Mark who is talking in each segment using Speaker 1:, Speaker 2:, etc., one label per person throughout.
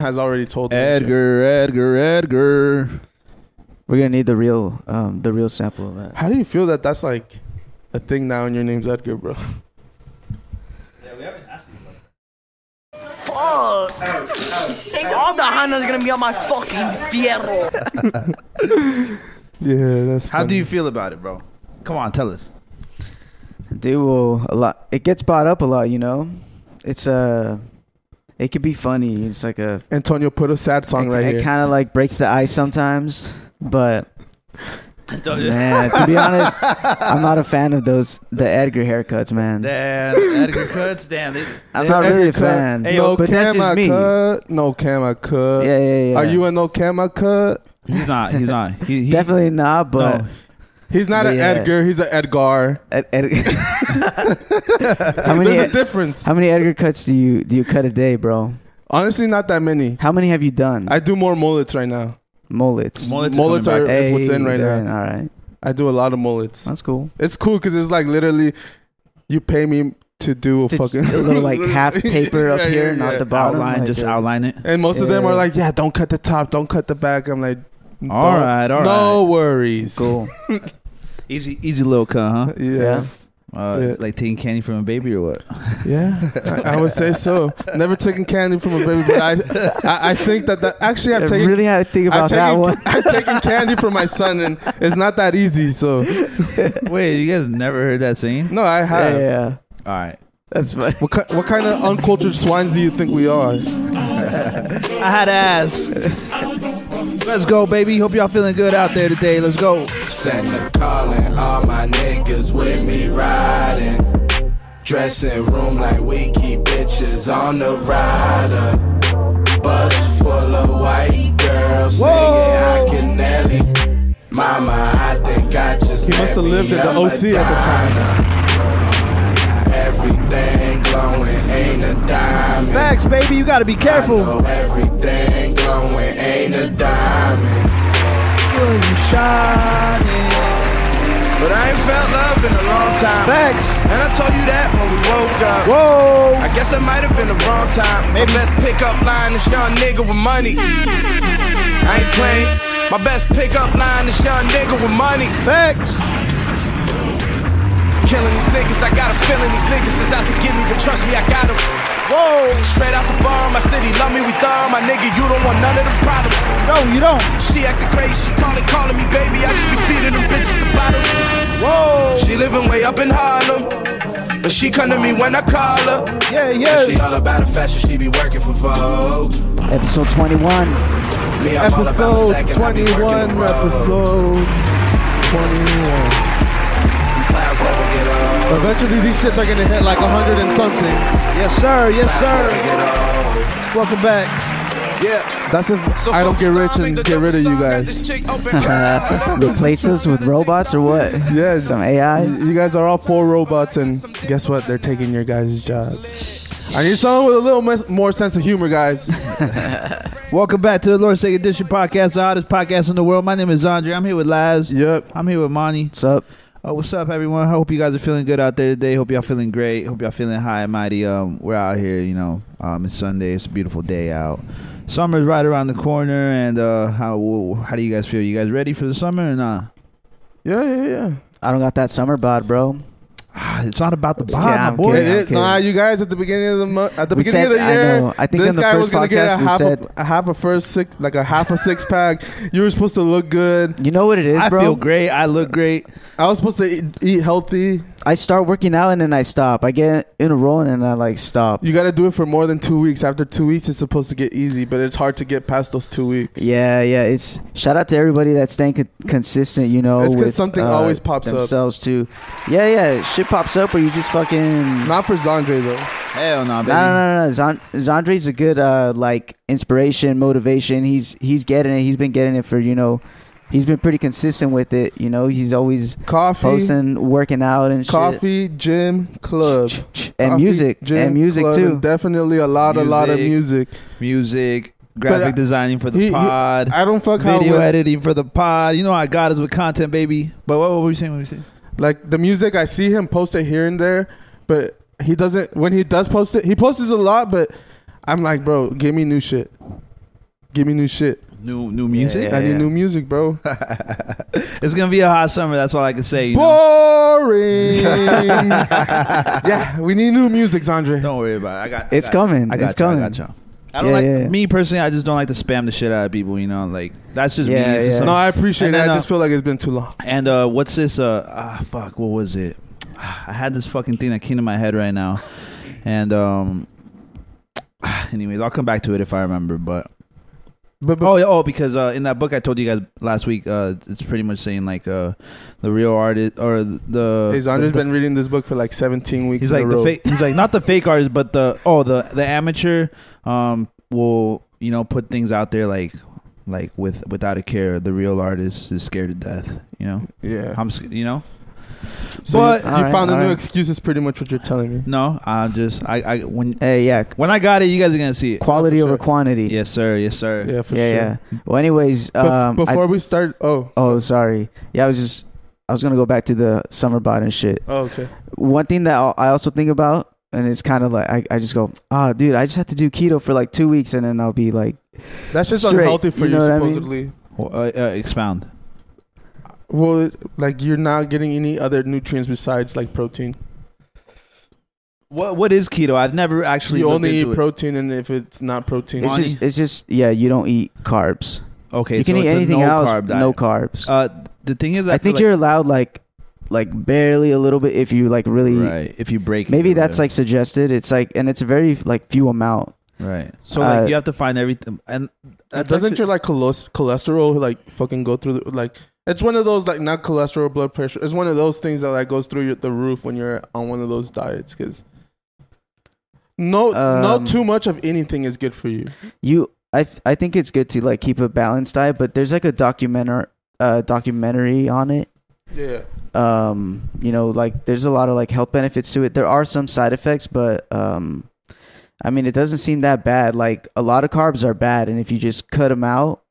Speaker 1: has already told me.
Speaker 2: Edgar, Edgar, Edgar.
Speaker 3: We're gonna need the real, um, the real sample of that.
Speaker 1: How do you feel that that's like a thing now and your name's Edgar, bro?
Speaker 4: All the hunters gonna be on my fucking fierro.
Speaker 1: Yeah, that's.
Speaker 2: How do you feel about it, bro? Come on, tell us.
Speaker 3: Dude, well, a lot. It gets brought up a lot, you know. It's uh, it could be funny. It's like a
Speaker 1: Antonio put a sad song
Speaker 3: it,
Speaker 1: right here.
Speaker 3: It kind of like breaks the ice sometimes, but man, to be honest, I'm not a fan of those the Edgar haircuts, man.
Speaker 2: Damn, Edgar cuts. Damn, they,
Speaker 3: I'm not really a
Speaker 1: Edgar cut.
Speaker 3: fan.
Speaker 2: Hey,
Speaker 1: no
Speaker 3: but that's
Speaker 1: oh, cam, I
Speaker 3: just me.
Speaker 1: cut. No cam, I cut.
Speaker 3: Yeah, yeah, yeah.
Speaker 1: Are you a no cam, I cut?
Speaker 2: he's not. He's not. He, he,
Speaker 3: Definitely not, but
Speaker 2: No.
Speaker 1: He's not
Speaker 3: But
Speaker 1: an
Speaker 3: yeah.
Speaker 1: Edgar. He's an Edgar.
Speaker 3: Ed- Ed- how many
Speaker 1: There's a difference.
Speaker 3: how many Edgar cuts do you do you cut a day, bro?
Speaker 1: Honestly, not that many.
Speaker 3: How many have you done?
Speaker 1: I do more mullets right now.
Speaker 3: Mullets.
Speaker 2: Mullets are
Speaker 1: Mullets
Speaker 2: coming
Speaker 1: are,
Speaker 2: back.
Speaker 1: is what's in
Speaker 3: Hey,
Speaker 1: right
Speaker 3: they're
Speaker 1: now.
Speaker 3: in. All right,
Speaker 1: I do a lot of mullets.
Speaker 3: that's cool.
Speaker 1: It's cool because it's like literally, you pay me to do a
Speaker 3: To-
Speaker 1: fucking
Speaker 3: a little, like, half taper up
Speaker 1: Right,
Speaker 3: here,
Speaker 1: yeah,
Speaker 3: not
Speaker 1: yeah.
Speaker 3: the bottom.
Speaker 2: outline.
Speaker 3: like,
Speaker 2: just
Speaker 3: uh,
Speaker 2: outline it.
Speaker 1: And most of them are
Speaker 3: Yeah.
Speaker 1: like, yeah, don't cut the top, don't cut the back. I'm like,
Speaker 2: All
Speaker 1: "Bro,
Speaker 2: right, all
Speaker 1: no worries.
Speaker 3: Cool.
Speaker 2: Easy, easy little cut, huh?
Speaker 1: Yeah,
Speaker 2: Uh,
Speaker 1: Yeah.
Speaker 2: It's like taking candy from a baby or what?
Speaker 1: yeah, I, I would say so. Never taken candy from a baby, but I, I, I think that that actually I've
Speaker 3: I
Speaker 1: taken.
Speaker 3: really had to think about
Speaker 1: I've
Speaker 3: that
Speaker 1: taken,
Speaker 3: one.
Speaker 1: I've taken candy from my son, and it's not that easy. So
Speaker 2: Wait, you guys never heard that saying?
Speaker 1: no, I have.
Speaker 3: Yeah, yeah,
Speaker 2: All right,
Speaker 3: that's funny.
Speaker 1: What, ki- what kind of uncultured swines do you think we are?
Speaker 2: I had to ask. Let's go, baby. Hope y'all feeling good out there today. Let's go.
Speaker 5: Santa calling, all my niggas with me riding. Dressing room like we keep bitches on the rider. Bus full of white girls singing I can Nelly. Mama, I think I just
Speaker 1: He must have lived at the OC at the time.
Speaker 5: time. Everything glowing, ain't a diamond.
Speaker 2: Facts, baby. You gotta be
Speaker 5: I
Speaker 2: careful.
Speaker 5: know everything glowing, ain't a diamond.
Speaker 2: Will you shine?
Speaker 5: But I ain't felt love in a long time.
Speaker 2: Facts.
Speaker 5: And I told you that when we woke up.
Speaker 2: Whoa.
Speaker 5: I guess it might have been the wrong time. My best pickup line is young nigga with money. I ain't playing. My best pickup line is young nigga with money.
Speaker 2: Facts.
Speaker 5: Killing these niggas, I got a feeling these niggas is out to get me, but trust me, I got 'em.
Speaker 2: Whoa.
Speaker 5: Straight out the bar, my city, love me, we thorough. My nigga, you don't want none of them problems.
Speaker 2: No, you don't.
Speaker 5: She acting crazy, she calling, calling me, baby. I just be feeding them bitches the bottles.
Speaker 2: Whoa.
Speaker 5: She living way up in Harlem, but she come to me when I call her.
Speaker 2: Yeah,
Speaker 5: And
Speaker 2: yeah.
Speaker 5: She all about the fashion, she be working for folks.
Speaker 3: Episode 21.
Speaker 5: Me, I'm all about the
Speaker 1: Episode
Speaker 5: stack and I be working
Speaker 1: 21,
Speaker 5: the road.
Speaker 1: episode 21.
Speaker 5: Clouds never get old.
Speaker 1: Eventually, these shits are gonna hit like 100 and something.
Speaker 2: Yes, sir. Yes,
Speaker 5: Never
Speaker 2: sir.
Speaker 5: get old.
Speaker 2: Welcome back.
Speaker 5: Yeah.
Speaker 1: That's if I don't get rich and get rid of you guys.
Speaker 3: Uh, replace us with robots or what?
Speaker 1: Yeah,
Speaker 3: Some AI?
Speaker 1: you guys are all four robots, and guess what? They're taking your guys' jobs. I need someone with a little mes- more sense of humor, guys.
Speaker 2: Welcome back to the Lord's Sake Edition podcast, the hottest podcast in the world. My name is Andre. I'm here with Laz.
Speaker 1: Yep.
Speaker 2: I'm here with Monty.
Speaker 3: What's up?
Speaker 2: Oh, what's up, everyone? I hope you guys are feeling good out there today. Hope y'all feeling great. Hope y'all feeling high and mighty. Um, we're out here, you know. Um, it's Sunday. It's a beautiful day out. Summer's right around the corner, and uh, how whoa, how do you guys feel? You guys ready for the summer or not?
Speaker 1: Yeah, yeah, yeah.
Speaker 3: I don't got that summer bod, bro.
Speaker 2: Ah, It's not about the
Speaker 3: Yeah,
Speaker 2: vibe, my
Speaker 3: I'm
Speaker 2: boy.
Speaker 1: It
Speaker 3: kidding.
Speaker 1: is. Nah, you guys at the beginning of the month, at the
Speaker 3: We
Speaker 1: beginning
Speaker 3: said-
Speaker 1: of the
Speaker 3: I
Speaker 1: year,
Speaker 3: know. I think
Speaker 1: this
Speaker 3: in the
Speaker 1: guy
Speaker 3: first
Speaker 1: was gonna get a
Speaker 3: podcast we
Speaker 1: half,
Speaker 3: said-
Speaker 1: a, a half a first six, like a half a six pack. You were supposed to look good.
Speaker 3: You know what it is,
Speaker 2: I
Speaker 3: bro?
Speaker 2: feel great. I look great.
Speaker 1: I was supposed to eat, eat healthy.
Speaker 3: I start working out and then I stop. I get in a roll and then I like stop.
Speaker 1: You got to do it for more than two weeks. After two weeks, it's supposed to get easy, but it's hard to get past those two weeks.
Speaker 3: Yeah, yeah. It's shout out to everybody that's staying co- consistent. You know,
Speaker 1: It's 'cause
Speaker 3: with,
Speaker 1: something
Speaker 3: uh,
Speaker 1: always pops up.
Speaker 3: themselves too. Yeah, yeah. Shit pops up, or you just fucking.
Speaker 1: Not for Zandre though.
Speaker 2: Hell no, baby.
Speaker 3: No, no, no, no. Zan- Zandre's a good uh, like inspiration, motivation. He's he's getting it. He's been getting it for you know. He's been pretty consistent with it. You know, he's always
Speaker 1: Coffee,
Speaker 3: posting, working out, and shit.
Speaker 1: coffee, gym, club,
Speaker 3: and
Speaker 1: Coffee,
Speaker 3: music,
Speaker 1: gym,
Speaker 3: and music
Speaker 1: club,
Speaker 3: too.
Speaker 1: and definitely a lot, a lot of music.
Speaker 2: Music, graphic
Speaker 1: I-
Speaker 2: designing for the
Speaker 1: he- he-
Speaker 2: pod.
Speaker 1: I don't fuck how
Speaker 2: Video
Speaker 1: with-
Speaker 2: editing for the pod. You know I got us with content, baby. But what, what were you saying? What were you saying?
Speaker 1: like the music. I see him post it here and there, but he doesn't. When he does post it, he posts a lot, but I'm like, bro, give me new shit. Give me new shit.
Speaker 2: New new music.
Speaker 1: I need
Speaker 3: yeah.
Speaker 1: new music, bro.
Speaker 2: It's gonna be a hot summer. That's all I can say. You know?
Speaker 1: Boring. yeah, we need new music, Andre.
Speaker 2: Don't worry about it. I got. I
Speaker 3: It's
Speaker 2: got-
Speaker 3: coming.
Speaker 2: I got
Speaker 3: It's
Speaker 2: you,
Speaker 3: coming.
Speaker 2: I got you. I don't
Speaker 3: Yeah,
Speaker 2: like
Speaker 3: yeah, yeah.
Speaker 2: me personally. I just don't like to spam the shit out of people. You know, like that's just
Speaker 3: Yeah,
Speaker 2: me. It's just
Speaker 3: yeah.
Speaker 2: something-
Speaker 1: No, I appreciate
Speaker 2: And
Speaker 1: it.
Speaker 2: then,
Speaker 1: I
Speaker 2: uh,
Speaker 1: just feel like it's been too long.
Speaker 2: And uh, what's this? Uh, ah, fuck. What was it? I had this fucking thing that came to my head right now, and um, anyways, I'll come back to it if I remember. But
Speaker 1: But, but
Speaker 2: oh, yeah, oh, because uh, in that book I told you guys last week, uh, it's pretty much saying like uh, the real artist or the
Speaker 1: hey, Andre's
Speaker 2: Oh, the-
Speaker 1: been reading this book for like 17 weeks.
Speaker 2: He's
Speaker 1: in
Speaker 2: like
Speaker 1: a
Speaker 2: the
Speaker 1: row.
Speaker 2: fake. He's like not the fake artist, but the oh the the amateur um will you know put things out there like like with without a care. The real artist is scared to death. You know,
Speaker 1: Yeah.
Speaker 2: I'm sc- you know.
Speaker 1: so
Speaker 2: but-
Speaker 1: you, you
Speaker 3: Alright,
Speaker 1: found a new
Speaker 3: alright.
Speaker 1: excuse. Is pretty much what you're telling me.
Speaker 2: No, I'm just I, I when
Speaker 3: Hey, yeah.
Speaker 2: when I got it, you guys are gonna see it.
Speaker 3: Quality
Speaker 1: for
Speaker 3: over
Speaker 1: sure.
Speaker 3: quantity.
Speaker 2: Yes, sir. Yes, sir.
Speaker 1: Yeah, for
Speaker 3: yeah,
Speaker 1: sure.
Speaker 3: yeah. Well, anyways,
Speaker 1: Bef-
Speaker 3: um, I-
Speaker 1: before we start, oh,
Speaker 3: oh, sorry. Yeah, I was just, I was gonna go back to the summer bot and shit.
Speaker 1: oh okay.
Speaker 3: One thing that I'll- I also think about, and it's kind of like I, I just go, ah, dude, I just have to do keto for like two weeks, and then I'll be like,
Speaker 1: That's just
Speaker 3: Straight,
Speaker 1: unhealthy for you,
Speaker 3: you know what I mean?
Speaker 1: supposedly.
Speaker 2: Well, uh, uh, expound.
Speaker 1: Well, it- like you're not getting any other nutrients besides like protein.
Speaker 2: What what is keto? I've never actually.
Speaker 1: you
Speaker 2: looked
Speaker 1: only
Speaker 2: into
Speaker 1: eat
Speaker 2: it.
Speaker 1: protein, and if it's not protein,
Speaker 3: it's just, it's just, yeah, you don't eat carbs.
Speaker 2: Okay,
Speaker 3: you can
Speaker 2: so
Speaker 3: eat
Speaker 2: it's a
Speaker 3: anything
Speaker 2: no
Speaker 3: else,
Speaker 2: Carb diet.
Speaker 3: no carbs.
Speaker 2: Uh, the thing is, I,
Speaker 3: I think
Speaker 2: feel
Speaker 3: you're allowed like, like barely a little bit if you like really.
Speaker 2: like, right. If you break, it
Speaker 3: Maybe
Speaker 2: or
Speaker 3: that's like suggested. It's like, and it's a very like few amount.
Speaker 2: whatever. right. So like
Speaker 3: uh,
Speaker 2: you have to find everything, and that's
Speaker 1: doesn't
Speaker 2: actually-
Speaker 1: your like cholos- cholesterol like fucking go through the, like it's one of those like not cholesterol, blood pressure. It's one of those things that like goes through your, the roof when you're on one of those diets because no,
Speaker 3: Um,
Speaker 1: not too much of anything is good for you.
Speaker 3: You, I, th- I think it's good to like keep a balanced diet, but there's like a documentary, uh, documentary on it.
Speaker 1: Yeah,
Speaker 3: Um, you know, like there's a lot of like health benefits to it. There are some side effects, but um, I mean, it doesn't seem that bad. Like a lot of carbs are bad, and if you just cut them out,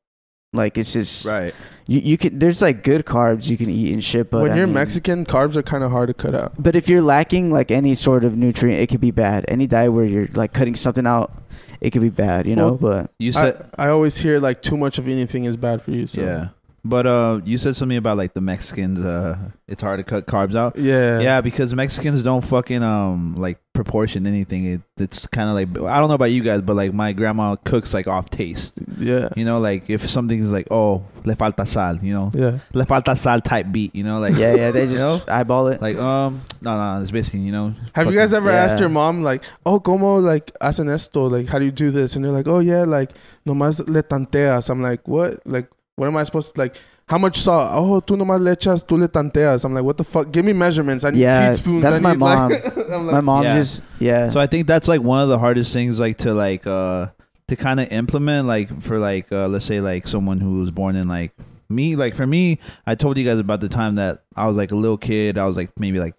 Speaker 3: like it's just
Speaker 2: right.
Speaker 3: you, you can. There's like good carbs you can eat and shit, but
Speaker 1: when
Speaker 3: I
Speaker 1: you're
Speaker 3: mean-
Speaker 1: Mexican, carbs are kind of hard to cut out.
Speaker 3: But if you're lacking like any sort of nutrient, it could be bad. Any diet where you're like cutting something out, it could be bad, you know. but
Speaker 2: You said
Speaker 1: I, I always hear like too much of anything is bad for you. So.
Speaker 2: yeah, but uh, you said something about like the Mexicans. Uh, it's hard to cut carbs out.
Speaker 1: yeah,
Speaker 2: Yeah, because Mexicans don't fucking um like proportion anything. It, it's kind of like I don't know about you guys, but like my grandma cooks like off taste.
Speaker 1: yeah,
Speaker 2: You know, like if something's like oh le falta sal, you know
Speaker 1: yeah.
Speaker 2: le falta sal type beat. You know, like
Speaker 3: yeah, yeah, they just
Speaker 2: You know?
Speaker 3: eyeball it.
Speaker 2: like um no no it's basically you know
Speaker 1: Have
Speaker 2: fucking-
Speaker 1: you guys ever
Speaker 3: yeah.
Speaker 1: asked your mom like, "Oh, como like hacen esto? Like, how do you do this?" And they're like, "Oh yeah, like nomás le tanteas." I'm like, "What? Like, what am I supposed to like? How much salt? Oh, tú nomás le echas, tú le tanteas." I'm like, "What the fuck? Give me measurements. I need
Speaker 3: yeah,
Speaker 1: teaspoons.
Speaker 3: that's
Speaker 1: I
Speaker 3: my
Speaker 1: need, like-"
Speaker 3: mom.
Speaker 1: I'm like,
Speaker 3: my mom
Speaker 2: Yeah.
Speaker 3: just yeah. Oh,
Speaker 2: So I think that's like one of the hardest things like to like uh to kind of implement like for like uh let's say like someone who was born in like me like for me I told you guys about the time that I was like a little kid I was like maybe like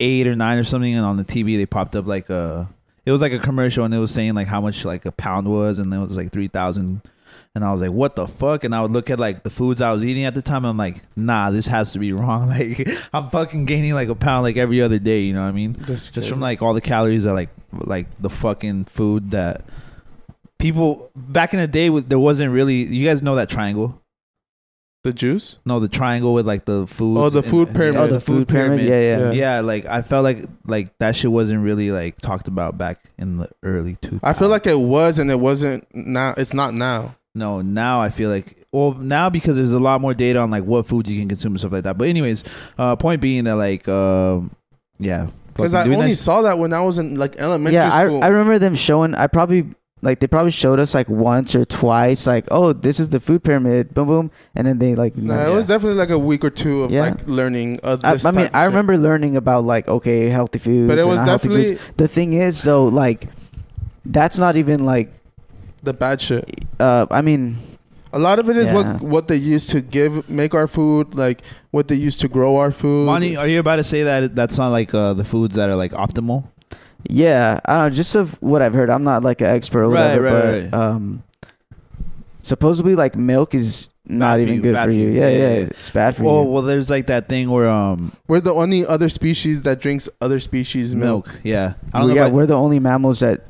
Speaker 2: 8 or 9 or something and on the TV they popped up like a it was like a commercial and it was saying like how much like a pound was and it was like 3000 and I was like, "What the fuck?" And I would look at like the foods I was eating at the time. And I'm like, "Nah, this has to be wrong." Like, I'm fucking gaining like a pound like every other day. You know what I mean?
Speaker 1: That's
Speaker 2: just from
Speaker 1: crazy.
Speaker 2: like all the calories that like like the fucking food that people back in the day with- there wasn't really. You guys know that triangle?
Speaker 1: the juice.
Speaker 2: No, the triangle with like the food.
Speaker 1: Oh, the food pyramid.
Speaker 3: oh, the food pyramid. Yeah, yeah,
Speaker 1: Yeah.
Speaker 2: Yeah. like I felt like like that shit wasn't really like talked about back in the early 2000s.
Speaker 1: I feel like it was, and it wasn't now. It's not now.
Speaker 2: No, now I feel like well now because there's a lot more data on like what foods you can consume and stuff like that. But anyways, uh, point being that like um, yeah,
Speaker 1: Because
Speaker 2: fucking
Speaker 1: I
Speaker 2: doing
Speaker 1: only
Speaker 2: that sh-
Speaker 1: saw that when I was in like elementary
Speaker 3: yeah. I,
Speaker 1: school.
Speaker 3: I remember them showing. I probably like they probably showed us like once or twice. Like oh, this is the food pyramid. Boom, boom, and then they like.
Speaker 1: no, it was definitely like a week or two of
Speaker 3: Yeah.
Speaker 1: like learning. Uh,
Speaker 3: I,
Speaker 1: this
Speaker 3: I mean,
Speaker 1: type of
Speaker 3: I
Speaker 1: shit.
Speaker 3: remember learning about like okay, healthy foods.
Speaker 1: But it
Speaker 3: or
Speaker 1: was
Speaker 3: not healthy foods.
Speaker 1: definitely-
Speaker 3: the thing is though. Like that's not even like.
Speaker 1: the bad shit.
Speaker 3: Uh, I mean,
Speaker 1: A lot of it is
Speaker 3: Yeah.
Speaker 1: what what they used to give make our food, like what they used to grow our food.
Speaker 2: Monty, are you about to say that that's not like uh, the foods that are like optimal?
Speaker 3: Yeah, I don't know. Just of what I've heard, I'm not like an expert or
Speaker 2: Right,
Speaker 3: whatever,
Speaker 2: right,
Speaker 3: but um, supposedly like milk is not
Speaker 2: for
Speaker 3: even
Speaker 2: you,
Speaker 3: good
Speaker 2: bad
Speaker 3: for
Speaker 2: for
Speaker 3: you.
Speaker 2: you. Yeah,
Speaker 3: Yeah, yeah,
Speaker 2: yeah, yeah.
Speaker 3: it's bad for
Speaker 2: Well,
Speaker 3: you.
Speaker 2: well, there's like that thing where um
Speaker 1: We're the only other species that drinks other species' milk.
Speaker 2: milk, yeah. I don't
Speaker 3: We-
Speaker 2: know.
Speaker 3: yeah,
Speaker 2: if I-
Speaker 3: we're the only mammals that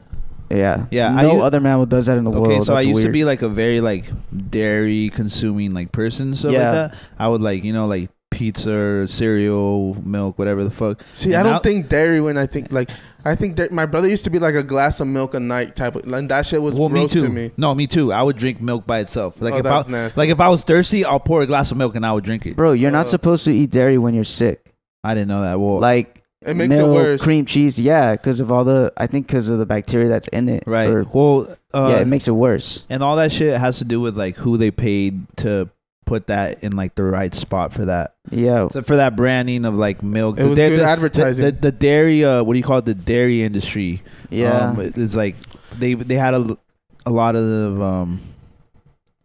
Speaker 3: Yeah.
Speaker 2: Yeah, I
Speaker 3: No
Speaker 2: u-
Speaker 3: other mammal does that in the
Speaker 2: Okay,
Speaker 3: world.
Speaker 2: so
Speaker 3: That's
Speaker 2: I used
Speaker 3: weird.
Speaker 2: to be like a very like dairy consuming like person, so
Speaker 3: Yeah.
Speaker 2: like that. I would like you know like pizza, cereal, milk, whatever the fuck.
Speaker 1: See, I
Speaker 2: And
Speaker 1: don't
Speaker 2: I'll-
Speaker 1: think dairy when I think like I think that my brother used to be like a glass of milk a night type of and that shit was
Speaker 2: Well, me
Speaker 1: gross
Speaker 2: too.
Speaker 1: to me.
Speaker 2: No, me too. I would drink milk by itself. Like
Speaker 1: Oh,
Speaker 2: if
Speaker 1: that's
Speaker 2: I
Speaker 1: nasty.
Speaker 2: like if I was thirsty, I'll pour a glass of milk and I would drink it.
Speaker 3: Bro, you're not
Speaker 1: Uh,
Speaker 3: supposed to eat dairy when you're sick.
Speaker 2: I didn't know that. Well,
Speaker 3: Like
Speaker 1: It makes
Speaker 3: milk,
Speaker 1: it worse.
Speaker 3: cream cheese, yeah, because of all the I think because of the bacteria that's in it.
Speaker 2: right?
Speaker 3: or-
Speaker 2: well, uh,
Speaker 3: yeah, it makes it worse.
Speaker 2: and all that shit has to do with like who they paid to put that in like the right spot for that.
Speaker 3: Yeah.
Speaker 2: So for that branding of like milk,
Speaker 1: It was
Speaker 2: da-
Speaker 1: good advertising.
Speaker 2: The, the, the dairy, uh, what do you call it? The dairy industry.
Speaker 3: Yeah.
Speaker 2: um, it's like they they had a, a lot of um,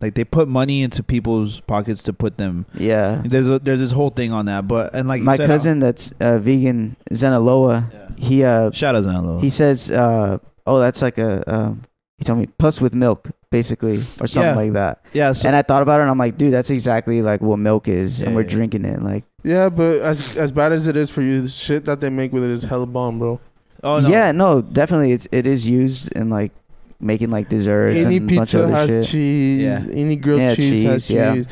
Speaker 2: like they put money into people's pockets to put them.
Speaker 3: yeah.
Speaker 2: There's a, there's this whole thing on that, but and like you
Speaker 3: My
Speaker 2: said,
Speaker 3: cousin that's uh, vegan, Zenaloa,
Speaker 2: Yeah.
Speaker 3: he uh
Speaker 2: shout out Zanello.
Speaker 3: he says uh oh that's like a um he told me puss with milk basically or something
Speaker 2: Yeah.
Speaker 3: like that.
Speaker 2: yeah, so
Speaker 3: and I thought about it and I'm like dude that's exactly like what milk is and
Speaker 2: Yeah,
Speaker 3: we're
Speaker 2: yeah.
Speaker 3: drinking it like
Speaker 1: Yeah, but as as bad as it is for you, the shit that they make with it is hella bomb, bro.
Speaker 2: oh no,
Speaker 3: Yeah, no, definitely. It's it is used in like making like desserts
Speaker 1: Any
Speaker 3: and a bunch of
Speaker 1: pizza
Speaker 3: other
Speaker 1: has
Speaker 3: shit.
Speaker 1: cheese.
Speaker 2: Yeah.
Speaker 1: Any grilled
Speaker 3: Yeah,
Speaker 1: cheese, has
Speaker 3: cheese, yeah.
Speaker 1: cheese.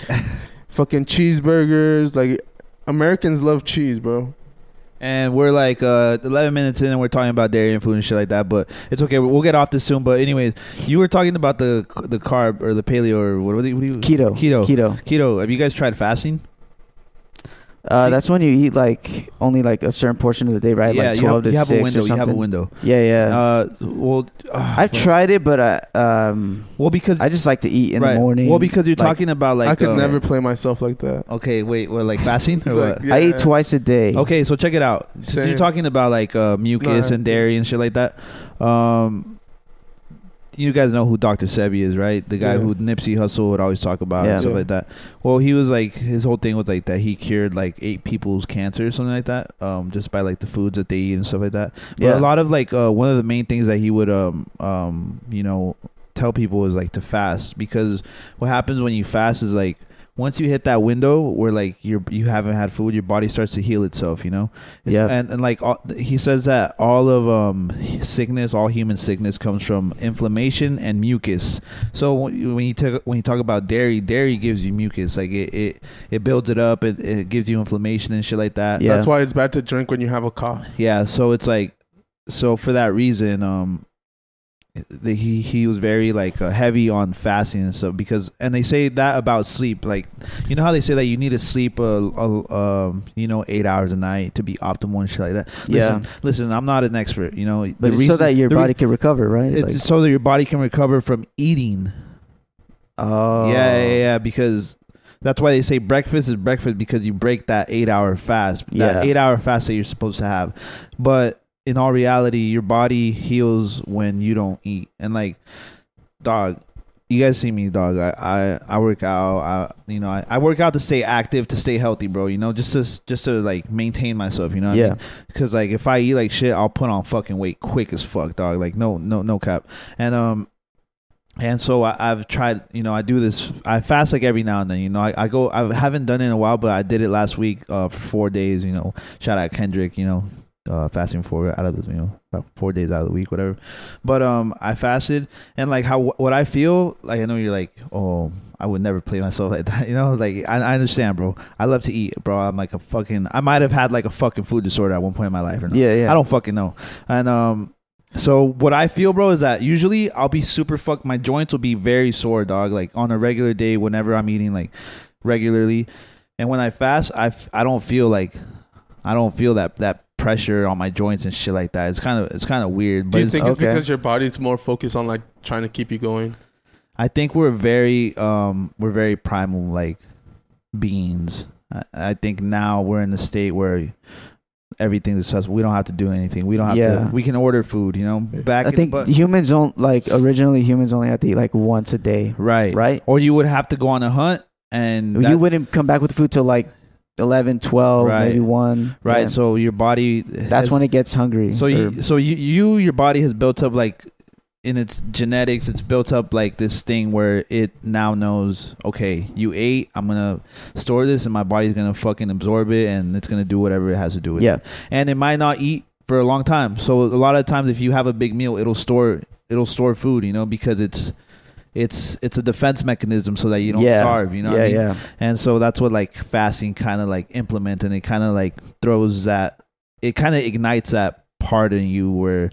Speaker 1: Fucking cheeseburgers, like Americans love cheese, bro.
Speaker 2: And we're like uh, 11 minutes in, and we're talking about dairy and food and shit like that. But it's okay. We'll get off this soon. But anyways, you were talking about the the carb or the paleo or what? What do you? What do you
Speaker 3: Keto,
Speaker 2: Keto.
Speaker 3: keto.
Speaker 2: Keto. Have you guys tried fasting?
Speaker 3: Uh, that's when you eat like only like a certain portion of the day, right? like
Speaker 2: you have,
Speaker 3: twelve
Speaker 2: you
Speaker 3: to
Speaker 2: have
Speaker 3: six
Speaker 2: a window.
Speaker 3: or
Speaker 2: You
Speaker 3: something.
Speaker 2: have a window.
Speaker 3: Yeah, yeah.
Speaker 2: Uh, well, uh,
Speaker 3: I've tried it, but I um
Speaker 2: Well, because
Speaker 3: I just like to eat in
Speaker 2: right.
Speaker 3: the morning.
Speaker 2: Well, because you're
Speaker 3: like,
Speaker 2: talking about like
Speaker 1: I could
Speaker 2: uh,
Speaker 1: never play myself like that.
Speaker 2: Okay, wait. Well, like fasting or
Speaker 1: Like,
Speaker 2: what?
Speaker 1: yeah.
Speaker 3: I eat twice a day.
Speaker 2: Okay, so check it out. Since you're
Speaker 1: Same.
Speaker 2: talking about like uh, mucus
Speaker 1: No, I-
Speaker 2: and dairy and shit like that, um, you guys know who Dr. Sebi is, right? The guy
Speaker 1: Yeah.
Speaker 2: who Nipsey Hussle would always talk about
Speaker 3: Yeah.
Speaker 2: and stuff
Speaker 1: Yeah.
Speaker 2: like that. Well, he was like his whole thing was like that he cured like eight people's cancer or something like that, um, just by like the foods that they eat and stuff like that. But
Speaker 3: Yeah.
Speaker 2: a lot of like uh, one of the main things that he would um um you know tell people is like to fast because what happens when you fast is like once you hit that window where like you're you haven't had food, your body starts to heal itself. You know, It's-
Speaker 3: Yeah.
Speaker 2: And and like all, he says that all of um sickness, all human sickness comes from inflammation and mucus. So when you, when you talk when you talk about dairy, dairy gives you mucus. Like it it, it builds it up. It, it gives you inflammation and shit like that.
Speaker 3: Yeah.
Speaker 1: That's why it's bad to drink when you have a cough.
Speaker 2: Yeah, so it's like so for that reason, um the, he he was very like uh, heavy on fasting and stuff because and they say that about sleep like you know how they say that you need to sleep uh, uh, um you know eight hours a night to be optimal and shit like that
Speaker 3: Yeah.
Speaker 2: listen, listen I'm not an expert you know
Speaker 3: but it's so that your body can recover, right?
Speaker 2: it's
Speaker 3: Like-
Speaker 2: so that your body can recover from eating
Speaker 3: oh,
Speaker 2: yeah, yeah, yeah. Because that's why they say breakfast is breakfast because you break that eight hour fast, that
Speaker 3: Yeah.
Speaker 2: eight hour fast that you're supposed to have. But in all reality, your body heals when you don't eat. And like, dog, you guys see me, dog. I I, I work out. I you know I, I work out to stay active, to stay healthy, bro. You know, just to just to like maintain myself. You know, what I
Speaker 3: Yeah.
Speaker 2: mean? Cause like if I eat like shit, I'll put on fucking weight quick as fuck, dog. Like no, no, no cap. And um, and so I, I've tried. You know, I do this. I fast like every now and then. You know, I, I go. I haven't done it in a while, but I did it last week uh, for four days. You know, shout out Kendrick. You know, uh, fasting four out of the you know about four days out of the week, whatever. But um, I fasted and like how what I feel like. I know you're like, oh, I would never play myself like that. You know, like I, I understand, bro. I love to eat, bro. I'm like a fucking. I might have had like a fucking food disorder at one point in my life. Or not.
Speaker 3: Yeah, yeah.
Speaker 2: I don't fucking know. And um, so what I feel, bro, is that usually I'll be super fucked. My joints will be very sore, dog. Like on a regular day, whenever I'm eating like regularly, and when I fast, I f- I don't feel like I don't feel that that pressure on my joints and shit like that. It's kind of it's kind of weird. But
Speaker 1: Do you
Speaker 2: it's-
Speaker 1: think it's
Speaker 3: okay.
Speaker 1: because your body's more focused on like trying to keep you going?
Speaker 2: I think we're very um we're very primal like beings. I, I think now we're in a state where everything is us. We don't have to do anything. We don't have
Speaker 3: Yeah.
Speaker 2: to. We can order food. You know, back.
Speaker 3: I
Speaker 2: in-
Speaker 3: think
Speaker 2: but-
Speaker 3: humans don't like originally humans only had to eat like once a day.
Speaker 2: right,
Speaker 3: right?
Speaker 2: Or you would have to go on a hunt and that-
Speaker 3: you wouldn't come back with food till like 11, 12,
Speaker 2: Right.
Speaker 3: maybe 1.
Speaker 2: right.
Speaker 3: Yeah.
Speaker 2: So your body.
Speaker 3: that's when it gets hungry.
Speaker 2: So
Speaker 3: Or-
Speaker 2: you, so you, you, your body has built up like in its genetics, it's built up like this thing where it now knows, okay, you ate, I'm gonna store this, and my body's gonna fucking absorb it, and it's gonna do whatever it has to do with.
Speaker 3: Yeah.
Speaker 2: it. and it might not eat for a long time. So a lot of times, if you have a big meal, it'll store it'll store food, you know, because it's it's it's a defense mechanism so that you don't
Speaker 3: Yeah.
Speaker 2: starve, you know. what
Speaker 3: Yeah,
Speaker 2: I mean?
Speaker 3: yeah.
Speaker 2: And so that's what like fasting kind of like implement, and it kind of like throws that, it kind of ignites that part in you where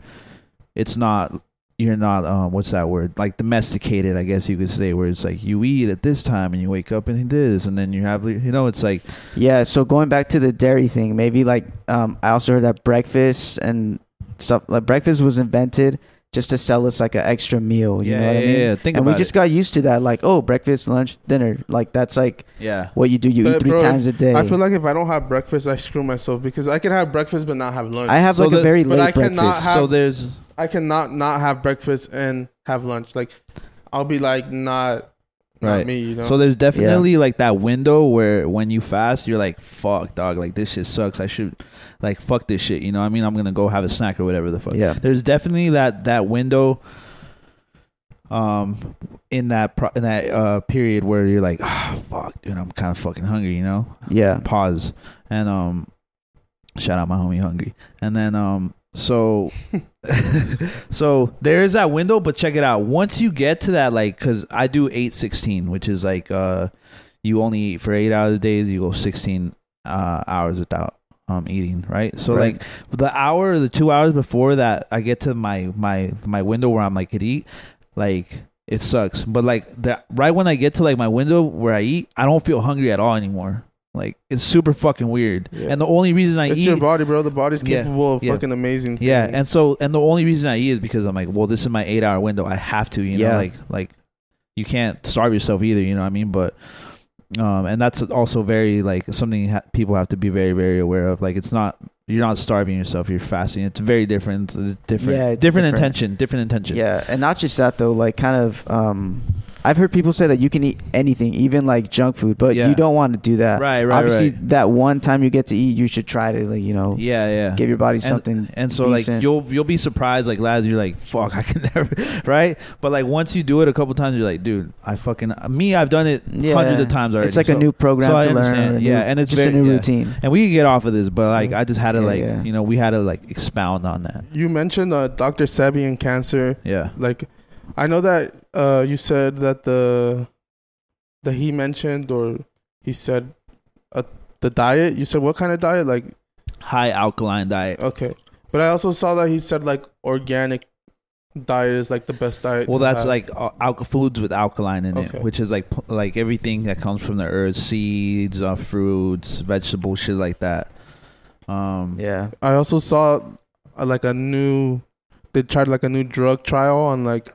Speaker 2: it's not you're not um what's that word like domesticated I guess you could say where it's like you eat at this time and you wake up and this and then you have you know it's like
Speaker 3: Yeah, so going back to the dairy thing, maybe like um, I also heard that breakfast and stuff like breakfast was invented just to sell us like an extra meal. You
Speaker 2: yeah
Speaker 3: know what
Speaker 2: yeah,
Speaker 3: I mean?
Speaker 2: yeah think
Speaker 3: and we
Speaker 2: about
Speaker 3: just
Speaker 2: it.
Speaker 3: got used to that, like oh, breakfast, lunch, dinner. Like that's like
Speaker 2: yeah
Speaker 3: what you do. You
Speaker 1: But,
Speaker 3: eat three
Speaker 1: bro,
Speaker 3: times a day.
Speaker 1: I feel like if I don't have breakfast, I screw myself because I can have breakfast but not have lunch.
Speaker 3: I have
Speaker 2: So
Speaker 3: like
Speaker 2: the-
Speaker 3: a very
Speaker 1: but
Speaker 3: late
Speaker 1: I cannot
Speaker 3: breakfast.
Speaker 1: have-
Speaker 2: so there's
Speaker 1: I cannot not have breakfast and have lunch. Like, I'll be like not, not
Speaker 2: Right.
Speaker 1: me. You know.
Speaker 2: So there's definitely like that window where when you fast, you're like, fuck, dog, like this shit sucks. I should like fuck this shit. You know what I mean? I'm gonna go have a snack or whatever the fuck.
Speaker 3: Yeah.
Speaker 2: There's definitely that that window um in that pro- in that uh period where you're like, ah, fuck, dude, I'm kinda fucking hungry, you know?
Speaker 3: yeah,
Speaker 2: Pause. And um shout out my homie hungry. And then um so so there is that window, but check it out. Once you get to that, like, cause I do eight sixteen, which is like, uh, you only eat for eight hours days. You go sixteen uh, hours without um eating, right? So
Speaker 3: Right.
Speaker 2: like the hour, or the two hours before that, I get to my my my window where I'm like could eat, like. It sucks, but like that right when I get to like my window where I eat, I don't feel hungry at all anymore. Like it's super fucking weird.
Speaker 1: Yeah.
Speaker 2: And the only reason I
Speaker 1: it's
Speaker 2: eat
Speaker 1: your body, bro. The body's
Speaker 2: Yeah,
Speaker 1: capable of
Speaker 2: yeah.
Speaker 1: fucking amazing.
Speaker 2: yeah,
Speaker 1: things.
Speaker 2: and so and the only reason I eat is because I'm like, well, this is my eight hour window. I have to, you know,
Speaker 3: Yeah.
Speaker 2: like like you can't starve yourself either. You know what I mean? But um, and that's also very like something ha- people have to be very very aware of. Like it's not you're not starving yourself. You're fasting. It's very different. It's different.
Speaker 3: Yeah,
Speaker 2: different,
Speaker 3: it's different.
Speaker 2: intention. Different intention.
Speaker 3: yeah, and not just that though. Like kind of, um, I've heard people say that you can eat anything, even like junk food, but
Speaker 2: Yeah.
Speaker 3: you don't want to do that.
Speaker 2: Right, right,
Speaker 3: Obviously,
Speaker 2: right.
Speaker 3: that one time you get to eat, you should try to, like, you know,
Speaker 2: Yeah. Yeah.
Speaker 3: give your body something.
Speaker 2: And, and so like
Speaker 3: decent.
Speaker 2: you'll you'll be surprised like last you're like fuck I can never right but like once you do it a couple times you're like dude I fucking me I've done it
Speaker 3: Yeah.
Speaker 2: hundreds of times already
Speaker 3: It's like
Speaker 2: so-
Speaker 3: a new program
Speaker 2: so I
Speaker 3: to learn.
Speaker 2: understand.
Speaker 3: a
Speaker 2: Yeah,
Speaker 3: new-
Speaker 2: and it's
Speaker 3: just
Speaker 2: very-
Speaker 3: a new
Speaker 2: yeah.
Speaker 3: routine.
Speaker 2: and we could get off of this, but like I just had to
Speaker 3: Yeah,
Speaker 2: like
Speaker 3: yeah.
Speaker 2: you know we had to like expound on that.
Speaker 1: you mentioned uh, Dr. Sebi and cancer.
Speaker 2: Yeah,
Speaker 1: Like, I know that uh, you said that the that he mentioned or he said uh, the diet. You said what kind of diet? Like,
Speaker 2: high alkaline diet.
Speaker 1: okay, but I also saw that he said like organic diet is like the best diet.
Speaker 2: Well,
Speaker 1: to
Speaker 2: that's
Speaker 1: have.
Speaker 2: like uh, alka- foods with alkaline in
Speaker 1: Okay.
Speaker 2: it, which is like pl- like everything that comes from the earth, seeds, uh, fruits, vegetables, shit like that. Um,
Speaker 3: Yeah.
Speaker 1: I also saw uh, like a new they tried like a new drug trial on like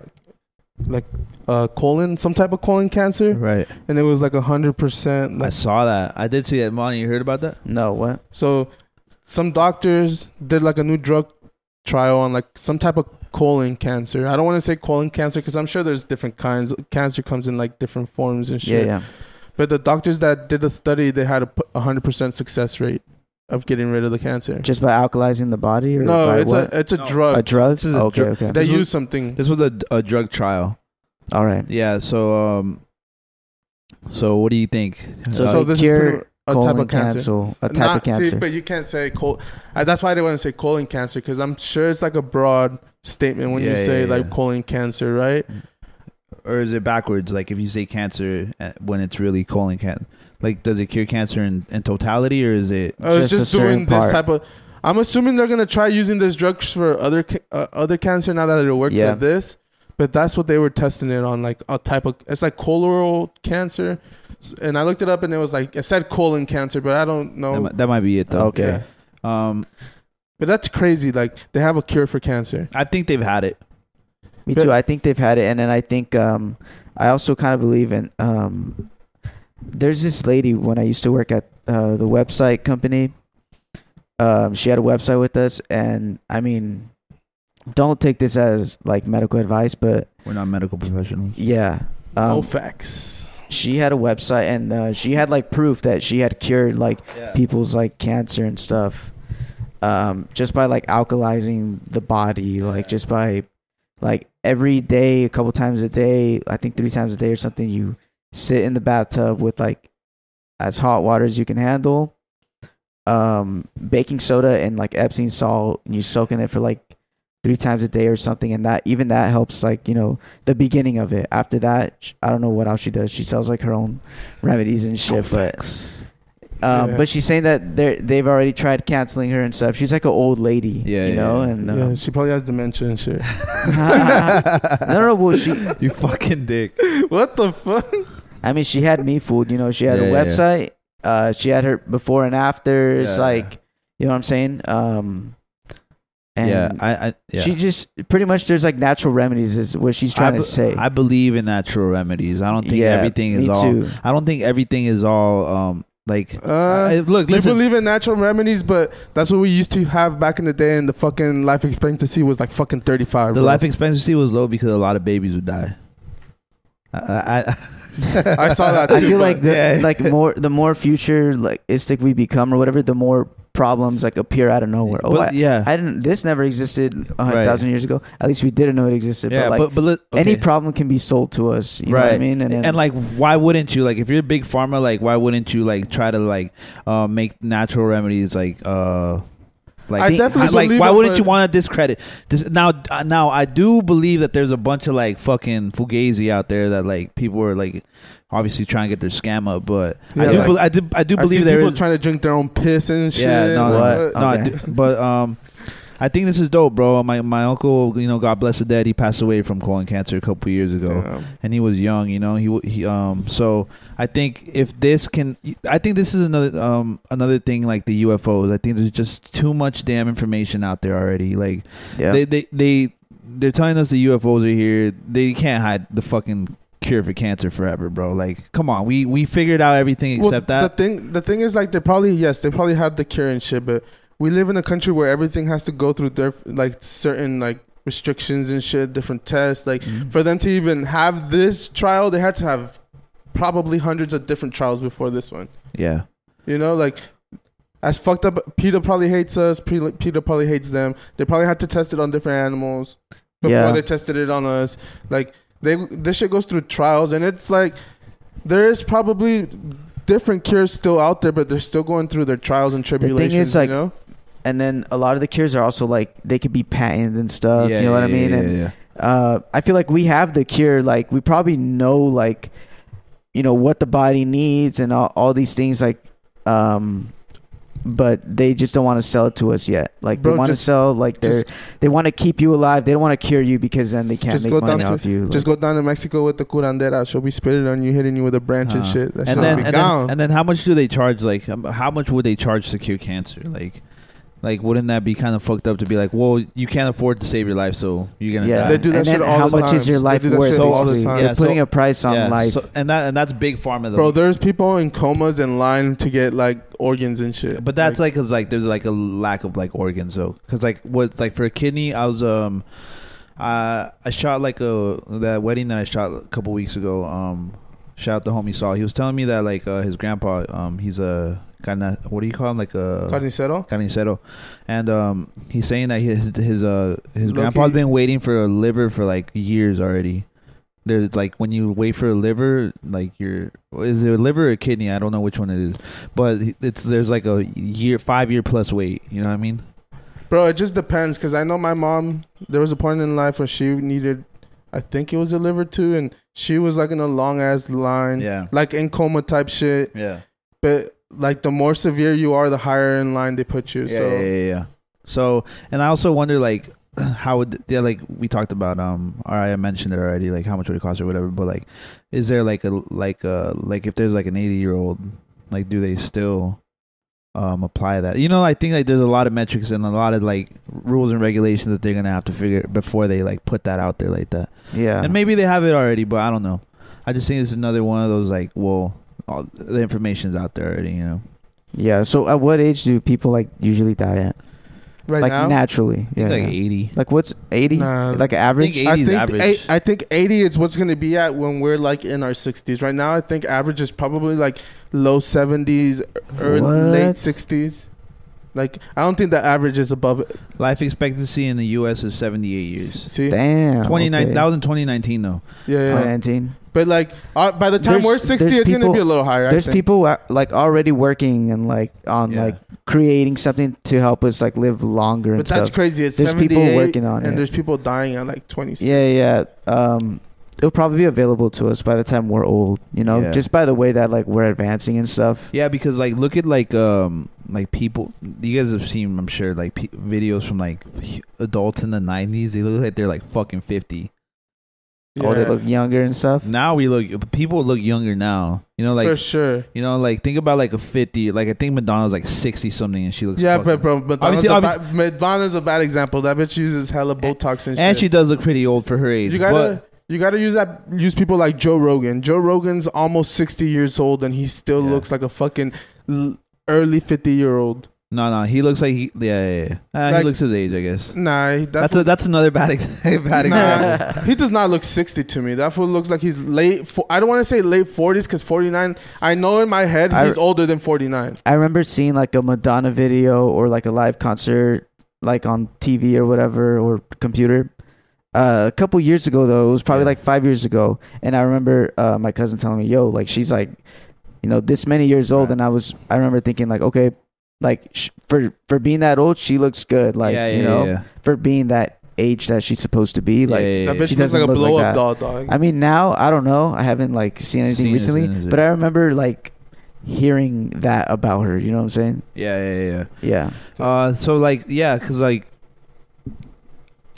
Speaker 1: like uh colon some type of colon cancer
Speaker 2: right.
Speaker 1: and it was like a hundred percent
Speaker 2: I
Speaker 1: like
Speaker 2: saw that. I did see that. Monty, you heard about that?
Speaker 3: No, what?
Speaker 1: so some doctors did like a new drug trial on like some type of colon cancer i don't want to say colon cancer because i'm sure there's different kinds cancer comes in like different forms and
Speaker 3: Yeah,
Speaker 1: shit
Speaker 3: yeah.
Speaker 1: but the doctors that did the study they had a p- a hundred percent success rate of getting rid of the cancer
Speaker 3: Just by alkalizing the body or
Speaker 1: no
Speaker 3: by
Speaker 1: it's
Speaker 3: what?
Speaker 1: a it's a
Speaker 2: No.
Speaker 1: drug
Speaker 3: a drug?
Speaker 2: This is a
Speaker 3: okay,
Speaker 2: drug-
Speaker 3: okay.
Speaker 1: they
Speaker 2: This was-
Speaker 1: use something
Speaker 2: This was a, a drug trial.
Speaker 3: All right.
Speaker 2: Yeah. So um, so what do you think?
Speaker 3: So,
Speaker 2: Uh,
Speaker 1: so
Speaker 3: they
Speaker 1: this is
Speaker 3: cure
Speaker 1: pretty- a type
Speaker 3: colon
Speaker 1: of cancer.
Speaker 3: A type of
Speaker 1: Not- see,
Speaker 3: cancer.
Speaker 1: but you can't say col. Uh, that's why they want to say colon cancer because I'm sure it's like a broad statement when you
Speaker 2: Yeah,
Speaker 1: say
Speaker 2: yeah,
Speaker 1: like
Speaker 2: yeah.
Speaker 1: colon cancer, right?
Speaker 2: or is it backwards? Like if you say cancer uh, when it's really colon cancer, like does it cure cancer in, in totality, or is it?
Speaker 1: I was
Speaker 3: Just a
Speaker 1: Uh, just doing
Speaker 3: certain
Speaker 1: this
Speaker 3: part.
Speaker 1: type of. I'm assuming they're gonna try using this drug for other ca- uh, other cancer now that it'll work
Speaker 3: Yeah.
Speaker 1: for this, but that's what they were testing it on, like a type of. It's like colorectal cancer, S- and I looked it up and it was like it said colon cancer, but I don't
Speaker 2: That,
Speaker 1: know.
Speaker 2: might, that might be it though.
Speaker 3: Okay.
Speaker 1: Yeah.
Speaker 2: Um,
Speaker 1: But that's crazy. Like they have a cure for cancer.
Speaker 2: I think they've had it.
Speaker 3: Me
Speaker 1: but-
Speaker 3: too. I think they've had it, and then I think um, I also kind of believe in. Um, there's this lady when I used to work at uh, the website company. Um, she had a website with us, and I mean, don't take this as like medical advice, but
Speaker 2: We're not medical professionals.
Speaker 3: yeah,
Speaker 1: no
Speaker 3: um,
Speaker 1: facts.
Speaker 3: she had a website, and uh, she had like proof that she had cured like people's like cancer and stuff um just by like alkalizing the body like just by like every day a couple times a day i think three times a day or something you sit in the bathtub with like as hot water as you can handle um baking soda and like epsom salt and you soak in it for like three times a day or something, and that even that helps like you know the beginning of it. After that, sh- I don't know what else she does. She sells like her own remedies and shit,
Speaker 2: Oh,
Speaker 3: but um,
Speaker 1: Yeah.
Speaker 3: but she's saying that they they've already tried canceling her and stuff. She's like an old lady,
Speaker 2: Yeah,
Speaker 3: you
Speaker 2: yeah,
Speaker 3: know,
Speaker 2: yeah.
Speaker 3: and.
Speaker 1: Yeah,
Speaker 3: Uh,
Speaker 1: she probably has dementia and shit.
Speaker 3: no, no, well, she.
Speaker 2: you fucking dick.
Speaker 1: what the fuck?
Speaker 3: I mean, she had me fooled. You know, she had
Speaker 2: Yeah,
Speaker 3: a
Speaker 2: yeah.
Speaker 3: website. Uh, she had her before and after. It's
Speaker 2: Yeah.
Speaker 3: like, you know what I'm saying? Um, and
Speaker 2: yeah, I, I yeah.
Speaker 3: she just pretty much there's like natural remedies is what she's trying
Speaker 2: I
Speaker 3: to
Speaker 2: be-
Speaker 3: say.
Speaker 2: I believe in natural remedies. I don't think
Speaker 3: Yeah,
Speaker 2: everything is
Speaker 3: me
Speaker 2: all.
Speaker 3: too.
Speaker 2: I don't think everything is all. Um, like
Speaker 1: Uh,
Speaker 2: I- look,
Speaker 1: You
Speaker 2: listen.
Speaker 1: believe in natural remedies, but that's what we used to have back in the day, and the fucking life expectancy was like fucking 35.
Speaker 2: the
Speaker 1: bro.
Speaker 2: life expectancy was low because a lot of babies would die. I, I,
Speaker 1: I saw that
Speaker 3: I
Speaker 1: too,
Speaker 3: feel
Speaker 1: but-
Speaker 3: like the
Speaker 2: Yeah.
Speaker 3: like more the more future like istic we become or whatever, the more problems like appear out of nowhere. Oh,
Speaker 2: But,
Speaker 3: I,
Speaker 2: yeah.
Speaker 3: I didn't. This never existed a hundred
Speaker 2: Right.
Speaker 3: thousand years ago. At least we didn't know it existed.
Speaker 2: yeah,
Speaker 3: but like
Speaker 2: but but let-
Speaker 3: any
Speaker 2: okay.
Speaker 3: problem can be sold to us. You know what I mean?
Speaker 2: And,
Speaker 3: then-
Speaker 2: like, why wouldn't you? Like, if you're a big farmer, like, why wouldn't you like try to like uh, make natural remedies like uh like
Speaker 1: I
Speaker 2: the-
Speaker 1: definitely
Speaker 2: like
Speaker 1: believe
Speaker 2: why
Speaker 1: it,
Speaker 2: wouldn't
Speaker 1: but-
Speaker 2: you want to discredit this, now? uh, Now I do believe that there's a bunch of like fucking fugazi out there that like people are like obviously trying to get their scam up, but I
Speaker 1: Yeah,
Speaker 2: do
Speaker 1: like-
Speaker 2: bel I do I do
Speaker 1: I see
Speaker 2: believe there
Speaker 1: people
Speaker 2: is
Speaker 1: trying to drink their own piss and shit.
Speaker 2: yeah, no, no,
Speaker 1: but-
Speaker 2: no, I do- but um, I think this is dope, bro. My my uncle, you know, God bless the dead, he passed away from colon cancer a couple years ago,
Speaker 1: Damn.
Speaker 2: and he was young, you know. He w- he um, so I think if this can, I think this is another um another thing like the UFOs. I think there's just too much damn information out there already. Like
Speaker 3: yeah.
Speaker 2: they they they they're telling us the UFOs are here. They can't hide the fucking cure for cancer forever, bro. Like, come on, we we figured out everything
Speaker 1: Well,
Speaker 2: except that.
Speaker 1: The thing, the thing is, like, they probably yes, they probably have the cure and shit, but we live in a country where everything has to go through their like certain like restrictions and shit, different tests. Like,
Speaker 2: Mm-hmm.
Speaker 1: for them to even have this trial, they had to have probably hundreds of different trials before this one.
Speaker 2: yeah.
Speaker 1: You know, like as fucked up. Peter probably hates us. Pre- Peter probably hates them. They probably had to test it on different animals before
Speaker 3: Yeah.
Speaker 1: they tested it on us. Like they, this shit goes through trials, and it's like there is probably different cures still out there, but they're still going through their trials and
Speaker 3: thing is,
Speaker 1: tribulations.
Speaker 3: like,
Speaker 1: you know,
Speaker 3: and then a lot of the cures are also like they could be patented and stuff.
Speaker 2: Yeah,
Speaker 3: Uh, you know what
Speaker 2: yeah,
Speaker 3: I mean?
Speaker 2: yeah,
Speaker 3: and
Speaker 2: yeah.
Speaker 3: uh, I feel like we have the cure. Like we probably know like you know what the body needs and all, all these things. Like, um, but they just don't want to sell it to us yet. Like
Speaker 1: Bro,
Speaker 3: they want to
Speaker 1: just-
Speaker 3: sell like they're they want to keep you alive. They don't want to cure you because then they can't
Speaker 1: Just
Speaker 3: make
Speaker 1: go
Speaker 3: money
Speaker 1: down to-
Speaker 3: off you.
Speaker 1: just go down to Mexico with the curandera. She'll be spitting on you, hitting you with a branch and
Speaker 2: Uh,
Speaker 1: shit. That
Speaker 2: and
Speaker 1: shit'll
Speaker 2: then
Speaker 1: be
Speaker 2: and
Speaker 1: gone.
Speaker 2: then, and then how much do they charge? Like um, how much would they charge to cure cancer? Like like wouldn't that be kind of fucked up to be like, well, you can't afford to save your life, so you're gonna
Speaker 3: yeah,
Speaker 2: die.
Speaker 1: They do that
Speaker 3: and then
Speaker 1: shit all
Speaker 3: how
Speaker 1: the
Speaker 3: much is
Speaker 1: time.
Speaker 3: your
Speaker 1: They
Speaker 3: life
Speaker 1: do that
Speaker 3: worth?
Speaker 1: shit all the
Speaker 3: basically?
Speaker 1: time.
Speaker 3: They're
Speaker 2: Yeah, so-
Speaker 3: putting a price on
Speaker 2: Yeah,
Speaker 3: life.
Speaker 2: so- and that and that's big pharma, though.
Speaker 1: Bro, there's people in comas and line to get like organs and shit.
Speaker 2: but that's like because like there's like a lack of like organs though, because like what like for a kidney, I was um. Uh, I shot like a that wedding that I shot a couple weeks ago. Um, shout out to homie Saul. He was telling me that like uh, his grandpa, um, he's a kind of what do you call him? Like uh, a
Speaker 1: carnicero.
Speaker 2: Carnicero, and um, he's saying that his his uh his
Speaker 1: Low-key.
Speaker 2: grandpa's been waiting for a liver for like years already. There's like when you wait for a liver, like your is it a liver or a kidney? I don't know which one it is, but it's there's like a year, five year plus wait. You know what I mean?
Speaker 1: Bro, it just depends because I know my mom. There was a point in life where she needed, I think it was a liver too, and she was like in a long ass line,
Speaker 2: Yeah.
Speaker 1: like in coma type shit.
Speaker 2: Yeah.
Speaker 1: But like the more severe you are, the higher in line they put you.
Speaker 2: Yeah,
Speaker 1: so
Speaker 2: yeah, yeah, yeah. So, and I also wonder, like, how would yeah, like we talked about, um, or I mentioned it already, like how much would it cost or whatever. But like, is there like a like a like if there's like an eighty year old, like, do they still um apply that? You know, I think like there's a lot of metrics and a lot of like rules and regulations that they're gonna have to figure before they like put that out there like that.
Speaker 3: yeah,
Speaker 2: And maybe they have it already, but I don't know. I just think this is another one of those like, well, all the information's out there already, you know.
Speaker 3: yeah. So at what age do people like usually die at?
Speaker 1: right
Speaker 3: like
Speaker 1: now,
Speaker 3: naturally,
Speaker 2: I think
Speaker 3: yeah.
Speaker 2: like
Speaker 3: yeah.
Speaker 2: eighty.
Speaker 3: Like what's eighty?
Speaker 1: Nah.
Speaker 3: like an
Speaker 2: I think
Speaker 3: average?
Speaker 2: 80
Speaker 1: I
Speaker 2: is
Speaker 1: think
Speaker 2: average.
Speaker 1: eight, I think eighty is what's gonna be at when we're like in our sixties. Right now, I think average is probably like low seventies, early late
Speaker 3: What?
Speaker 1: sixties. Like I don't think the average is above it.
Speaker 2: Life expectancy in the U.S. is 78 years.
Speaker 1: See,
Speaker 3: Damn.
Speaker 2: 29.
Speaker 3: okay.
Speaker 2: That was in 2019, though.
Speaker 1: yeah, yeah.
Speaker 3: 2019.
Speaker 1: But like uh, by the time
Speaker 3: There's-
Speaker 1: we're sixty,
Speaker 3: there's
Speaker 1: it's gonna
Speaker 3: people-
Speaker 1: be a little higher. I
Speaker 3: There's
Speaker 1: think.
Speaker 3: people uh, like already working and like on
Speaker 2: Yeah.
Speaker 3: like creating something to help us like live longer and
Speaker 1: But that's
Speaker 3: stuff.
Speaker 1: crazy. It's
Speaker 3: There's people
Speaker 1: 78,
Speaker 3: working on
Speaker 1: and
Speaker 3: it.
Speaker 1: there's people dying at like 26.
Speaker 3: yeah, yeah. Um, it'll probably be available to us by the time we're old. You know,
Speaker 2: Yeah.
Speaker 3: just by the way that like we're advancing and stuff.
Speaker 2: Yeah, because like look at like um like people you guys have seen I'm sure like pe videos from like hu- adults in the 90s they look like they're like fucking 50.
Speaker 3: Oh, they
Speaker 1: Yeah,
Speaker 3: look younger and stuff.
Speaker 2: Now we look people look younger now. You know like
Speaker 1: for sure.
Speaker 2: you know like think about like a 50 like I think Madonna's like 60 something and she looks
Speaker 1: Yeah,
Speaker 2: fucking-
Speaker 1: but bro, Madonna's,
Speaker 2: Obviously-
Speaker 1: a ba- Madonna's a bad example. That bitch uses hella Botox and,
Speaker 2: and she
Speaker 1: shit.
Speaker 2: does look pretty old for her age.
Speaker 1: you gotta
Speaker 2: but-
Speaker 1: you gotta use that use people like Joe Rogan. Joe Rogan's almost sixty years old and he still
Speaker 2: Yeah.
Speaker 1: looks like a fucking l- early fifty year old.
Speaker 2: No, no, he looks like he, yeah, yeah, yeah. Uh, he
Speaker 1: Like-
Speaker 2: looks his age, I guess.
Speaker 1: Nah, he- that
Speaker 2: That's a, that's another bad ex- bad example.
Speaker 1: Nah, he does not look 60 to me. That fool looks like he's late. Fo- I don't want to say late 40s because 49. I know in my head
Speaker 3: I-
Speaker 1: he's older than 49.
Speaker 3: I remember seeing like a Madonna video or like a live concert, like on TV or whatever or computer. Uh, a couple years ago though, it was probably
Speaker 2: Yeah.
Speaker 3: like five years ago, and I remember uh, my cousin telling me, "Yo, like she's like, you know, this many years old,"
Speaker 2: Right.
Speaker 3: and I was, I remember thinking like, okay, like sh- for for being that old, she looks good, like
Speaker 2: yeah, yeah,
Speaker 3: you know,
Speaker 2: yeah, yeah.
Speaker 3: for being that age that she's supposed to be, like.
Speaker 2: Yeah, yeah,
Speaker 1: That
Speaker 2: yeah.
Speaker 1: bitch looks
Speaker 3: doesn't
Speaker 1: like a
Speaker 3: look like
Speaker 1: blow up
Speaker 3: that.
Speaker 1: doll, dog.
Speaker 3: I mean, now I don't know. I haven't like seen anything
Speaker 2: Seen it,
Speaker 3: recently,
Speaker 2: seen it.
Speaker 3: but I remember like hearing that about her. You know what I'm saying?
Speaker 2: yeah, yeah, yeah,
Speaker 3: Yeah.
Speaker 2: yeah. Uh, so like, yeah, because like,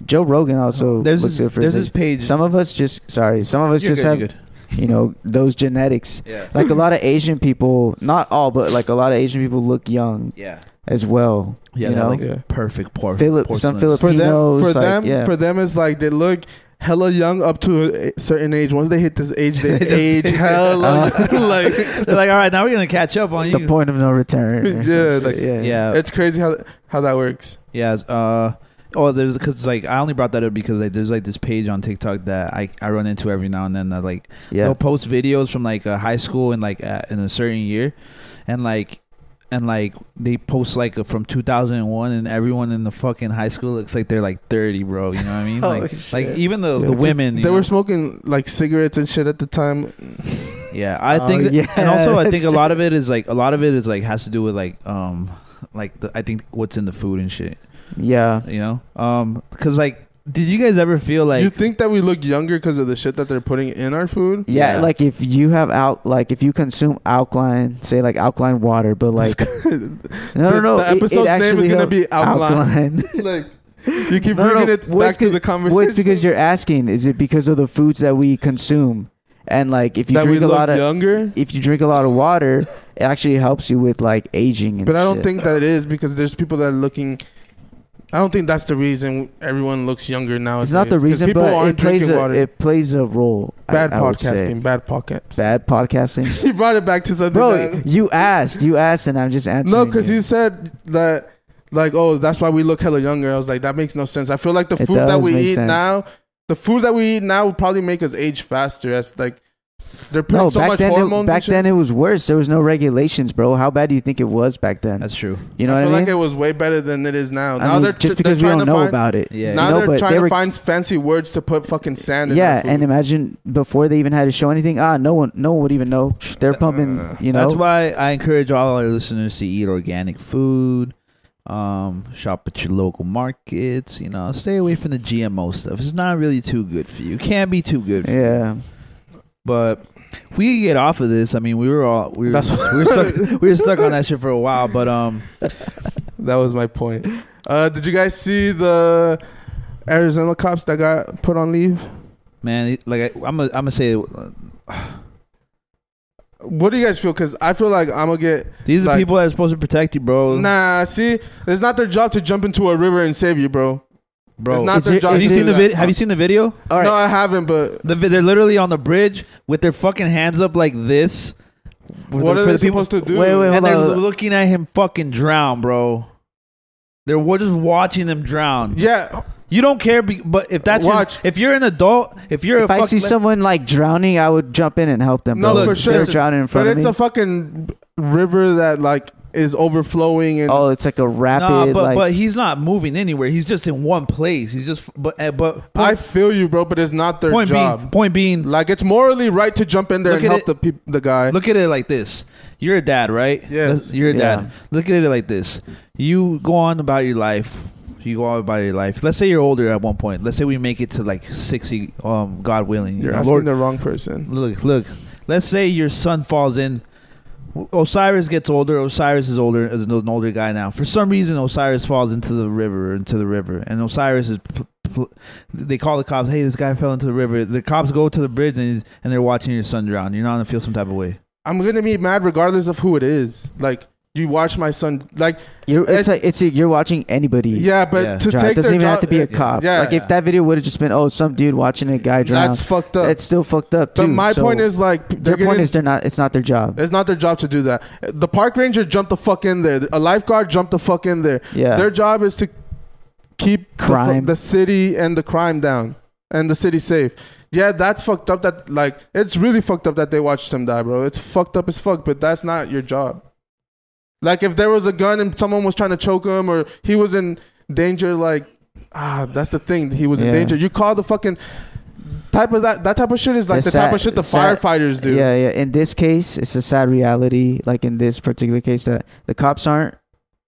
Speaker 3: Joe Rogan also
Speaker 2: there's
Speaker 3: looks
Speaker 2: this,
Speaker 3: good for
Speaker 2: there's
Speaker 3: his
Speaker 2: this
Speaker 3: age.
Speaker 2: page.
Speaker 3: Some of us just sorry. Some of us
Speaker 2: You're
Speaker 3: just
Speaker 2: good,
Speaker 3: have
Speaker 2: you're good.
Speaker 3: you know those genetics.
Speaker 2: yeah,
Speaker 3: Like a lot of Asian people, not all, but like a lot of Asian people look young
Speaker 2: yeah,
Speaker 3: as well.
Speaker 2: yeah,
Speaker 3: you
Speaker 2: they're
Speaker 3: know,
Speaker 2: like
Speaker 1: Yeah.
Speaker 2: perfect por-
Speaker 3: Philip- some
Speaker 2: porcelain.
Speaker 3: Philip-
Speaker 1: for them,
Speaker 3: Filipinos,
Speaker 1: for
Speaker 3: like,
Speaker 1: them,
Speaker 3: yeah.
Speaker 1: for them, it's like they look hella young up to a certain age. Once they hit this age, they age hella.
Speaker 3: Uh-huh.
Speaker 1: like
Speaker 2: They're like, all right, now we're gonna catch up on
Speaker 3: the
Speaker 2: you.
Speaker 3: point of no return. or
Speaker 1: Yeah,
Speaker 3: some
Speaker 1: like-
Speaker 3: shit, yeah,
Speaker 2: yeah,
Speaker 1: it's crazy how how that works.
Speaker 2: yeah. Uh, oh, there's because like I only brought that up because like there's like this page on TikTok that I I run into every now and then that like
Speaker 3: yeah.
Speaker 2: they'll post videos from like a high school and like uh, in a certain year and like and like they post like a, from 2001 and everyone in the fucking high school looks like they're like 30 bro you know what i mean
Speaker 3: Holy
Speaker 2: like
Speaker 3: Oh, shit.
Speaker 2: like even the,
Speaker 1: Yeah,
Speaker 2: the
Speaker 1: 'cause
Speaker 2: women you
Speaker 1: they
Speaker 2: know?
Speaker 1: were smoking like cigarettes and shit at the time.
Speaker 2: yeah i
Speaker 3: Oh,
Speaker 2: think that-
Speaker 3: yeah,
Speaker 2: and also i think
Speaker 3: that's
Speaker 2: a lot of it is like a lot of it is like has to do with like um like the, i think what's in the food and shit
Speaker 3: yeah.
Speaker 2: you know um because like did you guys ever feel like
Speaker 1: you think that we look younger because of the shit that they're putting in our food?
Speaker 3: Yeah,
Speaker 2: Yeah.
Speaker 3: like if you have out, like if you consume alkaline, say like alkaline water, but like no, no,
Speaker 1: This-
Speaker 3: no,
Speaker 1: the
Speaker 3: it- it
Speaker 1: episode's name is
Speaker 3: actually
Speaker 1: gonna
Speaker 3: helps
Speaker 1: be alkaline. like you keep bringing it
Speaker 3: Well,
Speaker 1: back
Speaker 3: it's
Speaker 1: to
Speaker 3: ca-
Speaker 1: the conversation.
Speaker 3: Well, it's because you're asking. Is it because of the foods that we consume? And like, if you
Speaker 1: that we
Speaker 3: drink a
Speaker 1: look
Speaker 3: lot of,
Speaker 1: younger.
Speaker 3: if you drink a lot of water, it actually helps you with like aging. And
Speaker 1: But I don't
Speaker 3: shit.
Speaker 1: think that it is because there's people that are looking. I don't think that's the reason everyone looks younger now.
Speaker 3: it's not the reason,
Speaker 1: people
Speaker 3: but
Speaker 1: aren't
Speaker 3: it plays
Speaker 1: drinking
Speaker 3: a
Speaker 1: water.
Speaker 3: it plays a role. I-
Speaker 1: bad
Speaker 3: I would say.
Speaker 1: podcasting. Bad podcast.
Speaker 3: Bad podcasting,
Speaker 1: He brought it back to something.
Speaker 3: bro.
Speaker 1: that-
Speaker 3: You asked, you asked, and I'm just answering.
Speaker 1: no, because
Speaker 3: you.
Speaker 1: he said that. Like, oh, that's why we look hella younger. I was like, that makes no sense. I feel like the
Speaker 3: It
Speaker 1: food that
Speaker 3: does
Speaker 1: we
Speaker 3: make
Speaker 1: eat
Speaker 3: sense.
Speaker 1: now, the food that we eat now would probably make us age faster. That's like, they're putting
Speaker 3: no,
Speaker 1: so
Speaker 3: back
Speaker 1: much
Speaker 3: then,
Speaker 1: hormones.
Speaker 3: it,
Speaker 1: and
Speaker 3: back
Speaker 1: shit.
Speaker 3: then it was worse. There was no regulations, bro. How bad do you think it was back then?
Speaker 2: that's true
Speaker 3: you know
Speaker 1: I
Speaker 3: what
Speaker 1: feel
Speaker 3: I mean?
Speaker 1: like it was way better than it is now.
Speaker 3: I
Speaker 1: now
Speaker 3: mean,
Speaker 1: they're
Speaker 3: just
Speaker 1: tr-
Speaker 3: because
Speaker 1: they're
Speaker 3: we
Speaker 1: trying
Speaker 3: don't
Speaker 1: to
Speaker 3: know
Speaker 1: find,
Speaker 3: about it.
Speaker 2: yeah
Speaker 3: you
Speaker 1: Now
Speaker 3: know,
Speaker 1: they're
Speaker 3: but
Speaker 1: trying
Speaker 3: they
Speaker 1: to
Speaker 3: were-
Speaker 1: find fancy words to put fucking sand.
Speaker 3: Yeah,
Speaker 1: in their
Speaker 3: and
Speaker 1: food.
Speaker 3: imagine before they even had to show anything. Ah, no one, no one would even know. They're pumping, you know.
Speaker 2: That's why I encourage all our listeners to eat organic food. Um, shop at your local markets. You know, stay away from the GMO stuff. It's not really too good for you. It can't be too good. For you.
Speaker 3: Yeah,
Speaker 2: But we could get off of this. I mean, we were all we were,
Speaker 1: That's what-
Speaker 2: we were stuck. We were stuck on that shit for a while. But um,
Speaker 1: that was my point. Uh, did you guys see the Arizona cops that got put on leave?
Speaker 2: man, like I, I'm gonna I'm gonna say uh,
Speaker 1: What do you guys feel? Because I feel like I'm gonna get
Speaker 2: these are
Speaker 1: Like-
Speaker 2: people that are supposed to protect you, bro.
Speaker 1: nah. See, it's not their job to jump into a river and save you, bro.
Speaker 2: bro.
Speaker 1: It's not
Speaker 3: Is
Speaker 1: their
Speaker 3: it-
Speaker 1: job.
Speaker 2: have
Speaker 1: to
Speaker 2: you
Speaker 1: do
Speaker 2: seen the
Speaker 1: that.
Speaker 2: vid- Have you seen the video?
Speaker 3: all right.
Speaker 1: No, I haven't. But
Speaker 2: The, vi- they're literally on the bridge with their fucking hands up like this. With
Speaker 1: what
Speaker 2: the-
Speaker 1: are
Speaker 2: for
Speaker 1: they
Speaker 2: the people-
Speaker 1: supposed to do?
Speaker 3: Wait, wait,
Speaker 2: and
Speaker 3: hold
Speaker 2: they're
Speaker 3: on.
Speaker 2: looking at him fucking drown, bro. They're wa- just watching them drown.
Speaker 1: Yeah,
Speaker 2: You don't care, be, but if that's your-
Speaker 1: Watch.
Speaker 2: if you're an adult, if you're a
Speaker 3: if I
Speaker 2: fuck-
Speaker 3: see
Speaker 2: let-
Speaker 3: someone like drowning, I would jump in and help them.
Speaker 1: No,
Speaker 3: bro.
Speaker 2: for
Speaker 3: If
Speaker 1: sure.
Speaker 3: They're drowning in
Speaker 1: but
Speaker 3: front of
Speaker 1: it's
Speaker 3: me.
Speaker 1: a fucking river that like is overflowing and
Speaker 3: Oh, it's like a rapid.
Speaker 2: Nah, but
Speaker 3: like,
Speaker 2: but he's not moving anywhere. He's just in one place. He's just but uh, but
Speaker 1: I
Speaker 2: point,
Speaker 1: feel you, bro. But it's not their
Speaker 2: point
Speaker 1: job.
Speaker 2: being point being
Speaker 1: Like it's morally right to jump in there
Speaker 2: Look
Speaker 1: and
Speaker 2: at
Speaker 1: help
Speaker 2: it-
Speaker 1: the peop- the guy.
Speaker 2: Look at it like this. You're a dad, right?
Speaker 1: Yes.
Speaker 2: You're a dad.
Speaker 3: Yeah.
Speaker 2: Look at it like this. You go on about your life. You go on about your life. Let's say you're older at one point. Let's say we make it to like 60, um, God willing. you
Speaker 1: you're
Speaker 2: know,
Speaker 1: asking
Speaker 2: Lord-
Speaker 1: the wrong person.
Speaker 2: look, look. Let's say your son falls in. Osiris gets older. Osiris is older, is an an older guy now. For some reason, Osiris falls into the river, into the river, and Osiris is. Pl- pl- they call the cops. Hey, this guy fell into the river. The cops go to the bridge and he's- and they're watching your son drown. You're not gonna feel some type of way.
Speaker 1: I'm gonna be mad regardless of who it is. Like you watch my son. Like
Speaker 3: you're,
Speaker 1: it's-
Speaker 3: it's, like it's you're watching anybody.
Speaker 1: yeah, but
Speaker 2: Yeah.
Speaker 1: to
Speaker 3: drown.
Speaker 1: take
Speaker 3: it doesn't
Speaker 1: their
Speaker 3: even have to
Speaker 1: job-
Speaker 3: be
Speaker 1: yeah,
Speaker 3: a cop.
Speaker 1: Yeah,
Speaker 3: Like if that video would have just been oh some dude watching a guy drown.
Speaker 1: that's fucked up.
Speaker 3: It's still fucked up too.
Speaker 1: but my
Speaker 3: So
Speaker 1: point is like p-
Speaker 3: their
Speaker 1: they're
Speaker 3: point
Speaker 1: getting-
Speaker 3: is they're not. It's not their job.
Speaker 1: It's not their job to do that. The park ranger jumped the fuck in there. A lifeguard jumped the fuck in there.
Speaker 3: Yeah.
Speaker 1: Their job is to keep the fu-
Speaker 3: Crime.
Speaker 1: the, city and the crime down and the city safe. Yeah, that's fucked up. That like it's really fucked up that they watched him die, bro. It's fucked up as fuck. But that's not your job. Like if there was a gun and someone was trying to choke him or he was in danger, like ah, that's the thing. He was in
Speaker 3: Yeah.
Speaker 1: danger. You call the fucking type of that that type of shit is like
Speaker 3: It's
Speaker 1: the type
Speaker 3: sad-
Speaker 1: of shit the
Speaker 3: it's sad-
Speaker 1: firefighters do.
Speaker 3: Yeah, yeah. In this case, it's a sad reality. Like in this particular case, that the cops aren't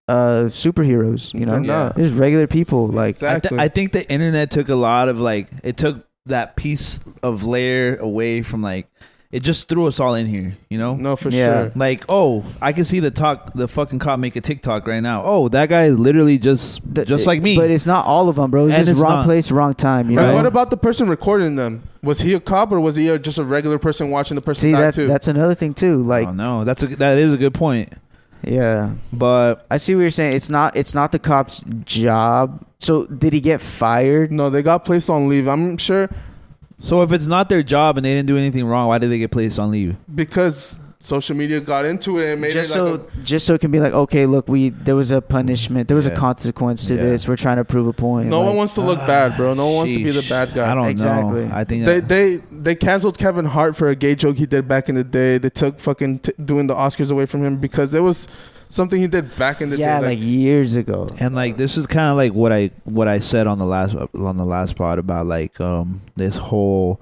Speaker 3: uh superheroes. You know,
Speaker 1: They're not.
Speaker 3: there's regular people. Like
Speaker 1: Exactly.
Speaker 2: I, th- I think the internet took a lot of like it took that piece of layer away from like it just threw us all in here, you know?
Speaker 1: No, for
Speaker 3: Yeah.
Speaker 1: sure.
Speaker 2: Like, oh, I can see the talk the fucking cop make a TikTok right now. Oh, that guy is literally just
Speaker 3: th-
Speaker 2: just like me.
Speaker 3: But it's not all of them, bro. It's
Speaker 2: And
Speaker 3: just
Speaker 2: it's
Speaker 3: wrong
Speaker 2: not.
Speaker 3: place, wrong time. You
Speaker 1: Right,
Speaker 3: know.
Speaker 1: What about the person recording them? Was he a cop or was he a, just a regular person watching the person
Speaker 3: See
Speaker 1: die
Speaker 3: that?
Speaker 1: too?
Speaker 3: That's another thing too. Like,
Speaker 2: oh no, that's a that is a good point.
Speaker 3: yeah.
Speaker 2: But
Speaker 3: I see what you're saying. It's not it's not the cop's job. So did he get fired?
Speaker 1: no, they got placed on leave. I'm sure
Speaker 2: so if it's not their job and they didn't do anything wrong, why did they get placed on leave? because
Speaker 1: because social media got into it and made
Speaker 3: Just
Speaker 1: it like
Speaker 3: so just so it can be like, okay, look, we there was a punishment, there was
Speaker 2: Yeah.
Speaker 3: a consequence to
Speaker 2: Yeah.
Speaker 3: this. We're trying to prove a
Speaker 1: a,
Speaker 3: point.
Speaker 1: no one
Speaker 3: Like,
Speaker 1: wants to look bad, bro. No one wants to be the bad guy.
Speaker 2: I don't
Speaker 3: Exactly.
Speaker 2: know. I think
Speaker 1: They they they canceled Kevin Hart for a gay joke he did back in the day. They took fucking t- doing the Oscars away from him because it was something he did back in the
Speaker 3: Yeah,
Speaker 1: day.
Speaker 3: like, years ago.
Speaker 2: and like this is kind of like what I what I said on the last on the last part about like um this whole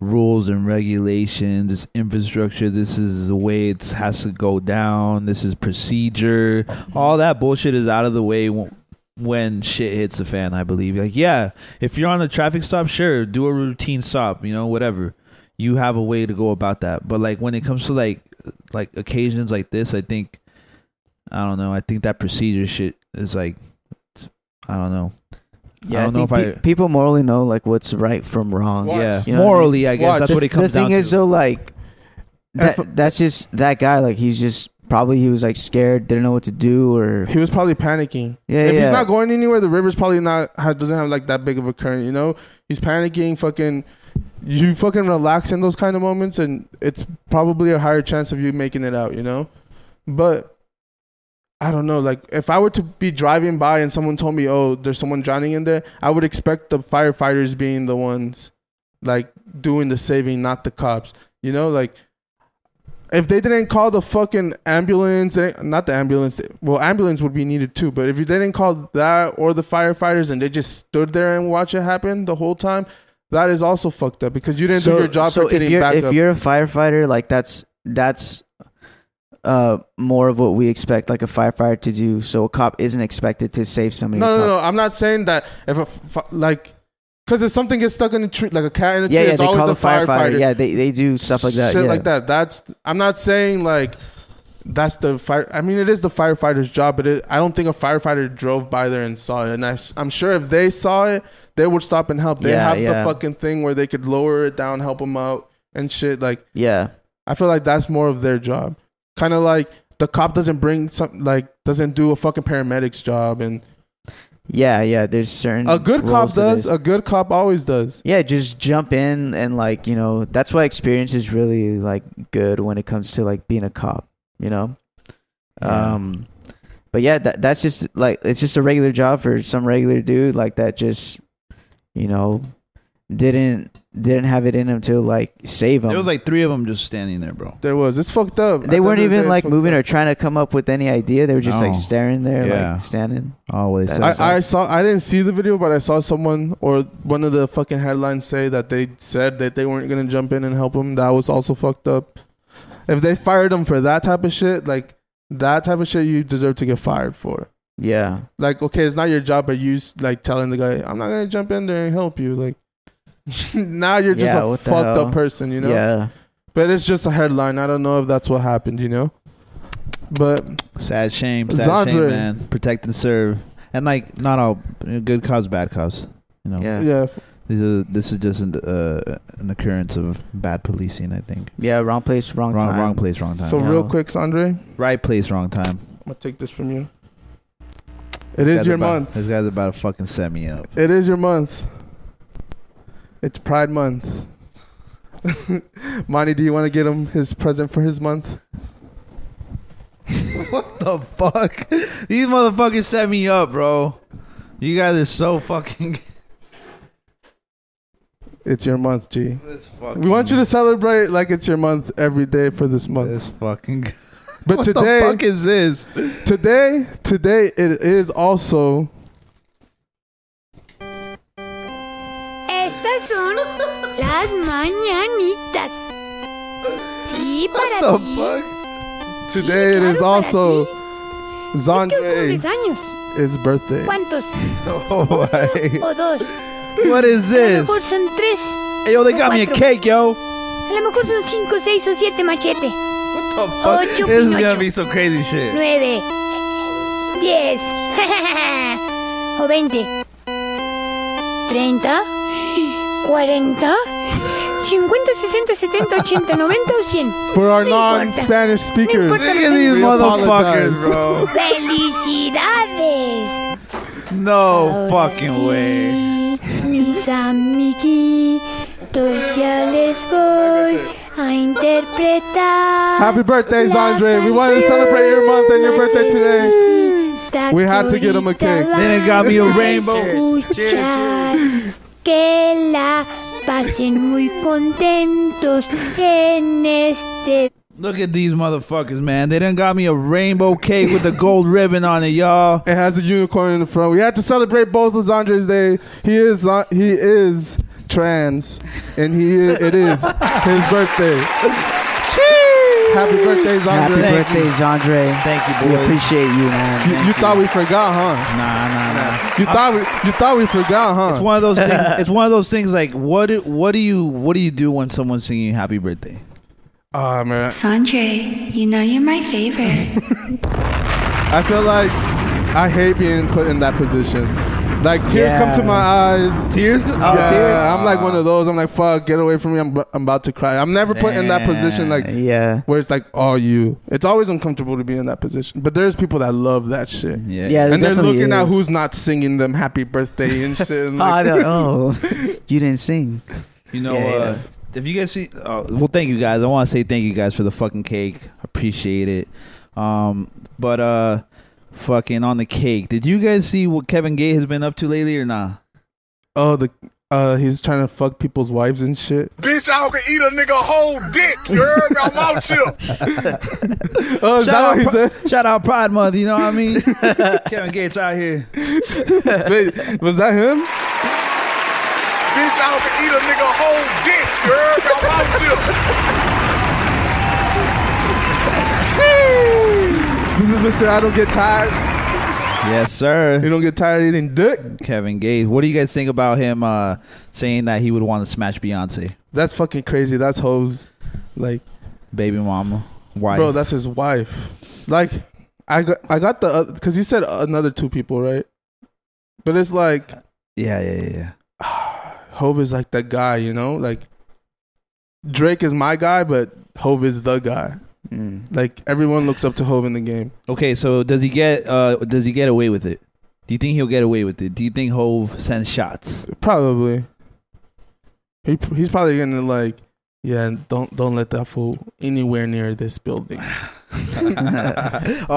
Speaker 2: rules and regulations, this infrastructure, this is the way it has to go down, this is procedure, all that bullshit is out of the way when, when shit hits the fan. I believe like yeah, if you're on a traffic stop, sure, do a routine stop, you know, whatever. You have a way to go about that, but like when it comes to like like occasions like this, I think I don't know. I think that procedure shit is like it's- I don't know. I don't know
Speaker 3: think
Speaker 2: if
Speaker 3: pe-
Speaker 2: I.
Speaker 3: people morally know like what's right from wrong.
Speaker 1: Watch.
Speaker 2: yeah,
Speaker 3: You know what I mean?
Speaker 2: morally, I, guess
Speaker 1: Watch.
Speaker 2: that's
Speaker 1: The-
Speaker 2: what it comes
Speaker 3: the thing
Speaker 2: down
Speaker 3: is
Speaker 2: to.
Speaker 3: though, like
Speaker 1: If-
Speaker 3: that that's just that guy. Like he's just probably he was like scared, didn't know what to do, or
Speaker 1: he was probably panicking.
Speaker 3: yeah,
Speaker 1: if
Speaker 3: yeah.
Speaker 1: he's not going anywhere, the river's probably not ha- doesn't have like that big of a current. You know, he's panicking. Fucking, you fucking relax in those kind of moments, and it's probably a higher chance of you making it out. You know, but I don't know. Like, if I were to be driving by and someone told me, "Oh, there's someone drowning in there," I would expect the firefighters being the ones like doing the saving, not the cops. You know, like if they didn't call the fucking ambulance, they- not the ambulance, well, ambulance would be needed too. But if they didn't call that or the firefighters and they just stood there and watch it happen the whole time, that is also fucked up because you didn't do your job for
Speaker 3: if
Speaker 1: getting
Speaker 3: you're
Speaker 1: back
Speaker 3: if
Speaker 1: up.
Speaker 3: you're a firefighter, like that's that's uh more of what we expect like a firefighter to do. So a cop isn't expected to save somebody.
Speaker 1: No,
Speaker 3: A
Speaker 1: no,
Speaker 3: cop-
Speaker 1: no. I'm not saying that if a fi- like because if something gets stuck in the tree, like a cat in the
Speaker 3: Yeah,
Speaker 1: tree,
Speaker 3: yeah,
Speaker 1: it's
Speaker 3: they
Speaker 1: always
Speaker 3: call
Speaker 1: the
Speaker 3: a firefighter.
Speaker 1: firefighter.
Speaker 3: Yeah, they they do stuff like that.
Speaker 1: Shit
Speaker 3: yeah.
Speaker 1: like that. That's I'm not saying like that's the fire. I mean, it is the firefighter's job, but it, I don't think a firefighter drove by there and saw it. And I, am sure if they saw it, they would stop and help. They
Speaker 3: Yeah,
Speaker 1: have
Speaker 3: yeah.
Speaker 1: the fucking thing where they could lower it down, help them out, and shit. Like
Speaker 3: Yeah.
Speaker 1: I feel like that's more of their job. Kind of like the cop doesn't bring some like doesn't do a fucking paramedic's job, and
Speaker 3: Yeah, yeah. There's certain
Speaker 1: a good cop
Speaker 3: roles to
Speaker 1: does.
Speaker 3: this.
Speaker 1: A good cop always does.
Speaker 3: yeah, just jump in and like, you know, that's why experience is really like good when it comes to like being a cop, you know?
Speaker 2: Yeah.
Speaker 3: Um but yeah, that that's just like it's just a regular job for some regular dude like that just you know didn't didn't have it in them to like save them.
Speaker 2: There was like three of them just standing there, bro.
Speaker 1: There was. It's fucked up. At the
Speaker 3: they
Speaker 1: end
Speaker 3: weren't
Speaker 1: of the day,
Speaker 3: even
Speaker 1: it's
Speaker 3: like
Speaker 1: fucked
Speaker 3: moving
Speaker 1: up.
Speaker 3: or trying to come up with any idea. They were just
Speaker 2: No.
Speaker 3: like staring there,
Speaker 2: Yeah.
Speaker 3: like standing.
Speaker 2: Always.
Speaker 3: That's-
Speaker 1: I, I saw. I didn't see the video, but I saw someone or one of the fucking headlines say that they said that they weren't gonna jump in and help him. That was also fucked up. If they fired him for that type of shit, like that type of shit, you deserve to get fired for.
Speaker 3: Yeah,
Speaker 1: Like, okay, it's not your job, but you s- like telling the guy, "I'm not gonna jump in there and help you." Like, now you're just
Speaker 3: Yeah,
Speaker 1: a
Speaker 3: what the
Speaker 1: fucked
Speaker 3: hell?
Speaker 1: up person, you know.
Speaker 3: yeah.
Speaker 1: But it's just a headline. I don't know if that's what happened, you know. But
Speaker 2: Sad shame. Sad shame,
Speaker 1: Zandre.
Speaker 2: man. Protect and serve. And like, not all good cause, bad cause. You know,
Speaker 3: Yeah.
Speaker 1: yeah, f-
Speaker 2: these are this is just an, uh, an occurrence of bad policing. I think.
Speaker 3: Yeah, wrong place, wrong,
Speaker 2: Wrong,
Speaker 3: time.
Speaker 2: wrong place, wrong time.
Speaker 1: so
Speaker 3: No.
Speaker 1: real quick, Sandre.
Speaker 2: right place, wrong time.
Speaker 1: I'm gonna take this from you. It
Speaker 2: This
Speaker 1: is
Speaker 2: guy's
Speaker 1: your
Speaker 2: about-
Speaker 1: month.
Speaker 2: This guy's about to fucking set me up.
Speaker 1: It is your month. It's Pride Month. Monty, do you want to get him his present for his month?
Speaker 2: What the fuck? These motherfuckers set me up, bro. You guys are so fucking.
Speaker 1: It's your month, G.
Speaker 2: this fucking
Speaker 1: We want you to celebrate like it's your month every day for this month.
Speaker 2: This fucking.
Speaker 1: But
Speaker 2: what
Speaker 1: today,
Speaker 2: the fuck is this?
Speaker 1: today, today, it is also
Speaker 6: Estas son las mañanitas. Sí, para
Speaker 2: What
Speaker 6: ti.
Speaker 2: the fuck?
Speaker 1: today it
Speaker 6: claro,
Speaker 1: is
Speaker 6: para
Speaker 1: also
Speaker 6: ti. Es que hoy cumples
Speaker 1: Zandre's
Speaker 6: años.
Speaker 1: birthday.
Speaker 6: ¿Cuántos?
Speaker 2: Oh, my.
Speaker 6: ¿O dos?
Speaker 2: what is
Speaker 6: A lo
Speaker 2: this?
Speaker 6: mejor son tres.
Speaker 2: Hey, yo, they got me a cake, yo.
Speaker 6: A lo mejor son cinco, seis o siete machete.
Speaker 2: What the fuck?
Speaker 6: Ocho,
Speaker 2: this is gonna
Speaker 6: Pinocho.
Speaker 2: be some crazy shit.
Speaker 6: Nueve. Diez. o veinte. Treinta. Cuarenta. Cincuenta, sesenta, setenta, ochenta, noventa o cien.
Speaker 1: For our
Speaker 6: No importa.
Speaker 1: non-Spanish speakers,
Speaker 6: importa.
Speaker 2: Look at these
Speaker 1: We apologize.
Speaker 2: motherfuckers, bro.
Speaker 6: ¡Felicidades!
Speaker 2: No fucking way.
Speaker 6: Mis amiguitos ya les voy a interpretar.
Speaker 1: happy birthday, Zandre. We want to celebrate your month and your birthday today. We had to get him a cake.
Speaker 2: Then it got me a rainbow.
Speaker 6: Escuchar Que la pasen muy contentos en este
Speaker 2: Look at these motherfuckers, man. They done got me a rainbow cake with a gold ribbon on it, y'all.
Speaker 1: It has a unicorn in the front. We had to celebrate both of Andre's day. He is uh, he is trans, and he is, it is his birthday. Happy birthday,
Speaker 3: Happy
Speaker 1: Andre!
Speaker 2: Thank
Speaker 3: birthday,
Speaker 2: you.
Speaker 3: Zandre.
Speaker 2: Thank you,
Speaker 3: We
Speaker 2: boys.
Speaker 3: appreciate you, man.
Speaker 1: You, you thought we forgot, huh?
Speaker 2: nah, nah, nah.
Speaker 1: You thought we you thought we forgot,
Speaker 2: It's
Speaker 1: huh?
Speaker 2: one of those things. It's one of those things. Like, what? Do, what do you? What do you do when someone's singing "Happy Birthday"?
Speaker 1: Oh man,
Speaker 7: Sanjay, you know you're my favorite.
Speaker 1: I feel like I hate being put in that position. Like tears come to
Speaker 3: Yeah.
Speaker 1: my eyes.
Speaker 2: Tears. Oh,
Speaker 1: yeah, I'm like one of those. I'm like, fuck, get away from me. I'm, I'm about to cry. I'm never put in that position. Like,
Speaker 3: Yeah.
Speaker 1: where it's like all you. It's always uncomfortable to be in that position. But there's people that love that shit.
Speaker 2: Yeah.
Speaker 3: Yeah,
Speaker 1: And they're
Speaker 3: definitely
Speaker 1: looking at
Speaker 3: is. Oh,
Speaker 1: who's not singing them happy birthday and shit. And
Speaker 3: I
Speaker 1: like,
Speaker 3: don't know. You didn't sing.
Speaker 2: You know.
Speaker 3: Yeah,
Speaker 2: uh,
Speaker 3: yeah.
Speaker 2: If you guys see, uh, well, thank you guys. I want to say thank you guys for the fucking cake. Appreciate it. Um, but uh, fucking on the cake. Did you guys see what Kevin Gay has been up to lately or nah?
Speaker 1: oh, the uh, he's trying to fuck people's wives and shit.
Speaker 8: Bitch, I can eat a nigga whole dick. You heard me? I'm out here.
Speaker 1: Oh, is that
Speaker 2: out,
Speaker 1: what he
Speaker 2: Pri-
Speaker 1: said?
Speaker 2: shout out Pride Month. You know what I mean? Kevin Gates out here.
Speaker 1: Wait, was that him?
Speaker 8: Bitch, I can eat a nigga whole dick. You heard me? I'm out here.
Speaker 1: This is Mister. I don't get tired.
Speaker 2: Yes,
Speaker 1: You
Speaker 2: sir.
Speaker 1: don't get tired eating dick.
Speaker 2: Kevin Gates. What do you guys think about him uh, saying that he would want to smash Beyonce,
Speaker 1: That's fucking crazy. That's hoes. Like,
Speaker 2: baby mama, wife?
Speaker 1: bro, that's his wife. Like, I got I got the because you said another two people, right? But it's like
Speaker 2: yeah, yeah, yeah, yeah.
Speaker 1: Hove is like that guy, you know? Like Drake is my guy, but Hove is the guy.
Speaker 3: Mm.
Speaker 1: Like everyone looks up to Hove in the game.
Speaker 2: Okay, so does he get uh, does he get away with it? Do you think he'll get away with it? Do you think Hove sends shots?
Speaker 1: Probably. He he's probably gonna like, yeah, don't don't let that fool anywhere near this building.
Speaker 2: oh,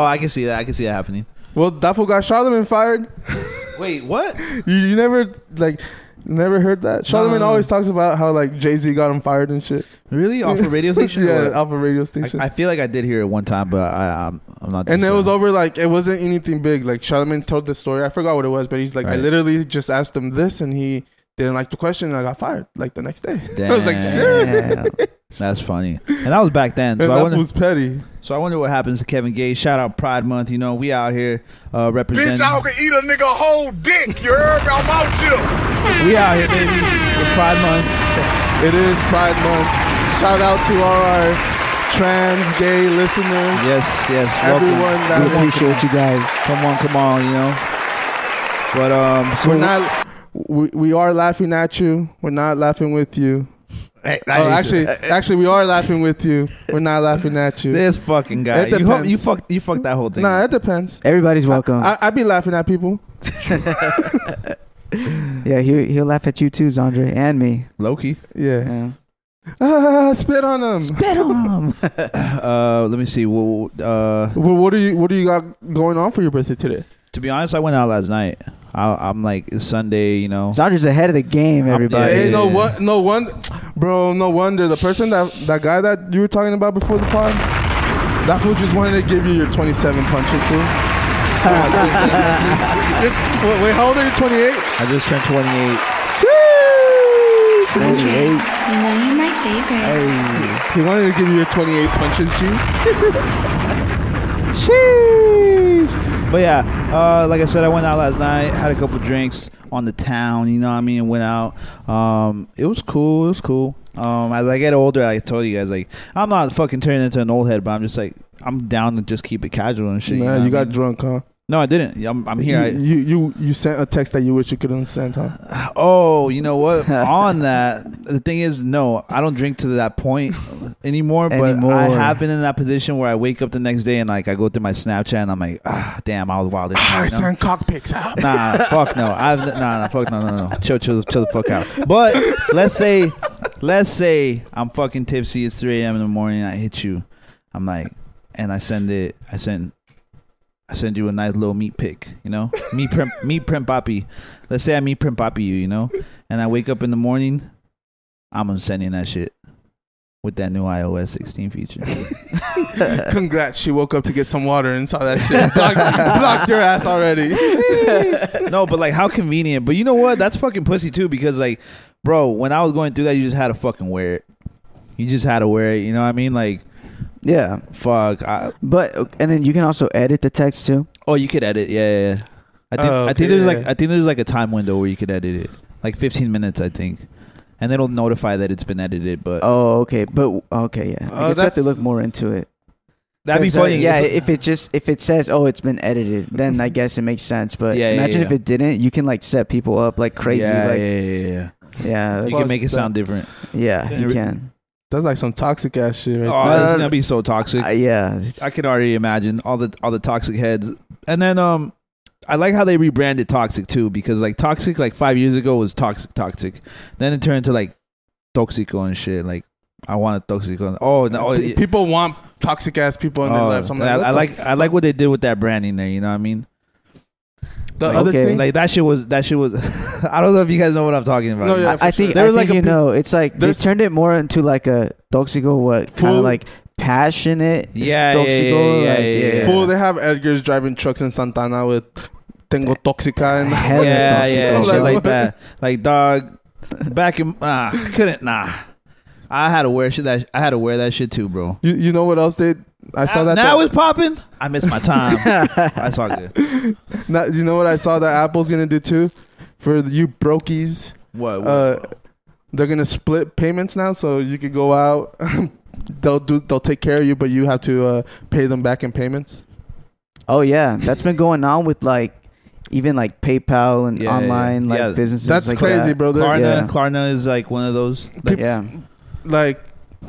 Speaker 2: I can see that. I can see that happening.
Speaker 1: Well, that fool got Charlemagne fired.
Speaker 2: Wait, what?
Speaker 1: You, you never like Never heard that. Charlemagne
Speaker 2: no, no.
Speaker 1: always talks about how like Jay Z got him fired and shit.
Speaker 2: Really? Off a radio station?
Speaker 1: yeah,
Speaker 2: Or-
Speaker 1: off a radio
Speaker 2: I,
Speaker 1: station.
Speaker 2: I feel like I did hear it one time, but I, I'm, I'm not.
Speaker 1: and it
Speaker 2: sure.
Speaker 1: was over like it wasn't anything big. Like Charlemagne told the story. I forgot what it was, but he's like, I
Speaker 2: Right.
Speaker 1: literally just asked him this, and he didn't like the question, and I got fired like the next day. I was like,
Speaker 2: Damn.
Speaker 1: shit.
Speaker 3: Yeah.
Speaker 2: That's funny. And that was back then.
Speaker 1: And
Speaker 2: So I
Speaker 1: that
Speaker 2: wonder.
Speaker 1: was petty.
Speaker 2: so I wonder what happens to Kevin Gates. Shout out Pride Month. You know, we out here uh, representing.
Speaker 8: Bitch, y'all can eat a nigga whole dick. You heard? I'm out here.
Speaker 2: we out here, baby. It's Pride Month.
Speaker 1: It is Pride Month. Shout out to all our trans gay listeners.
Speaker 2: Yes, yes. welcome.
Speaker 1: Everyone that
Speaker 2: we
Speaker 1: wants to-
Speaker 2: appreciate you guys. Come on, come on. You know. But um, so
Speaker 1: We're not. We, we are laughing at you. We're not laughing with you.
Speaker 2: Hey,
Speaker 1: Oh, actually, actually, we are laughing with you. We're not laughing at you.
Speaker 2: this fucking guy.
Speaker 1: It
Speaker 2: You, ho- you
Speaker 1: depends.
Speaker 2: fucked. You fucked that whole thing.
Speaker 1: Nah, it depends.
Speaker 3: Everybody's welcome.
Speaker 1: I, I be laughing at people.
Speaker 3: yeah, he he'll laugh at you too, Zandre, and me.
Speaker 2: Loki.
Speaker 1: Yeah.
Speaker 3: Yeah.
Speaker 1: Ah, spit on them.
Speaker 3: Spit on him.
Speaker 2: Uh, let me see. Well, uh,
Speaker 1: Well, what do you What do you got going on for your birthday today?
Speaker 2: to be honest, I went out last night. I, I'm like it's Sunday. You know.
Speaker 3: Zandre's ahead of the game, everybody.
Speaker 1: Hey, no
Speaker 2: yeah.
Speaker 1: one, no one, bro, no wonder the person that that guy that you were talking about before the pod, that fool just wanted to give you your 27 punches, fool. You're- wait, wait, how old are you? 28.
Speaker 2: I just turned 28.
Speaker 7: Sandra, you know you're my favorite.
Speaker 1: He wanted to give you your 28 punches, G.
Speaker 2: But yeah, uh, like I said, I went out last night, had a couple drinks on the town, you know what I mean, went out. Um, it was cool, it was cool. Um, as I get older, I told you guys, like, I'm not fucking turning into an old head, but I'm just like, I'm down to just keep it casual and shit. you know
Speaker 1: Nah,
Speaker 2: what
Speaker 1: you
Speaker 2: I
Speaker 1: got
Speaker 2: mean?
Speaker 1: drunk, huh?
Speaker 2: No, I didn't. I'm, I'm here. I,
Speaker 1: you, you you you sent a text that you wish you couldn't send, huh?
Speaker 2: oh, you know what? on that, the thing is, no, I don't drink to that point anymore. But I
Speaker 3: Anymore.
Speaker 2: have been in that position where I wake up the next day and like I go through my Snapchat and I'm like, ah, damn, I was wild. as hell," you know?
Speaker 1: cock pics out.
Speaker 2: Nah, fuck no. I've nah, nah, fuck no, no, no. Chill, chill, chill the fuck out. But let's say, let's say I'm fucking tipsy. It's 3 a.m. in the morning. I hit you. I'm like, and I send it. I send, I send you a nice little meat pick. You know, meat prim, meat prim poppy. Let's say I meat prim poppy you. You know, and I wake up in the morning. I'm unsending that shit with that new iOS 16 feature.
Speaker 1: Congrats, she woke up to get some water and saw that shit. blocked, blocked your ass already.
Speaker 2: no, but like how convenient. But you know what? That's fucking pussy too because like, bro, when I was going through that, you just had to fucking wear it. You just had to wear it. You know what I mean? Like,
Speaker 3: yeah,
Speaker 2: fuck. I,
Speaker 3: but and then you can also edit the text too.
Speaker 2: oh, you could edit. Yeah, yeah. yeah. I think
Speaker 1: Oh,
Speaker 2: I think
Speaker 1: okay,
Speaker 2: there's
Speaker 1: yeah.
Speaker 2: like I think there's like a time window where you could edit it, like 15 minutes, I think, and it'll notify that it's been edited. But
Speaker 3: Oh, okay, but okay, yeah.
Speaker 1: Oh,
Speaker 3: I guess we have to
Speaker 1: that's-
Speaker 3: look more into it.
Speaker 2: that'd be
Speaker 3: 'Cause, uh,
Speaker 2: funny.
Speaker 3: yeah,
Speaker 2: It's-
Speaker 3: if it just if it says oh it's been edited, then I guess it makes sense. But
Speaker 2: Yeah, yeah,
Speaker 3: imagine if
Speaker 2: yeah.
Speaker 3: it didn't, you can like set people up like crazy.
Speaker 2: Yeah,
Speaker 3: like,
Speaker 2: yeah,
Speaker 3: yeah,
Speaker 2: yeah, yeah, yeah. You
Speaker 3: that's-
Speaker 2: can make it sound different.
Speaker 3: yeah,
Speaker 2: Yeah,
Speaker 3: you
Speaker 2: re-
Speaker 3: can.
Speaker 1: That's like some toxic ass shit right
Speaker 2: Oh,
Speaker 1: there.
Speaker 2: that's gonna be so toxic.
Speaker 3: Uh, yeah, it's-
Speaker 2: I can already imagine all the all the toxic heads. And then um I like how they rebranded toxic too because like toxic like 5 years ago was toxic toxic. Then it turned to like toxico and shit like I want a toxico. Oh, no, oh, yeah.
Speaker 1: People want toxic ass people in their
Speaker 2: Oh,
Speaker 1: lives. I'm
Speaker 2: I,
Speaker 1: what
Speaker 2: I
Speaker 1: the-
Speaker 2: like I like what they did with that branding there, you know what I mean?
Speaker 1: the
Speaker 3: like,
Speaker 1: other
Speaker 3: okay.
Speaker 1: thing.
Speaker 2: Like that shit was that shit was I don't know if you guys know what I'm talking about.
Speaker 1: No, yeah, for
Speaker 3: I think
Speaker 1: sure.
Speaker 3: I
Speaker 1: There
Speaker 3: think
Speaker 1: was like a
Speaker 3: you
Speaker 1: pe-
Speaker 3: know it's like they
Speaker 1: there's-
Speaker 3: turned it more into like a toxico what kind
Speaker 1: Full-
Speaker 3: of like passionate
Speaker 2: Yeah, yeah, yeah,
Speaker 3: toxico
Speaker 2: yeah,
Speaker 3: like,
Speaker 2: yeah, yeah.
Speaker 1: Fool, they have Edgar's driving trucks in Santana with tengo toxica and
Speaker 3: Hell
Speaker 2: yeah,
Speaker 3: toxic.
Speaker 2: yeah,
Speaker 1: I'm
Speaker 2: shit
Speaker 1: like,
Speaker 2: like
Speaker 1: what?
Speaker 2: that. Like dog, back in ah, couldn't nah. I had to wear shit that I had to wear that shit too, bro.
Speaker 1: You, you know what else they? I saw that.
Speaker 2: Uh, Now
Speaker 1: that-
Speaker 2: it's popping. I missed my time. That's all good.
Speaker 1: now- you know what I saw that Apple's gonna do too, for you brokies.
Speaker 2: What?
Speaker 1: Uh, they're gonna split payments now, so you could go out. they'll do. They'll take care of you, but you have to uh, pay them back in payments.
Speaker 3: Oh yeah, that's been going on with like even like PayPal and
Speaker 2: Yeah, yeah, yeah.
Speaker 3: online like
Speaker 2: Yeah,
Speaker 3: businesses.
Speaker 1: That's
Speaker 3: like
Speaker 1: crazy,
Speaker 3: that.
Speaker 1: bro. They're-
Speaker 2: Klarna,
Speaker 3: yeah.
Speaker 2: Klarna is like one of those. Like,
Speaker 3: Yeah,
Speaker 1: like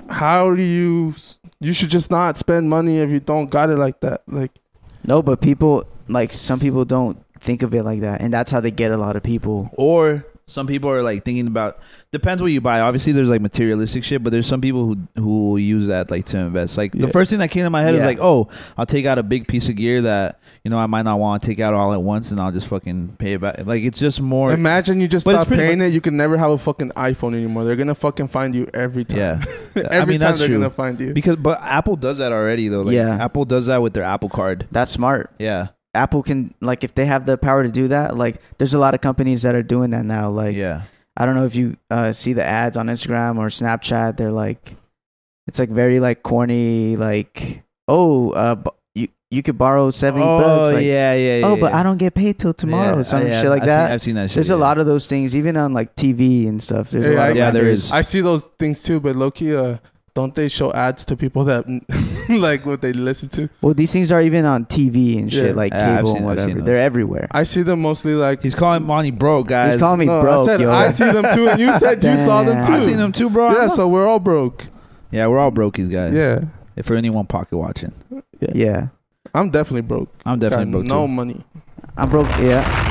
Speaker 1: how do you you should just not spend money if you don't got it like that like
Speaker 3: no, but people like some people don't think of it like that, and that's how they get a lot of people.
Speaker 2: or Some people are like thinking about depends what you buy. Obviously, there's like materialistic shit, but there's some people who who will use that like to invest. Like the
Speaker 1: Yeah.
Speaker 2: first thing that came to my head was
Speaker 3: Yeah.
Speaker 2: like, oh, I'll take out a big piece of gear that you know I might not want to take out all at once, and I'll just fucking pay it back. Like it's just more.
Speaker 1: Imagine you just
Speaker 2: But it's
Speaker 1: stop
Speaker 2: pretty
Speaker 1: paying
Speaker 2: much-
Speaker 1: it. You can never have a fucking iPhone anymore. They're gonna fucking find you every time.
Speaker 2: yeah,
Speaker 1: every
Speaker 2: I
Speaker 1: time
Speaker 2: mean that's
Speaker 1: they're
Speaker 2: true.
Speaker 1: gonna find you.
Speaker 2: Because but Apple does that already though. Like,
Speaker 3: Yeah.
Speaker 2: Apple does that with their Apple Card.
Speaker 3: That's smart.
Speaker 2: Yeah,
Speaker 3: Apple can like if they have the power to do that. Like there's a lot of companies that are doing that now. Like
Speaker 2: yeah.
Speaker 3: I don't know if you uh, see the ads on Instagram or Snapchat. They're like, it's like very like corny. Like oh, uh, b- you you could borrow seventy
Speaker 2: oh
Speaker 3: bucks. Like,
Speaker 2: yeah, yeah, yeah.
Speaker 3: Oh, but
Speaker 2: yeah.
Speaker 3: I don't get paid till tomorrow.
Speaker 2: Yeah,
Speaker 3: or some
Speaker 2: yeah,
Speaker 3: shit like
Speaker 2: I've
Speaker 3: that.
Speaker 2: Seen, I've seen that shit.
Speaker 3: There's a lot of those things, even on like TV and stuff. There's a
Speaker 1: Yeah,
Speaker 3: lot of
Speaker 1: yeah,
Speaker 2: there
Speaker 3: vendors.
Speaker 2: is.
Speaker 1: I see those things too, but Loki, uh, don't they show ads to people that like what they listen to?
Speaker 3: Well, these things are even on TV and shit,
Speaker 1: Yeah.
Speaker 3: like
Speaker 2: Yeah, I've
Speaker 3: cable
Speaker 2: seen-
Speaker 3: and
Speaker 2: I've seen
Speaker 3: whatever.
Speaker 2: those.
Speaker 3: They're everywhere.
Speaker 1: I see them mostly like.
Speaker 2: He's calling Monty bro, guys.
Speaker 3: He's calling me
Speaker 1: No,
Speaker 3: broke,
Speaker 1: I said
Speaker 3: yo.
Speaker 1: I see them too, and you said you saw them too.
Speaker 3: Damn.
Speaker 2: I've seen them too, bro.
Speaker 1: Yeah, so we're all broke.
Speaker 2: yeah, we're all brokies, guys.
Speaker 1: Yeah,
Speaker 2: If for anyone pocket watching,
Speaker 3: yeah,
Speaker 1: I'm definitely broke.
Speaker 2: I'm definitely broke
Speaker 1: Got no
Speaker 2: too.
Speaker 1: money.
Speaker 3: I'm broke. Yeah.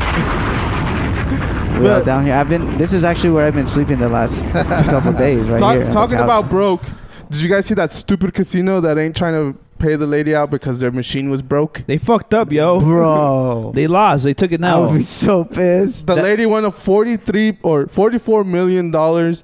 Speaker 3: We all
Speaker 1: But-
Speaker 3: down here. I've been. This is actually where I've been sleeping the last couple days, right
Speaker 1: Talk,
Speaker 3: here. on the
Speaker 1: talking
Speaker 3: couch.
Speaker 1: about broke, did you guys see that stupid casino that ain't trying to pay the lady out because their machine was broke?
Speaker 2: They fucked up, yo.
Speaker 3: bro.
Speaker 2: They lost. They took it
Speaker 3: I
Speaker 2: now.
Speaker 3: would be so pissed.
Speaker 1: The
Speaker 2: That-
Speaker 1: lady won a forty-three or forty-four million dollars,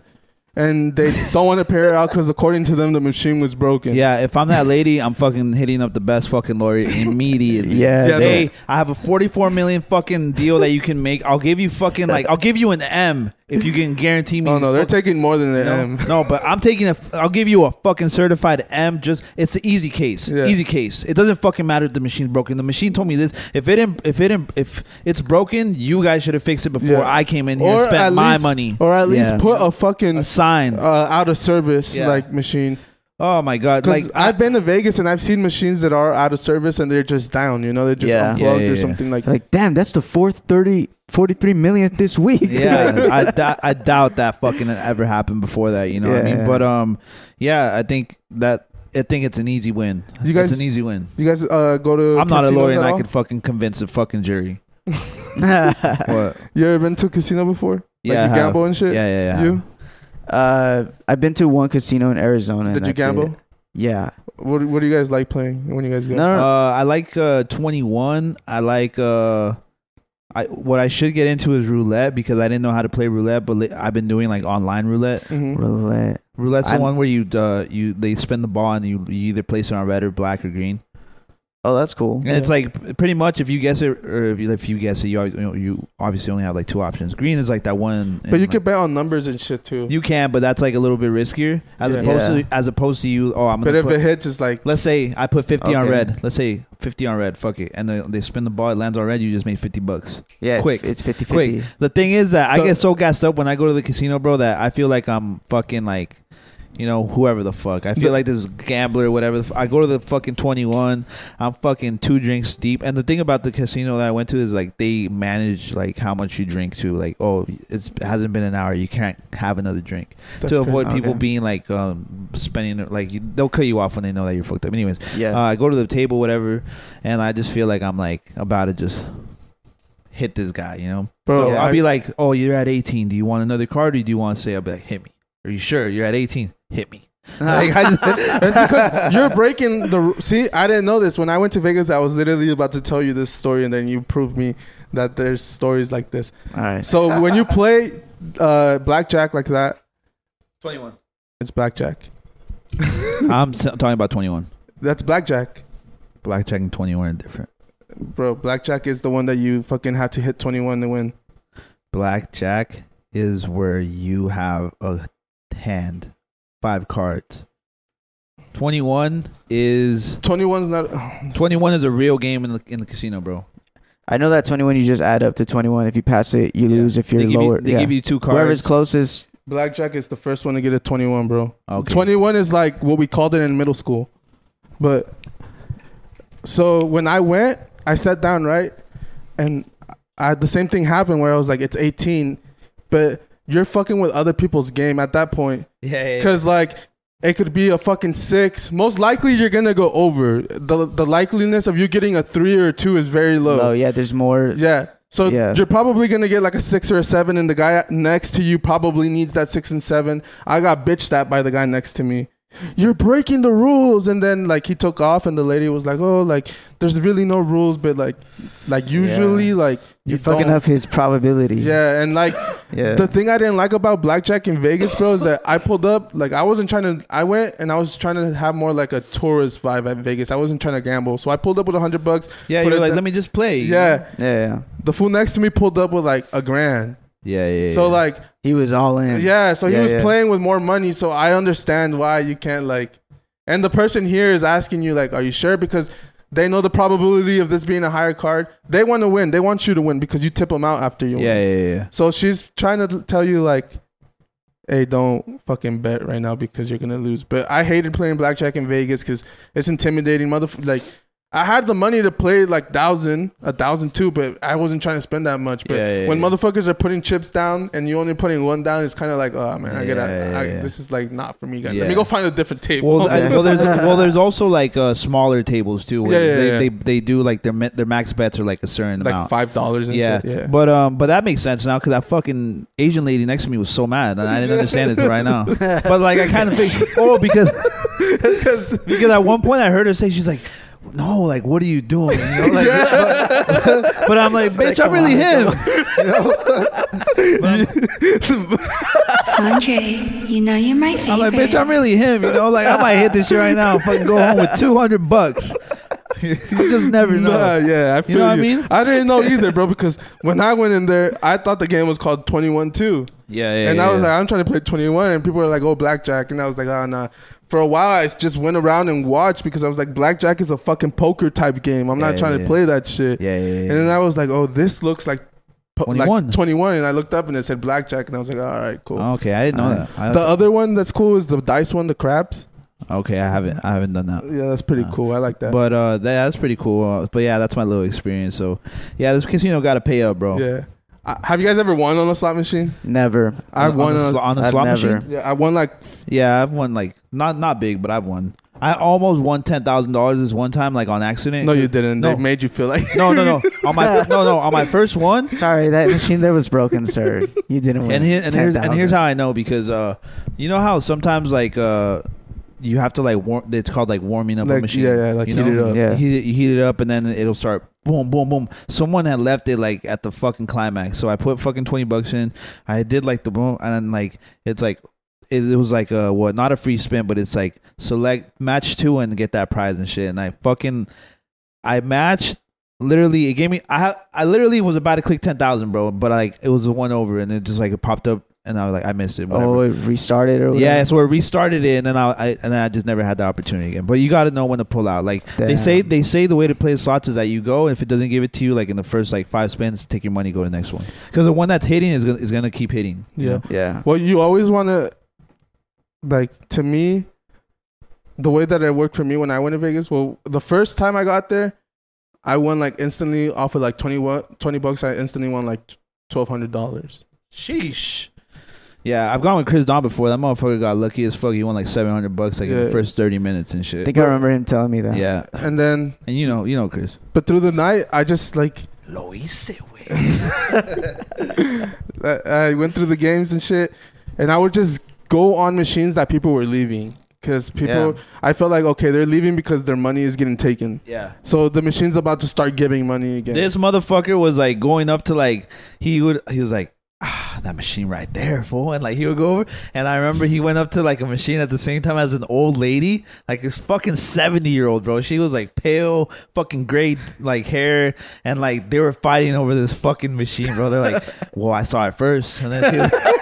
Speaker 1: and they don't want to pay her out because according to them, the machine was broken.
Speaker 2: Yeah, if I'm that lady, I'm fucking hitting up the best fucking lawyer immediately.
Speaker 3: Yeah,
Speaker 1: Yeah,
Speaker 2: Hey, I have a 44 million fucking deal that you can make. I'll give you fucking like I'll give you an M if you can guarantee me.
Speaker 1: Oh, No, no, they're
Speaker 2: fucking-
Speaker 1: taking more than um, an
Speaker 2: No,
Speaker 1: M.
Speaker 2: no, but I'm taking a. f- I'll give you a fucking certified M. Just it's an easy case.
Speaker 1: Yeah.
Speaker 2: Easy case. It doesn't fucking matter if the machine's broken. The machine told me this. If it didn't, if it didn't, if it's broken, you guys should have fixed it before
Speaker 1: Yeah.
Speaker 2: I came in here and spent my
Speaker 1: least,
Speaker 2: money.
Speaker 1: Or at least
Speaker 3: Yeah.
Speaker 1: put a fucking
Speaker 2: a sign.
Speaker 1: uh, out of service
Speaker 2: Yeah.
Speaker 1: like machine.
Speaker 2: oh my god! Like
Speaker 1: Because I've been to Vegas and I've seen machines that are out of service and they're just down. You know, they're just
Speaker 3: Yeah.
Speaker 1: unplugged
Speaker 2: Yeah, yeah,
Speaker 1: or
Speaker 2: yeah.
Speaker 1: something like.
Speaker 3: Like, damn, that's the fourth 30, 43 millionth this week.
Speaker 2: yeah, I, dou- I doubt that fucking ever happened before that. You know what I
Speaker 3: Yeah,
Speaker 2: mean?
Speaker 3: yeah.
Speaker 2: But um, yeah, I think that I think it's an easy win.
Speaker 1: You guys-
Speaker 2: it's an easy win.
Speaker 1: you guys uh, go to.
Speaker 2: I'm not a
Speaker 1: casinos
Speaker 2: lawyer,
Speaker 1: at
Speaker 2: and I
Speaker 1: all?
Speaker 2: could fucking convince a fucking jury. What?
Speaker 1: You ever been to a casino before?
Speaker 2: Yeah, I
Speaker 1: like
Speaker 2: have.
Speaker 1: you gamble and
Speaker 2: Yeah,
Speaker 1: shit.
Speaker 2: yeah, yeah.
Speaker 1: You
Speaker 3: uh, I've been to one casino in Arizona. and
Speaker 1: did you
Speaker 3: that's it.
Speaker 1: gamble?
Speaker 3: Yeah.
Speaker 1: What What do you guys like playing when you guys go?
Speaker 3: No, no, no.
Speaker 2: Uh, I like uh, 21. I like uh, I what I should get into is roulette because I didn't know how to play roulette, but li- I've been doing like online roulette.
Speaker 1: Mhm.
Speaker 3: Roulette.
Speaker 2: Roulette's
Speaker 3: I'm-
Speaker 2: the one where you uh, you they spin the ball and you, you either place it on red or black or green.
Speaker 3: Oh, that's cool.
Speaker 2: And it's like pretty much if you guess it or if you, if you guess it, you always, you, know, you obviously only have like two options. Green is like that one,
Speaker 1: But
Speaker 2: and,
Speaker 1: you
Speaker 2: like,
Speaker 1: could bet on numbers and shit too.
Speaker 2: you can, but that's like a little bit riskier as
Speaker 1: Yeah.
Speaker 2: opposed
Speaker 3: Yeah.
Speaker 2: to as opposed to you. Oh, I'm
Speaker 1: But
Speaker 2: gonna
Speaker 1: if
Speaker 2: put,
Speaker 1: it hits, it's like
Speaker 2: Let's say I put 50 on
Speaker 3: Okay.
Speaker 2: red. Let's say 50 on red. Fuck it. And they, they spin the ball. It lands on red. You just made 50 bucks.
Speaker 3: Yeah, it's-
Speaker 2: Quick.
Speaker 3: It's 50 50.
Speaker 2: Quick. The thing is that I
Speaker 1: The-
Speaker 2: get so gassed up when I go to the casino, bro, that I feel like I'm fucking like, you know, whoever the fuck. I feel
Speaker 1: The-
Speaker 2: like this gambler or whatever. the f- I go to the fucking 21. I'm fucking two drinks deep. And the thing about the casino that I went to is like they manage like how much you drink to. Like, oh, it's, it hasn't been an hour. You can't have another drink
Speaker 1: That's
Speaker 2: to avoid
Speaker 3: crazy.
Speaker 2: people
Speaker 3: Okay.
Speaker 2: being like um, spending like you, they'll cut you off when they know that you're fucked up. Anyways,
Speaker 3: Yeah.
Speaker 2: uh, I go to the table, whatever, and I just feel like I'm like about to just hit this guy, you know.
Speaker 1: Bro,
Speaker 2: so
Speaker 1: I-
Speaker 2: I'll be like, "Oh, you're at 18. Do you want another card, or do you want to say?" I'll be like, "Hit me." Are you sure you're at 18? Hit me. Like, I just-
Speaker 1: That's because you're breaking the. ru- See, I didn't know this. When I went to Vegas, I was literally about to tell you this story, and then you proved me that there's stories like this.
Speaker 3: All right.
Speaker 1: So when you play uh, blackjack like that,
Speaker 2: 21.
Speaker 1: it's blackjack.
Speaker 2: I'm s- talking about 21.
Speaker 1: That's blackjack,
Speaker 2: Blackjack and 21 are different.
Speaker 1: bro. Blackjack is the one that you fucking have to hit 21 to win.
Speaker 2: Blackjack is where you have a hand, five cards. 21 is
Speaker 1: 21's not.
Speaker 2: 21 is a real game in the in the casino, bro.
Speaker 3: I know that 21, you just add up to 21. If you pass it, you lose. If you're
Speaker 2: they give
Speaker 3: lower,
Speaker 2: you, they
Speaker 3: yeah.
Speaker 2: give you two cards.
Speaker 3: whoever's closest.
Speaker 1: Blackjack is the first one to get a 21, bro.
Speaker 2: Okay.
Speaker 1: 21 is like what we called it in middle school. But so when I went, I sat down, right? And I, the same thing happened where I was like, it's 18, but you're fucking with other people's game at that point.
Speaker 2: Yeah, yeah, yeah.
Speaker 1: Because, like, it could be a fucking six. Most likely you're going to go over. The, the likeliness of you getting a three or a two is very
Speaker 3: Oh,
Speaker 1: low.
Speaker 3: yeah, there's more.
Speaker 1: Yeah. So
Speaker 3: Yeah.
Speaker 1: you're probably gonna get like a six or a seven, and the guy next to you probably needs that six and seven. I got bitched at by the guy next to me. You're breaking the rules, and then like he took off, and the lady was like, "Oh, like there's really no rules, but like, like usually like you
Speaker 3: You're fucking
Speaker 1: don't-
Speaker 3: up his probability.
Speaker 1: Yeah, and like
Speaker 3: Yeah.
Speaker 1: the thing I didn't like about blackjack in Vegas, bro, is that I pulled up. Like I wasn't trying to. I went and I was trying to have more like a tourist vibe at Vegas. I wasn't trying to gamble, so I pulled up with a hundred bucks.
Speaker 2: Yeah,
Speaker 1: put
Speaker 2: you're
Speaker 1: it
Speaker 2: like,
Speaker 1: down-
Speaker 2: let me just play.
Speaker 1: Yeah,
Speaker 3: Yeah, yeah.
Speaker 1: the fool next to me pulled up with like a grand.
Speaker 2: Yeah, yeah.
Speaker 1: So
Speaker 2: yeah.
Speaker 1: like,
Speaker 3: He was all in.
Speaker 1: yeah. So he was
Speaker 3: yeah.
Speaker 1: playing with more money. So I understand why you can't like. And the person here is asking you like, "Are you sure?" Because they know the probability of this being a higher card. They want to win. They want you to win because you tip them out after you.
Speaker 2: Yeah,
Speaker 1: Win.
Speaker 2: yeah, yeah, yeah.
Speaker 1: So she's trying to tell you like, "Hey, don't fucking bet right now because you're gonna lose." But I hated playing blackjack in Vegas because it's intimidating, motherfucker. Like. I had the money to play like thousand, a thousand two, but I wasn't trying to spend that much. But
Speaker 2: Yeah, yeah,
Speaker 1: when
Speaker 2: yeah.
Speaker 1: motherfuckers are putting chips down and you only putting one down, it's kind of like, oh man, I gotta,
Speaker 2: Yeah,
Speaker 1: I,
Speaker 2: yeah.
Speaker 1: this is like not for me, guys.
Speaker 2: Yeah.
Speaker 1: Let me go find a different table.
Speaker 2: Well, I, well, there's well, there's also like uh, smaller tables too. Where
Speaker 1: Yeah, yeah,
Speaker 2: they,
Speaker 1: yeah.
Speaker 2: they they do like their ma- their max bets are like a certain
Speaker 1: like
Speaker 2: amount.
Speaker 1: five dollars. and
Speaker 2: yeah.
Speaker 1: shit. yeah.
Speaker 2: but um, but that makes sense now because that fucking Asian lady next to me was so mad, and I didn't understand it till right now. But like, I kind of think, oh, because
Speaker 1: because
Speaker 2: because at one point I heard her say, she's like, no, like, what are you doing? You know, like, but, but I'm like, bitch, I'm really him.
Speaker 7: Sanjay, you know you're my favorite.
Speaker 2: I'm like, bitch, I'm really him. You know, like, I might hit this shit right now and fucking go home with 200 bucks. you just never know.
Speaker 1: Nah, yeah, I feel
Speaker 2: know what I mean?
Speaker 1: I didn't know either, bro. Because when I went in there, I thought the game was called Twenty One Two,
Speaker 2: Yeah, yeah.
Speaker 1: and
Speaker 2: yeah,
Speaker 1: I was
Speaker 2: yeah.
Speaker 1: like, I'm trying to play Twenty One, and people were like, oh, blackjack, and I was like, oh, nah. For a while, I just went around and watched because I was like, blackjack is a fucking poker type game. I'm
Speaker 2: Yeah,
Speaker 1: not
Speaker 2: yeah,
Speaker 1: trying to
Speaker 2: yeah.
Speaker 1: play that shit.
Speaker 2: yeah, yeah, yeah.
Speaker 1: And then I was like, oh, this looks like po-
Speaker 2: 21.
Speaker 1: Like 21. And I looked up and it said blackjack. And I was like, all right, cool.
Speaker 2: Oh, okay, I didn't know that. I,
Speaker 1: the other one that's cool is the dice one, the crabs.
Speaker 2: okay, I haven't, I haven't done that.
Speaker 1: Yeah, that's pretty cool. I like that.
Speaker 2: Ah. But uh, that, that's pretty cool. Uh, but yeah, that's my little experience. So yeah, this casino got to pay up, bro.
Speaker 1: yeah. I, have you guys ever won on a slot machine?
Speaker 3: Never.
Speaker 1: I've won
Speaker 2: on, the
Speaker 1: on
Speaker 2: sl- on the
Speaker 3: I've
Speaker 2: slot
Speaker 3: never.
Speaker 2: machine.
Speaker 1: yeah, I won like
Speaker 2: Yeah, I've won like not not big, but I've won. I almost won ten thousand dollars this one time, like on accident.
Speaker 1: no, you didn't.
Speaker 2: No.
Speaker 1: They made you feel like
Speaker 2: No, no, no. on my no, no. On my first one,
Speaker 3: Sorry, that machine there was broken, sir. You didn't win.
Speaker 2: and here, and here's and
Speaker 3: 10,000.
Speaker 2: here's how I know because uh, you know how sometimes like uh, you have to like warm. It's called like warming up a
Speaker 1: Like,
Speaker 2: machine.
Speaker 1: yeah, yeah, like
Speaker 2: you
Speaker 1: heat it up.
Speaker 3: Yeah.
Speaker 2: heat it, you heat it up, and then it'll start boom, boom, boom. Someone had left it like at the fucking climax, so I put fucking twenty bucks in. I did like the boom, and then like it's like. It, it was like uh what not a free spin but it's like select match two and get that prize and shit and I fucking I matched literally it gave me I ha- I literally was about to click ten thousand, bro, but like it was a one over and it just like it popped up and I was like I missed it.
Speaker 3: Oh,
Speaker 2: Whatever.
Speaker 3: it restarted or whatever.
Speaker 2: yeah, so I restarted it and then I, I and then I just never had the opportunity again. But you got to know when to pull out. Like they say
Speaker 3: Damn.
Speaker 2: they say the way to play slots is that you go if it doesn't give it to you like in the first like five spins, take your money, go to the next one because the one that's hitting is gonna, is gonna keep hitting. you
Speaker 1: Yeah.
Speaker 2: know?
Speaker 3: Yeah.
Speaker 1: Well, you always want to, like, to me, the way that it worked for me when I went to Vegas, well, the first time I got there, I won like instantly off of like 20, wa- 20 bucks. I instantly won like $1,200.
Speaker 2: Sheesh. Yeah, I've gone with Chris Don before. That motherfucker got lucky as fuck. He won like seven hundred bucks like in the
Speaker 1: Yeah.
Speaker 2: first thirty minutes and
Speaker 3: I
Speaker 2: shit.
Speaker 3: think I remember him telling me that.
Speaker 2: yeah,
Speaker 1: And then,
Speaker 2: and you know you know Chris.
Speaker 1: but through the night, I just like,
Speaker 2: Lo hice, güey.
Speaker 1: I I went through the games and shit, and I would just go on machines that people were leaving. Because people,
Speaker 2: Yeah.
Speaker 1: I felt like, okay, they're leaving because their money is getting taken.
Speaker 2: Yeah.
Speaker 1: So the machine's about to start giving money again.
Speaker 2: This motherfucker was like going up to like he would he was like ah that machine right there fool and like he would go over and I remember he went up to like a machine at the same time as an old lady like this fucking seventy year old bro she was like pale fucking gray like hair and like they were fighting over this fucking machine bro they're like well I saw it first and then she was-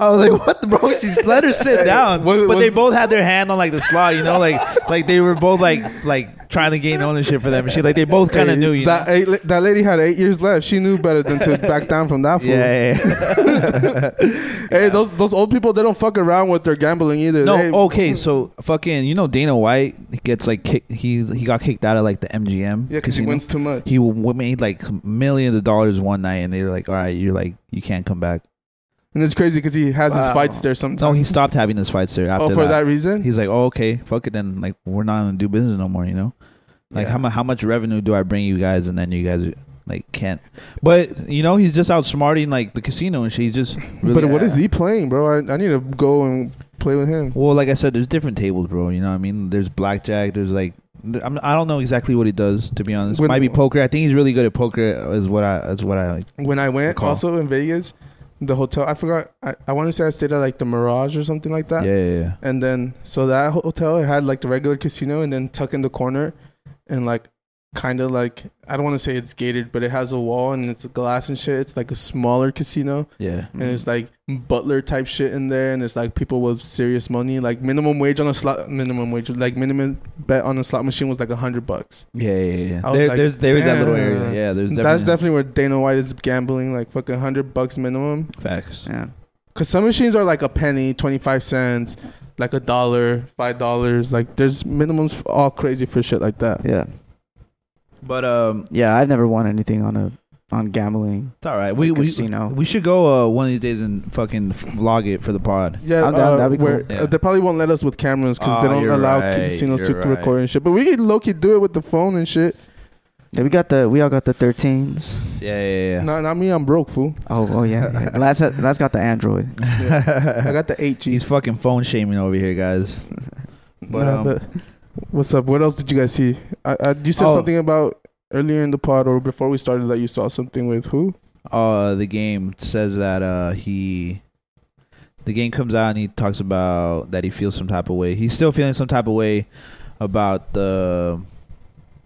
Speaker 2: I was like, "What, the bro?" She's let her sit down,
Speaker 1: What-
Speaker 2: but they
Speaker 1: what's-
Speaker 2: both had their hand on like the slot, you know, like like they were both like like trying to gain ownership for them and shit. Like they both kind of
Speaker 1: Hey,
Speaker 2: knew, you
Speaker 1: that
Speaker 2: know?
Speaker 1: eight, that lady had eight years left. She knew better than to back down from that. Fool.
Speaker 2: Yeah, yeah, yeah.
Speaker 1: Hey, those those old people, they don't fuck around with their gambling either.
Speaker 2: No, oh,
Speaker 1: They-
Speaker 2: okay. So fucking, you know, Dana White gets like kicked. He he got kicked out of like the MGM.
Speaker 1: yeah, because he
Speaker 2: casino.
Speaker 1: wins too much.
Speaker 2: He w- made like millions of dollars one night, and they were like, "All right, you're like you can't come back."
Speaker 1: And it's crazy because he has his
Speaker 3: Wow.
Speaker 1: fights there
Speaker 2: No,
Speaker 1: sometimes.
Speaker 2: he stopped having his fights there after
Speaker 1: oh, for that, reason.
Speaker 2: He's like, "Oh, okay, fuck it then. Like we're not gonna do business no more." You know, like
Speaker 3: Yeah.
Speaker 2: how much how much revenue do I bring you guys, and then you guys like can't. But you know, he's just outsmarting like the casino, and she's just. Really,
Speaker 1: but what is he playing, bro? I, I need to go and play with him.
Speaker 2: Well, like I said, there's different tables, bro. You know what I mean? There's blackjack. There's like I'm, I don't know exactly what he does to be honest.
Speaker 1: When-
Speaker 2: Might be poker. I think he's really good at poker. Is what I is what I.
Speaker 1: When I went
Speaker 2: Recall.
Speaker 1: also in Vegas, the hotel I forgot. I, I want to say I stayed at like the Mirage or something like that.
Speaker 2: Yeah, yeah, yeah.
Speaker 1: And then so that ho- hotel it had like the regular casino and then tuck in the corner and like kind of like I don't want to say it's gated, but it has a wall and it's glass and shit. It's like a smaller casino
Speaker 2: yeah.
Speaker 1: and it's like butler type shit in there and it's like people with serious money like minimum wage on a slot minimum wage like minimum bet on a slot machine was like a hundred bucks
Speaker 2: Yeah, yeah, yeah.
Speaker 1: I was
Speaker 2: There,
Speaker 1: like,
Speaker 2: there's there's that little
Speaker 1: "Damn."
Speaker 2: area. Yeah, there's definitely
Speaker 1: that's definitely where dana white is gambling like fucking hundred bucks minimum
Speaker 2: facts.
Speaker 3: Yeah.
Speaker 1: because some machines are like a penny 25 cents like a dollar five dollars like there's minimums f- all crazy for shit like that
Speaker 3: Yeah.
Speaker 2: But um,
Speaker 3: Yeah. I've never won anything on a on gambling.
Speaker 2: it's all right. We we
Speaker 3: Casino.
Speaker 2: we should go uh, one of these days and fucking vlog it for the pod.
Speaker 1: yeah,
Speaker 3: I'm down,
Speaker 1: uh,
Speaker 3: that'd be cool.
Speaker 1: where-
Speaker 2: Yeah.
Speaker 1: uh, they probably won't let us with cameras because they
Speaker 2: Ah,
Speaker 1: don't
Speaker 2: you're
Speaker 1: allow
Speaker 2: right,
Speaker 1: casinos to
Speaker 2: you're right.
Speaker 1: record and shit. But we can low key do it with the phone and shit.
Speaker 3: Yeah, we got the we all got the 13s.
Speaker 2: Yeah, yeah, yeah.
Speaker 1: Not, not me, I'm broke, fool.
Speaker 3: Oh, oh yeah. yeah. Last last got the Android.
Speaker 1: I got the eight G.
Speaker 2: He's fucking phone shaming over here, guys. But,
Speaker 1: Nah,
Speaker 2: um,
Speaker 1: but what's up? What else did you guys see? I, I, you said
Speaker 2: Oh.
Speaker 1: something about earlier in the pod or before we started that you saw something with who?
Speaker 2: uh the game says that uh he the game comes out and he talks about that he feels some type of way. He's still feeling some type of way about the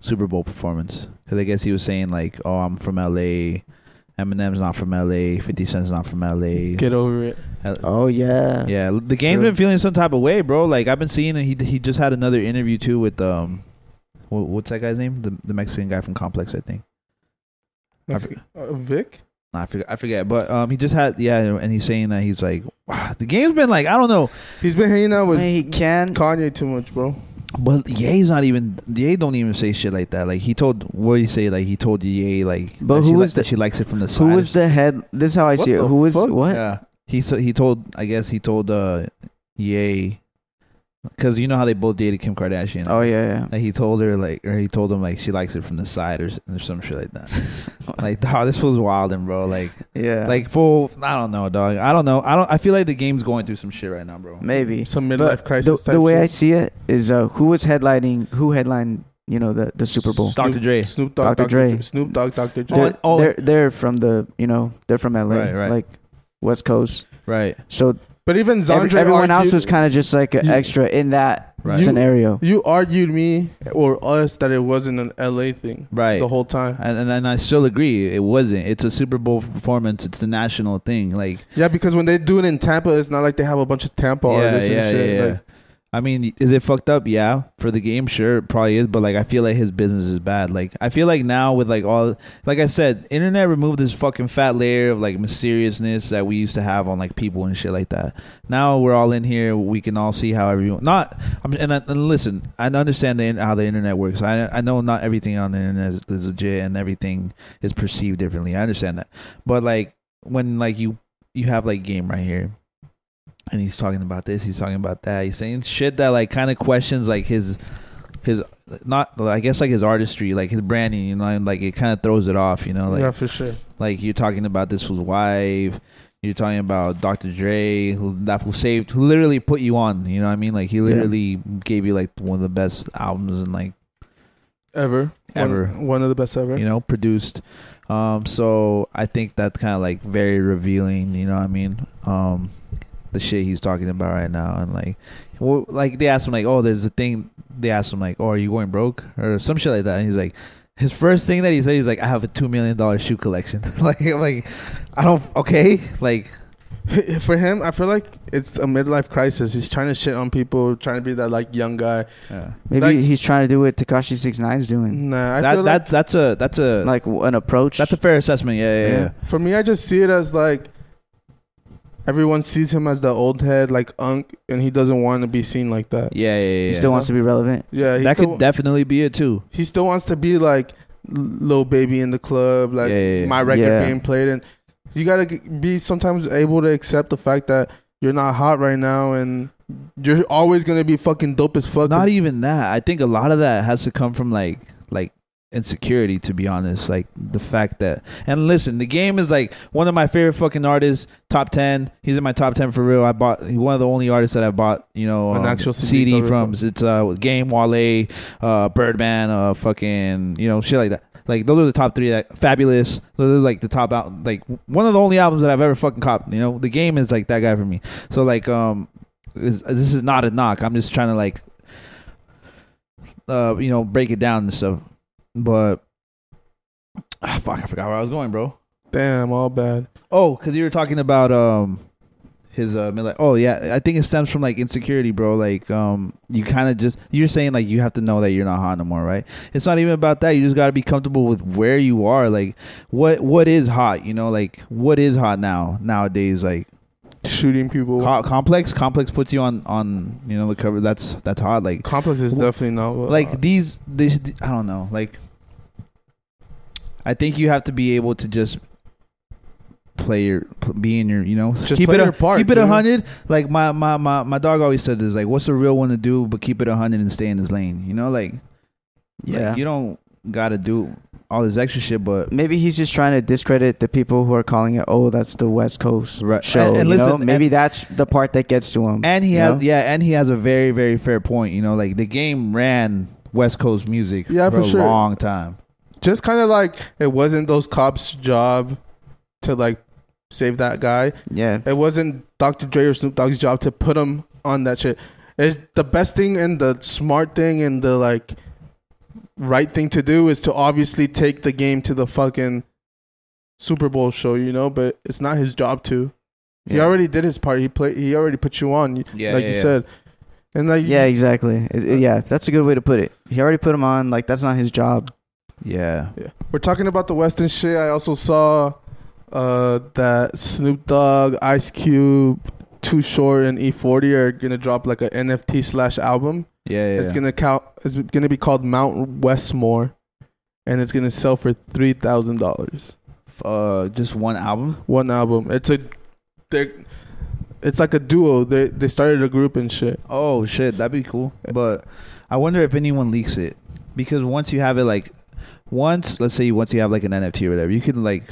Speaker 2: Super Bowl performance. Cuz I guess he was saying like, "Oh, I'm from LA. Eminem's not from LA. 50 Cent's not from LA."
Speaker 1: Get over it.
Speaker 3: Oh yeah.
Speaker 2: Yeah, the game's
Speaker 3: True.
Speaker 2: been feeling some type of way, bro. Like I've been seeing and he he just had another interview too with um wh- what's that guy's name? The the Mexican guy from Complex, I think. I forget.
Speaker 1: Uh, Vic?
Speaker 2: I forget, I forget, but um, he just had yeah, and he's saying that he's like, "Wow, the game's been like I don't know,
Speaker 1: He's been hanging out with
Speaker 3: Man, he can.
Speaker 1: Kanye too much, bro.
Speaker 2: but Ye's not even Ye don't even say shit like that. Like he told what do you say? Like he told Ye like,
Speaker 3: But
Speaker 2: that
Speaker 3: who
Speaker 2: she
Speaker 3: was
Speaker 2: that
Speaker 3: the-
Speaker 2: she likes it from the side.
Speaker 3: Who
Speaker 2: or
Speaker 3: was the head? This is how I
Speaker 1: What
Speaker 3: see it.
Speaker 1: the
Speaker 3: Who was
Speaker 1: fuck?
Speaker 3: what?
Speaker 2: Yeah. He so he told I guess he told uh Ye because you know how they both dated Kim Kardashian.
Speaker 3: Oh yeah, yeah.
Speaker 2: Like he told her like or he told him like she likes it from the side or, s- or some shit like that. like dog, this was wilding, bro. Like
Speaker 3: Yeah.
Speaker 2: like full I don't know, dog. I don't know. I don't I feel like the game's going through some shit right now, bro.
Speaker 3: maybe.
Speaker 1: Some
Speaker 3: But
Speaker 1: midlife
Speaker 3: the,
Speaker 1: crisis type
Speaker 3: the way I
Speaker 1: shit.
Speaker 3: see it is uh, who was headlining? Who headlined? You know the the Super Bowl.
Speaker 2: Dr. Dre.
Speaker 1: Snoop Dogg,
Speaker 3: Dr.
Speaker 1: Dr.
Speaker 3: Dre.
Speaker 1: Dre. Snoop Dogg, Dr. Dre.
Speaker 3: They're,
Speaker 2: oh.
Speaker 3: they're they're from the you know they're from LA,
Speaker 2: Right, right.
Speaker 3: like West Coast.
Speaker 2: Right.
Speaker 3: So
Speaker 1: But even Zandre
Speaker 3: every, everyone else
Speaker 1: argued-
Speaker 3: was kind of just like an
Speaker 1: You-
Speaker 3: extra in that
Speaker 2: Right.
Speaker 3: scenario.
Speaker 1: You argued me or us that it wasn't an LA thing
Speaker 2: Right.
Speaker 1: the whole time.
Speaker 2: and, and and I still agree. It wasn't. It's a Super Bowl performance. It's the national thing. Like
Speaker 1: Yeah, because when they do it in Tampa, it's not like they have a bunch of Tampa
Speaker 2: yeah,
Speaker 1: artists
Speaker 2: yeah,
Speaker 1: and shit.
Speaker 2: yeah.
Speaker 1: like,
Speaker 2: yeah. I mean, is it fucked up? Yeah, for the game, sure, it probably is. But like, I feel like his business is bad. Like, I feel like now with like all, like I said, internet removed this fucking fat layer of like mysteriousness that we used to have on like people and shit like that. Now we're all in here. We can all see how everyone. Not. I'm and, I, and listen. I understand the, in- how the internet works. I I know not everything on the internet is, is legit and everything is perceived differently. I understand that. But like when like you you have like game right here and he's talking about this he's talking about that he's saying shit that like kind of questions like his his not i guess like his artistry like his branding you know and, like it kind of throws it off you know like
Speaker 1: yeah, for sure.
Speaker 2: like you're talking about this was wife you're talking about dr dre who that who saved who literally put you on you know what i mean like he literally gave you like one of the best albums and like
Speaker 1: Ever.
Speaker 2: Ever.
Speaker 1: One, one of the best ever.
Speaker 2: you know produced um so i think that's kind of like very revealing you know what i mean um the shit he's talking about right now and like well, like they asked him like oh there's a thing they asked him like oh are you going broke or some shit like that and he's like his first thing that he said he's like i have a two million dollar shoe collection like I'm like i don't okay like
Speaker 1: for him, I feel like it's a midlife crisis. He's trying to shit on people, trying to be that like young guy.
Speaker 3: Maybe
Speaker 1: like-
Speaker 3: he's trying to do what Takashi Six Nine's doing,
Speaker 1: Nah, I
Speaker 2: that,
Speaker 1: feel
Speaker 2: that that's a that's a
Speaker 3: like an approach.
Speaker 2: that's a fair assessment yeah yeah, yeah.
Speaker 3: Yeah.
Speaker 1: like for me, I just see it as like everyone sees him as the old head, like Unc, and he doesn't want to be seen like that.
Speaker 2: Yeah, yeah, yeah,
Speaker 3: he
Speaker 2: yeah.
Speaker 3: still wants to be relevant.
Speaker 1: Yeah, he
Speaker 2: that
Speaker 1: still,
Speaker 2: could definitely be it too.
Speaker 1: he still wants to be like little baby in the club, like
Speaker 2: Yeah, yeah, yeah.
Speaker 1: my record
Speaker 3: Yeah.
Speaker 1: being played, and you gotta g- be sometimes able to accept the fact that you're not hot right now, and you're always gonna be fucking dope as fuck.
Speaker 2: not e-,
Speaker 1: 'cause-
Speaker 2: even that. I think a lot of that has to come from like like insecurity to be honest like the fact that and listen the game is like one of my favorite fucking artists top 10 he's in my top 10 for real i bought he's one of the only artists that i bought you know
Speaker 1: An
Speaker 2: um,
Speaker 1: actual CD
Speaker 2: cd,
Speaker 1: cover.
Speaker 2: from it's uh with game wale uh birdman uh fucking you know shit like that like those are the top three that fabulous those are like the top out like one of the only albums that i've ever fucking copped you know the game is like that guy for me so like um is, this is not a knock i'm just trying to like uh, you know, break it down and stuff. But ah, fuck, I forgot where I was going, bro.
Speaker 1: Damn, all bad.
Speaker 2: Oh, because you were talking about um his uh midlife. Oh yeah, I think it stems from like insecurity, bro. Like um you kind of just you're saying like you have to know that you're not hot no more, right? It's not even about that. You just got to be comfortable with where you are. Like what what is hot, you know? Like what is hot now nowadays? Like
Speaker 1: Shooting people.
Speaker 2: co- complex, complex puts you on on you know the cover. That's that's hot. Like
Speaker 1: Complex is definitely not what-
Speaker 2: like these this i don't know like i think you have to be able to just play your p- be in your you know
Speaker 1: Just
Speaker 2: keep
Speaker 1: play
Speaker 2: it a,
Speaker 1: your part,
Speaker 2: keep it a
Speaker 1: dude.
Speaker 2: hundred like my, my my my dog always said this like what's the real one to do but keep it a hundred and stay in his lane you know like like,
Speaker 3: Yeah.
Speaker 2: you don't gotta do all this extra shit but
Speaker 3: Maybe he's just trying to discredit the people who are calling it. Oh, that's the West Coast
Speaker 2: Right.
Speaker 3: show.
Speaker 2: And- and
Speaker 3: you know?
Speaker 2: listen,
Speaker 3: maybe
Speaker 2: and-
Speaker 3: that's the part that gets to him.
Speaker 2: and he
Speaker 3: you
Speaker 2: has
Speaker 3: know?
Speaker 2: yeah and he has a very very fair point you know like the game ran west coast music
Speaker 1: Yeah,
Speaker 2: for,
Speaker 1: for
Speaker 2: a
Speaker 1: sure.
Speaker 2: long time
Speaker 1: just kind of like it wasn't those cops' job to like save that guy.
Speaker 3: yeah.
Speaker 1: It wasn't Dr. Dre or Snoop Dogg's job to put him on that shit. It's the best thing and the smart thing and the like right thing to do is to obviously take the game to the fucking Super Bowl show, you know. But it's not his job to. He
Speaker 3: Yeah.
Speaker 1: already did his part. He played. He already put you on.
Speaker 2: Yeah,
Speaker 1: like
Speaker 2: yeah,
Speaker 1: you
Speaker 2: yeah.
Speaker 1: said, and like
Speaker 3: Yeah, exactly. It-
Speaker 2: Uh,
Speaker 3: it- yeah, that's a good way to put it. He already put him on. Like that's not his job.
Speaker 2: yeah
Speaker 1: We're talking about the Western shit. I also saw uh, that Snoop Dogg, Ice Cube, Too Short, and E40 are gonna drop like a NFT slash album.
Speaker 2: yeah, yeah.
Speaker 1: It's gonna count. It's gonna be called Mount Westmore, and it's gonna sell for three thousand dollars.
Speaker 2: uh just one album
Speaker 1: One album. It's a, they're, it's like a duo. They they started a group and shit.
Speaker 2: Oh shit, that'd be cool. But I wonder if anyone leaks it because once you have it, like once let's say once you have like an NFT or whatever, you can like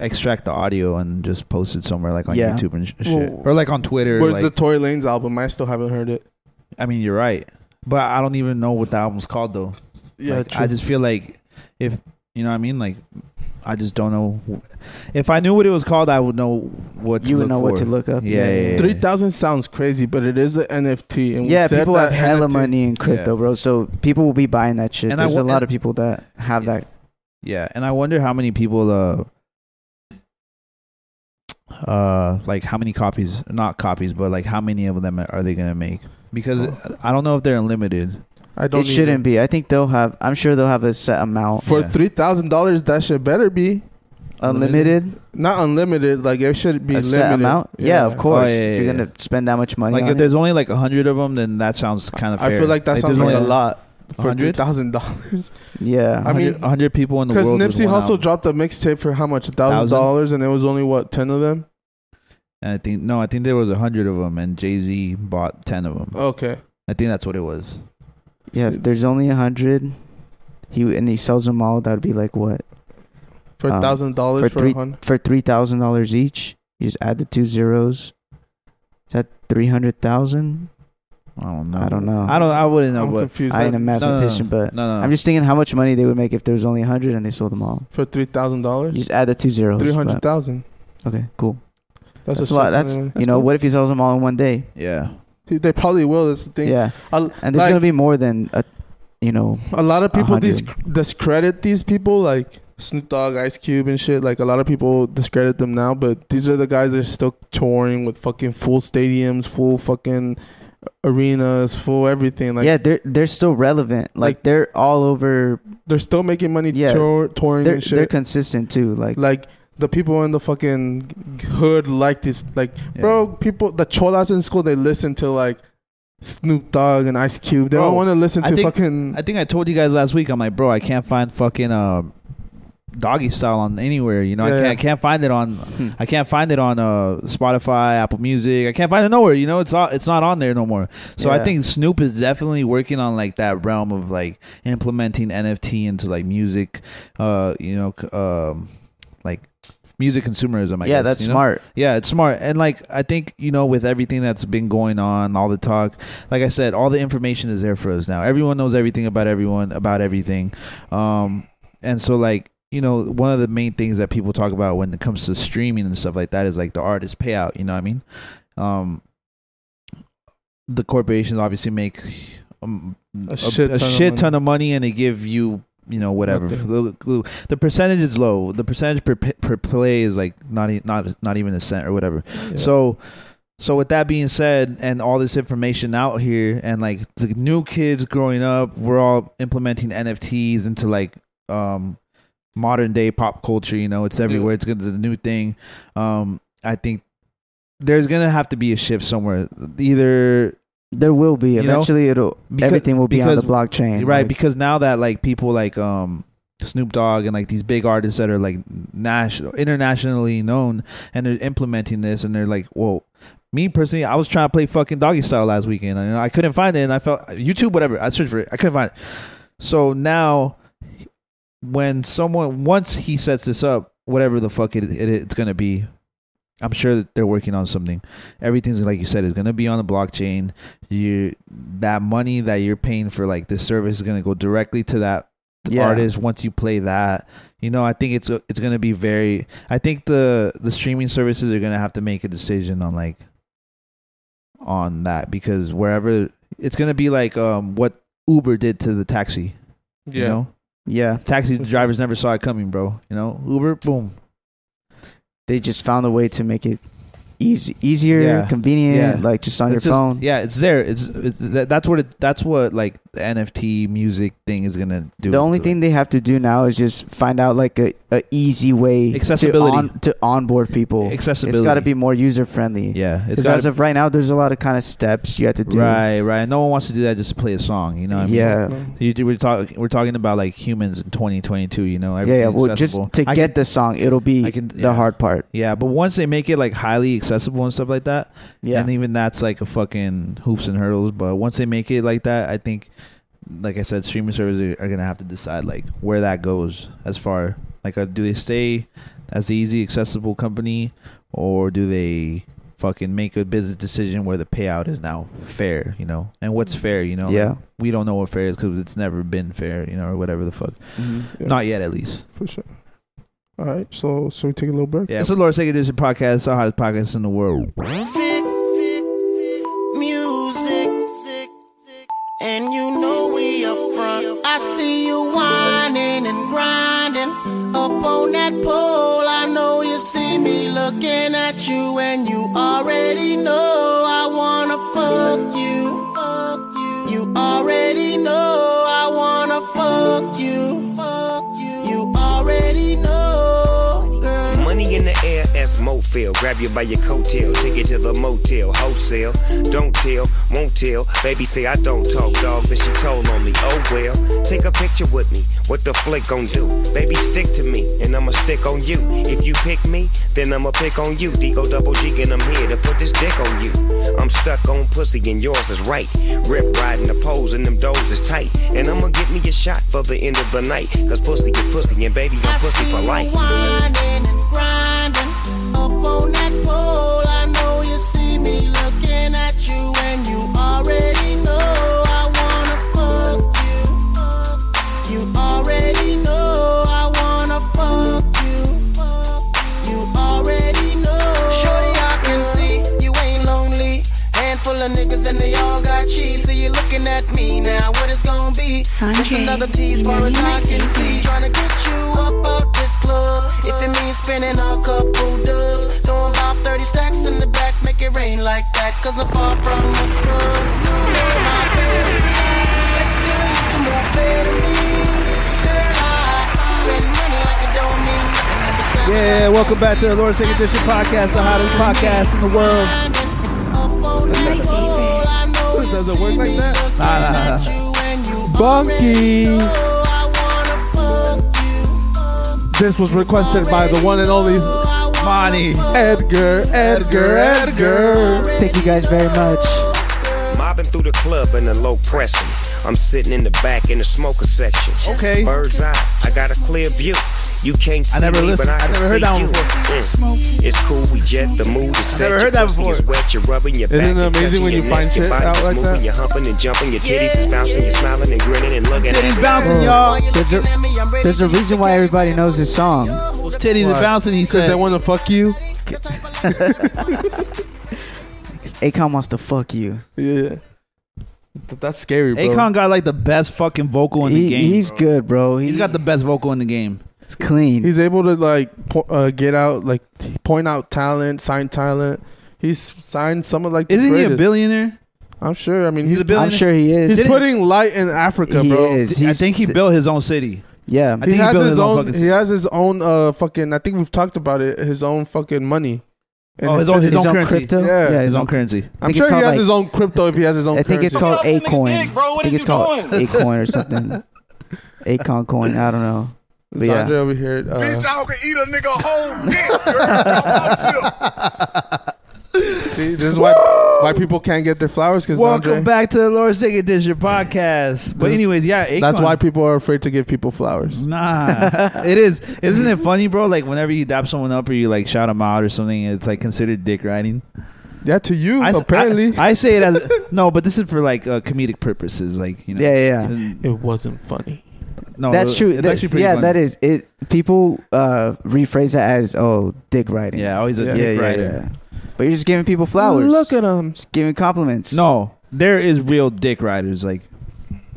Speaker 2: extract the audio and just post it somewhere like on
Speaker 3: Yeah.
Speaker 2: YouTube and sh- shit,
Speaker 1: Well,
Speaker 2: or like on Twitter.
Speaker 1: Where's
Speaker 2: like-
Speaker 1: the Tory Lanez album? I still haven't heard it.
Speaker 2: I mean, you're right, but I don't even know what the album's called though.
Speaker 1: Yeah,
Speaker 2: Like,
Speaker 1: true.
Speaker 2: I just feel like if you know what I mean, like I just don't know. wh- If I knew what it was called, I would know what to
Speaker 3: You would
Speaker 2: look
Speaker 3: know what
Speaker 2: for.
Speaker 3: to look up.
Speaker 2: Yeah, yeah, yeah.
Speaker 1: three thousand sounds crazy, but it is an NFT. And we
Speaker 3: Yeah,
Speaker 1: said
Speaker 3: people have
Speaker 1: that
Speaker 3: hella
Speaker 1: NFT
Speaker 3: money in crypto,
Speaker 2: Yeah.
Speaker 3: bro. So people will be buying that shit.
Speaker 2: And I
Speaker 3: There's
Speaker 2: wa-
Speaker 3: a lot
Speaker 2: and-
Speaker 3: of people that have that.
Speaker 2: Yeah, and I wonder how many people uh uh like how many copies not copies but like how many of them are they going to make? Because I don't know if they're unlimited.
Speaker 1: I don't.
Speaker 3: It shouldn't be. I think they'll have. I'm sure they'll have a set amount.
Speaker 1: For
Speaker 2: Yeah.
Speaker 1: three thousand dollars, that should better be
Speaker 3: Unlimited.
Speaker 1: not unlimited. Like it should be
Speaker 3: a
Speaker 1: limited. Oh,
Speaker 3: set amount. Yeah, of course.
Speaker 2: yeah,
Speaker 3: if
Speaker 2: yeah,
Speaker 3: you're gonna spend that much money,
Speaker 2: Like
Speaker 3: on
Speaker 2: if
Speaker 3: it.
Speaker 2: there's only like 100 of them then that sounds kind of
Speaker 1: I
Speaker 2: fair.
Speaker 1: feel like that sounds
Speaker 2: there's
Speaker 1: like a
Speaker 2: only
Speaker 1: lot for
Speaker 2: 100?
Speaker 1: three thousand dollars.
Speaker 3: yeah,
Speaker 1: I mean,
Speaker 2: 100 100 people in the
Speaker 1: because
Speaker 2: world. with
Speaker 1: Nipsey
Speaker 2: one
Speaker 1: Hussle
Speaker 2: album.
Speaker 1: dropped a mixtape for how much? Thousand dollars, and it was only what ten of them.
Speaker 2: And I think no, I think there was 100 of them and Jay-Z bought 10 of them.
Speaker 1: Okay,
Speaker 2: I think that's what it was.
Speaker 3: yeah. If there's only a hundred, he and he sells them all. That would be like what
Speaker 1: for
Speaker 3: Um,
Speaker 1: thousand dollars
Speaker 3: for
Speaker 1: for,
Speaker 3: three-
Speaker 1: a hundred.
Speaker 3: for three thousand dollars each. You just add the two zeros. Is that three hundred thousand?
Speaker 2: I don't know.
Speaker 3: I don't know.
Speaker 2: I don't I wouldn't know
Speaker 1: I'm
Speaker 2: but
Speaker 1: confused.
Speaker 3: I ain't a
Speaker 1: That-
Speaker 3: mathematician,
Speaker 2: no, no,
Speaker 3: but
Speaker 2: no, no, no.
Speaker 3: I'm just thinking how much money they would make if there was only a hundred and they sold them all.
Speaker 1: for three thousand
Speaker 3: You
Speaker 1: dollars,
Speaker 3: just add the two zeros.
Speaker 1: three
Speaker 3: but-
Speaker 1: hundred thousand.
Speaker 3: Okay, cool.
Speaker 1: That's,
Speaker 3: That's,
Speaker 1: a
Speaker 3: a lot.
Speaker 1: shit
Speaker 3: That's,
Speaker 1: ton of
Speaker 3: you know, what if he sells them all in one day?
Speaker 2: yeah.
Speaker 1: money. they probably will. That's the thing.
Speaker 3: Yeah,
Speaker 1: I'll-
Speaker 3: and there's
Speaker 1: like-
Speaker 3: gonna be more than a, you know,
Speaker 1: a lot of
Speaker 3: A
Speaker 1: people
Speaker 3: hundred.
Speaker 1: disc- discredit these people like Snoop Dogg, Ice Cube, and shit. Like a lot of people discredit them now, but these are the guys that are still touring with fucking full stadiums, full fucking arenas, full everything. Like
Speaker 3: yeah, they're they're still relevant. Like,
Speaker 1: Like-
Speaker 3: they're all over.
Speaker 1: they're still making money
Speaker 3: Yeah.
Speaker 1: tour- touring
Speaker 3: They're
Speaker 1: and
Speaker 3: they're
Speaker 1: shit.
Speaker 3: consistent too. Like
Speaker 1: like the people in the fucking hood like this. Like bro, people the cholas in school they listen to like Snoop Dogg and Ice Cube. They
Speaker 2: Bro,
Speaker 1: don't want to listen
Speaker 2: I
Speaker 1: to
Speaker 2: think-
Speaker 1: fucking.
Speaker 2: I think I told you guys last week. I'm like, bro, I can't find fucking um doggy style on anywhere. You know,
Speaker 1: Yeah,
Speaker 2: I, can't,
Speaker 1: yeah.
Speaker 2: I can't find it on
Speaker 3: Hmm.
Speaker 2: I can't find it on uh, Spotify, Apple Music. I can't find it nowhere. You know, it's all it's not on there no more. So I
Speaker 3: Yeah.
Speaker 2: think Snoop is definitely working on like that realm of like implementing NFT into like music. Uh, you know, c- um, like music consumerism. I
Speaker 3: Yeah,
Speaker 2: guess,
Speaker 3: that's
Speaker 2: you know?
Speaker 3: smart.
Speaker 2: Yeah, it's smart. And like I think, you know, with everything that's been going on, all the talk, like I said, all the information is there for us now. Everyone knows everything about everyone, about everything. Um and so like you know, one of the main things that people talk about when it comes to streaming and stuff like that is like the artist payout, you know what I mean? Um the corporations obviously make um,
Speaker 1: A shit
Speaker 2: a
Speaker 1: ton of
Speaker 2: shit
Speaker 1: money.
Speaker 2: ton of money and they give you you know whatever the, the percentage is low the percentage per, per play is like not e- not not even a cent or whatever so so with that being said and all this information out here and like the new kids growing up we're all implementing nfts into like um modern day pop culture you know it's everywhere it's gonna it's a new thing um i think there's gonna have to be a shift somewhere either
Speaker 3: There will be
Speaker 2: You know?
Speaker 3: eventually. it'll
Speaker 2: Because-
Speaker 3: everything will be on the
Speaker 2: because-
Speaker 3: blockchain,
Speaker 2: right
Speaker 3: like-
Speaker 2: because now that like people like um Snoop Dogg and like these big artists that are like national internationally known and they're implementing this and they're like well me personally I was trying to play fucking doggy style last weekend and I couldn't find it and I felt YouTube whatever I searched for it I couldn't find it so now when someone once he sets this up whatever the fuck it, it it's going to be I'm sure that they're working on something. Everything's like you said is going to be on the blockchain. You that money that you're paying for like this service is going to go directly to that
Speaker 3: Yeah.
Speaker 2: artist once you play that. You know, I think it's it's going to be very. I think the the streaming services are going to have to make a decision on like on that because wherever it's going to be like um what Uber did to the taxi. You know,
Speaker 3: Yeah,
Speaker 2: taxi drivers never saw it coming, bro. You know, Uber, boom.
Speaker 3: they just found a way to make it easy, easier,
Speaker 2: Yeah.
Speaker 3: convenient,
Speaker 2: Yeah.
Speaker 3: like just on your
Speaker 2: It's just-
Speaker 3: phone.
Speaker 2: Yeah, it's there. It's, it's that, that's what it, that's what like the NFT music thing is gonna do.
Speaker 3: the only
Speaker 2: to
Speaker 3: thing they have to do now is just find out like a, a easy way
Speaker 2: Accessibility.
Speaker 3: to, on, to onboard people.
Speaker 2: Accessibility.
Speaker 3: It's got to be more user friendly.
Speaker 2: it. yeah, it's
Speaker 3: Because
Speaker 2: gotta
Speaker 3: as of right now, there's a lot of kind of steps you have to
Speaker 2: be-
Speaker 3: do.
Speaker 2: right, right. No one wants to do that just to play a song. You know, what I mean?
Speaker 3: Yeah.
Speaker 2: You, do- we're talking we're talking about like humans in 2022. You know,
Speaker 3: Yeah, yeah.
Speaker 2: everything's
Speaker 3: Well, just
Speaker 2: accessible.
Speaker 3: to
Speaker 2: I
Speaker 3: get
Speaker 2: can-
Speaker 3: the song, it'll
Speaker 2: I
Speaker 3: be
Speaker 2: can-
Speaker 3: the
Speaker 2: yeah.
Speaker 3: hard part.
Speaker 2: yeah, but once they make it like highly accessible and stuff like that,
Speaker 3: Yeah.
Speaker 2: And even that's like a fucking hoops and hurdles. But once they make it like that, I think, like I said, streaming services are, are gonna have to decide like where that goes as far like uh, do they stay as the easy accessible company or do they fucking make a business decision where the payout is now fair, you know? And what's fair, you know? Like,
Speaker 3: Yeah.
Speaker 2: we don't know what fair is because it's never been fair, you know, or whatever the fuck.
Speaker 3: Mm-hmm.
Speaker 1: Yeah.
Speaker 2: Not yet, at least.
Speaker 1: for sure. All right, so so we take a little break.
Speaker 2: Yeah. It's the Laura Sega Edition podcast, the hottest podcast in the world.
Speaker 9: music, and you know we up front. I see you whining and grinding up on that pole. I know you see me looking at you, and you already know I wanna fuck you. Fuck you. You already know I wanna fuck you. Fuck you. You already know, girl.
Speaker 10: Money in the air, as Mofeel. Grab you by your coattail, take you to the motel. Wholesale, don't tell, won't tell. Baby say I don't talk, dog, but she told on me. Oh well, take a picture with me. What the flick gon' do? Baby, stick to me, and I'ma stick on you. If you pick me, then I'ma pick on you. Digo double G, and I'm here to put this dick on you. I'm stuck on pussy, and yours is right. Rip riding the poles, and them doors is tight. And I'ma get me a shot for the end of the night. Cause pussy is pussy, and baby, I'm pussy for life.
Speaker 9: Whining and grinding up on that pole. I know you see me looking at you, and you already know I wanna fuck you. You already know I wanna fuck you. You already know. Shorty, I can see you ain't lonely. Handful of niggas and they all got cheese. So you looking at me now. What it's gonna be? Just
Speaker 7: Sanjay,
Speaker 9: another tease far as I can see. Tryna get you up out this club. If it means spinning a couple dubs. Throwing about 30 stacks in the back. Make it rain like that. Cause I'm far from a scrub. You know my better Next to used to more better me. Girl, I spend money like it don't mean nothing. And besides, I
Speaker 2: Yeah,
Speaker 9: got
Speaker 2: welcome back to the Lord's Second Edition podcast, the hottest podcast in the world.
Speaker 7: my favorite.
Speaker 1: Does it work like that?
Speaker 2: Bunky.
Speaker 1: This was requested by the one and only
Speaker 2: Monty.
Speaker 1: Edgar, Edgar, Edgar.
Speaker 3: Thank you guys very much.
Speaker 10: Mobbing through the club in the low pressing. I'm sitting in the back in the smoker section.
Speaker 2: Okay.
Speaker 10: Bird's eye. I got a clear view. You can't see
Speaker 2: I never
Speaker 10: me,
Speaker 2: listened-
Speaker 10: but I, can
Speaker 2: I never heard
Speaker 10: see
Speaker 2: that one
Speaker 10: you. Mm. It's cool. We jet the mood. Is set.
Speaker 2: never
Speaker 10: your
Speaker 2: heard that
Speaker 10: pussy is
Speaker 2: before.
Speaker 10: wet. You're rubbing your
Speaker 1: Isn't
Speaker 10: back.
Speaker 1: it
Speaker 10: you're
Speaker 1: amazing
Speaker 10: touching
Speaker 1: when
Speaker 10: your
Speaker 1: you
Speaker 10: neck,
Speaker 1: find
Speaker 10: your
Speaker 1: shit
Speaker 10: body's
Speaker 1: out like
Speaker 10: moving,
Speaker 1: that?
Speaker 10: You're humping and jumping. Your titties is bouncing. You're smiling and grinning and looking at
Speaker 2: Titties
Speaker 10: it.
Speaker 2: bouncing, y'all.
Speaker 3: There's a, there's a reason why everybody knows this song.
Speaker 2: Those titties
Speaker 1: Why?
Speaker 2: are bouncing. He
Speaker 1: Because
Speaker 2: said,
Speaker 1: they want to fuck you.
Speaker 3: Akon wants to fuck you.
Speaker 1: Yeah. Th- That's scary, bro.
Speaker 2: Akon got like the best fucking vocal in the
Speaker 3: He-
Speaker 2: game.
Speaker 3: he's
Speaker 2: bro.
Speaker 3: good, bro. He,
Speaker 2: He's got the best vocal in the game.
Speaker 3: it's clean.
Speaker 1: He's able to like po- uh, get out, like t- point out talent, sign talent. He's signed some of like. The
Speaker 2: Isn't he a
Speaker 1: greatest.
Speaker 2: billionaire?
Speaker 1: I'm sure. I mean,
Speaker 2: He's
Speaker 1: he's,
Speaker 2: a billionaire.
Speaker 3: I'm sure he is.
Speaker 1: he's
Speaker 2: Didn't-
Speaker 1: putting light in Africa,
Speaker 3: he
Speaker 1: bro.
Speaker 3: is.
Speaker 2: I
Speaker 3: He's-
Speaker 2: think he built his own city.
Speaker 3: Yeah.
Speaker 2: I
Speaker 1: He
Speaker 2: think
Speaker 1: has
Speaker 2: built
Speaker 1: his
Speaker 2: own.
Speaker 1: own.
Speaker 2: fucking
Speaker 1: He
Speaker 2: city.
Speaker 1: has his own. Uh, fucking. I think we've talked about it. His own fucking money. And
Speaker 2: Oh, his own- his
Speaker 1: city.
Speaker 2: own currency.
Speaker 3: crypto.
Speaker 1: Yeah,
Speaker 2: his, own currency.
Speaker 1: I'm
Speaker 3: think it's
Speaker 1: sure he
Speaker 3: called,
Speaker 1: has
Speaker 3: like-
Speaker 1: his own crypto. If he has his own.
Speaker 3: I think it's
Speaker 1: currency.
Speaker 3: called
Speaker 4: off the nigga
Speaker 3: Acoin.
Speaker 4: dick, bro. What
Speaker 3: I think
Speaker 4: is
Speaker 3: it's
Speaker 4: you
Speaker 3: called Acoin or something. Akon coin. I don't know. But
Speaker 1: Sandra
Speaker 3: yeah.
Speaker 1: over here. uh,
Speaker 8: Bitch, I can eat a nigga whole dick, girl. I want to.
Speaker 1: see, this is why why people can't get their flowers because
Speaker 2: Welcome back to the Lord's Ticket Dish, your podcast. But
Speaker 1: This-
Speaker 2: anyways, yeah, Akon.
Speaker 1: That's why people are afraid to give people flowers.
Speaker 2: Mm. Nah, it is. Isn't it funny, bro? Like whenever you dap someone up or you like shout them out or something, it's like considered dick riding.
Speaker 3: Hmm,
Speaker 1: Yeah, to you
Speaker 2: I s-
Speaker 1: apparently.
Speaker 2: I, I say it as no, but this is for like uh, comedic purposes. Like you know,
Speaker 3: Yeah, yeah,
Speaker 1: it wasn't funny.
Speaker 2: No,
Speaker 1: Oh,
Speaker 3: That's true.
Speaker 2: It's
Speaker 3: That-
Speaker 2: actually pretty
Speaker 3: yeah,
Speaker 2: funny.
Speaker 3: that is it. People uh, rephrase that as "oh, dick writing."
Speaker 2: Yeah, always a
Speaker 1: Yeah.
Speaker 2: dick
Speaker 3: yeah,
Speaker 2: rider.
Speaker 3: yeah. But you're just giving people flowers.
Speaker 1: Look at him.
Speaker 3: Just giving compliments.
Speaker 2: No, there is real dick riders. Like,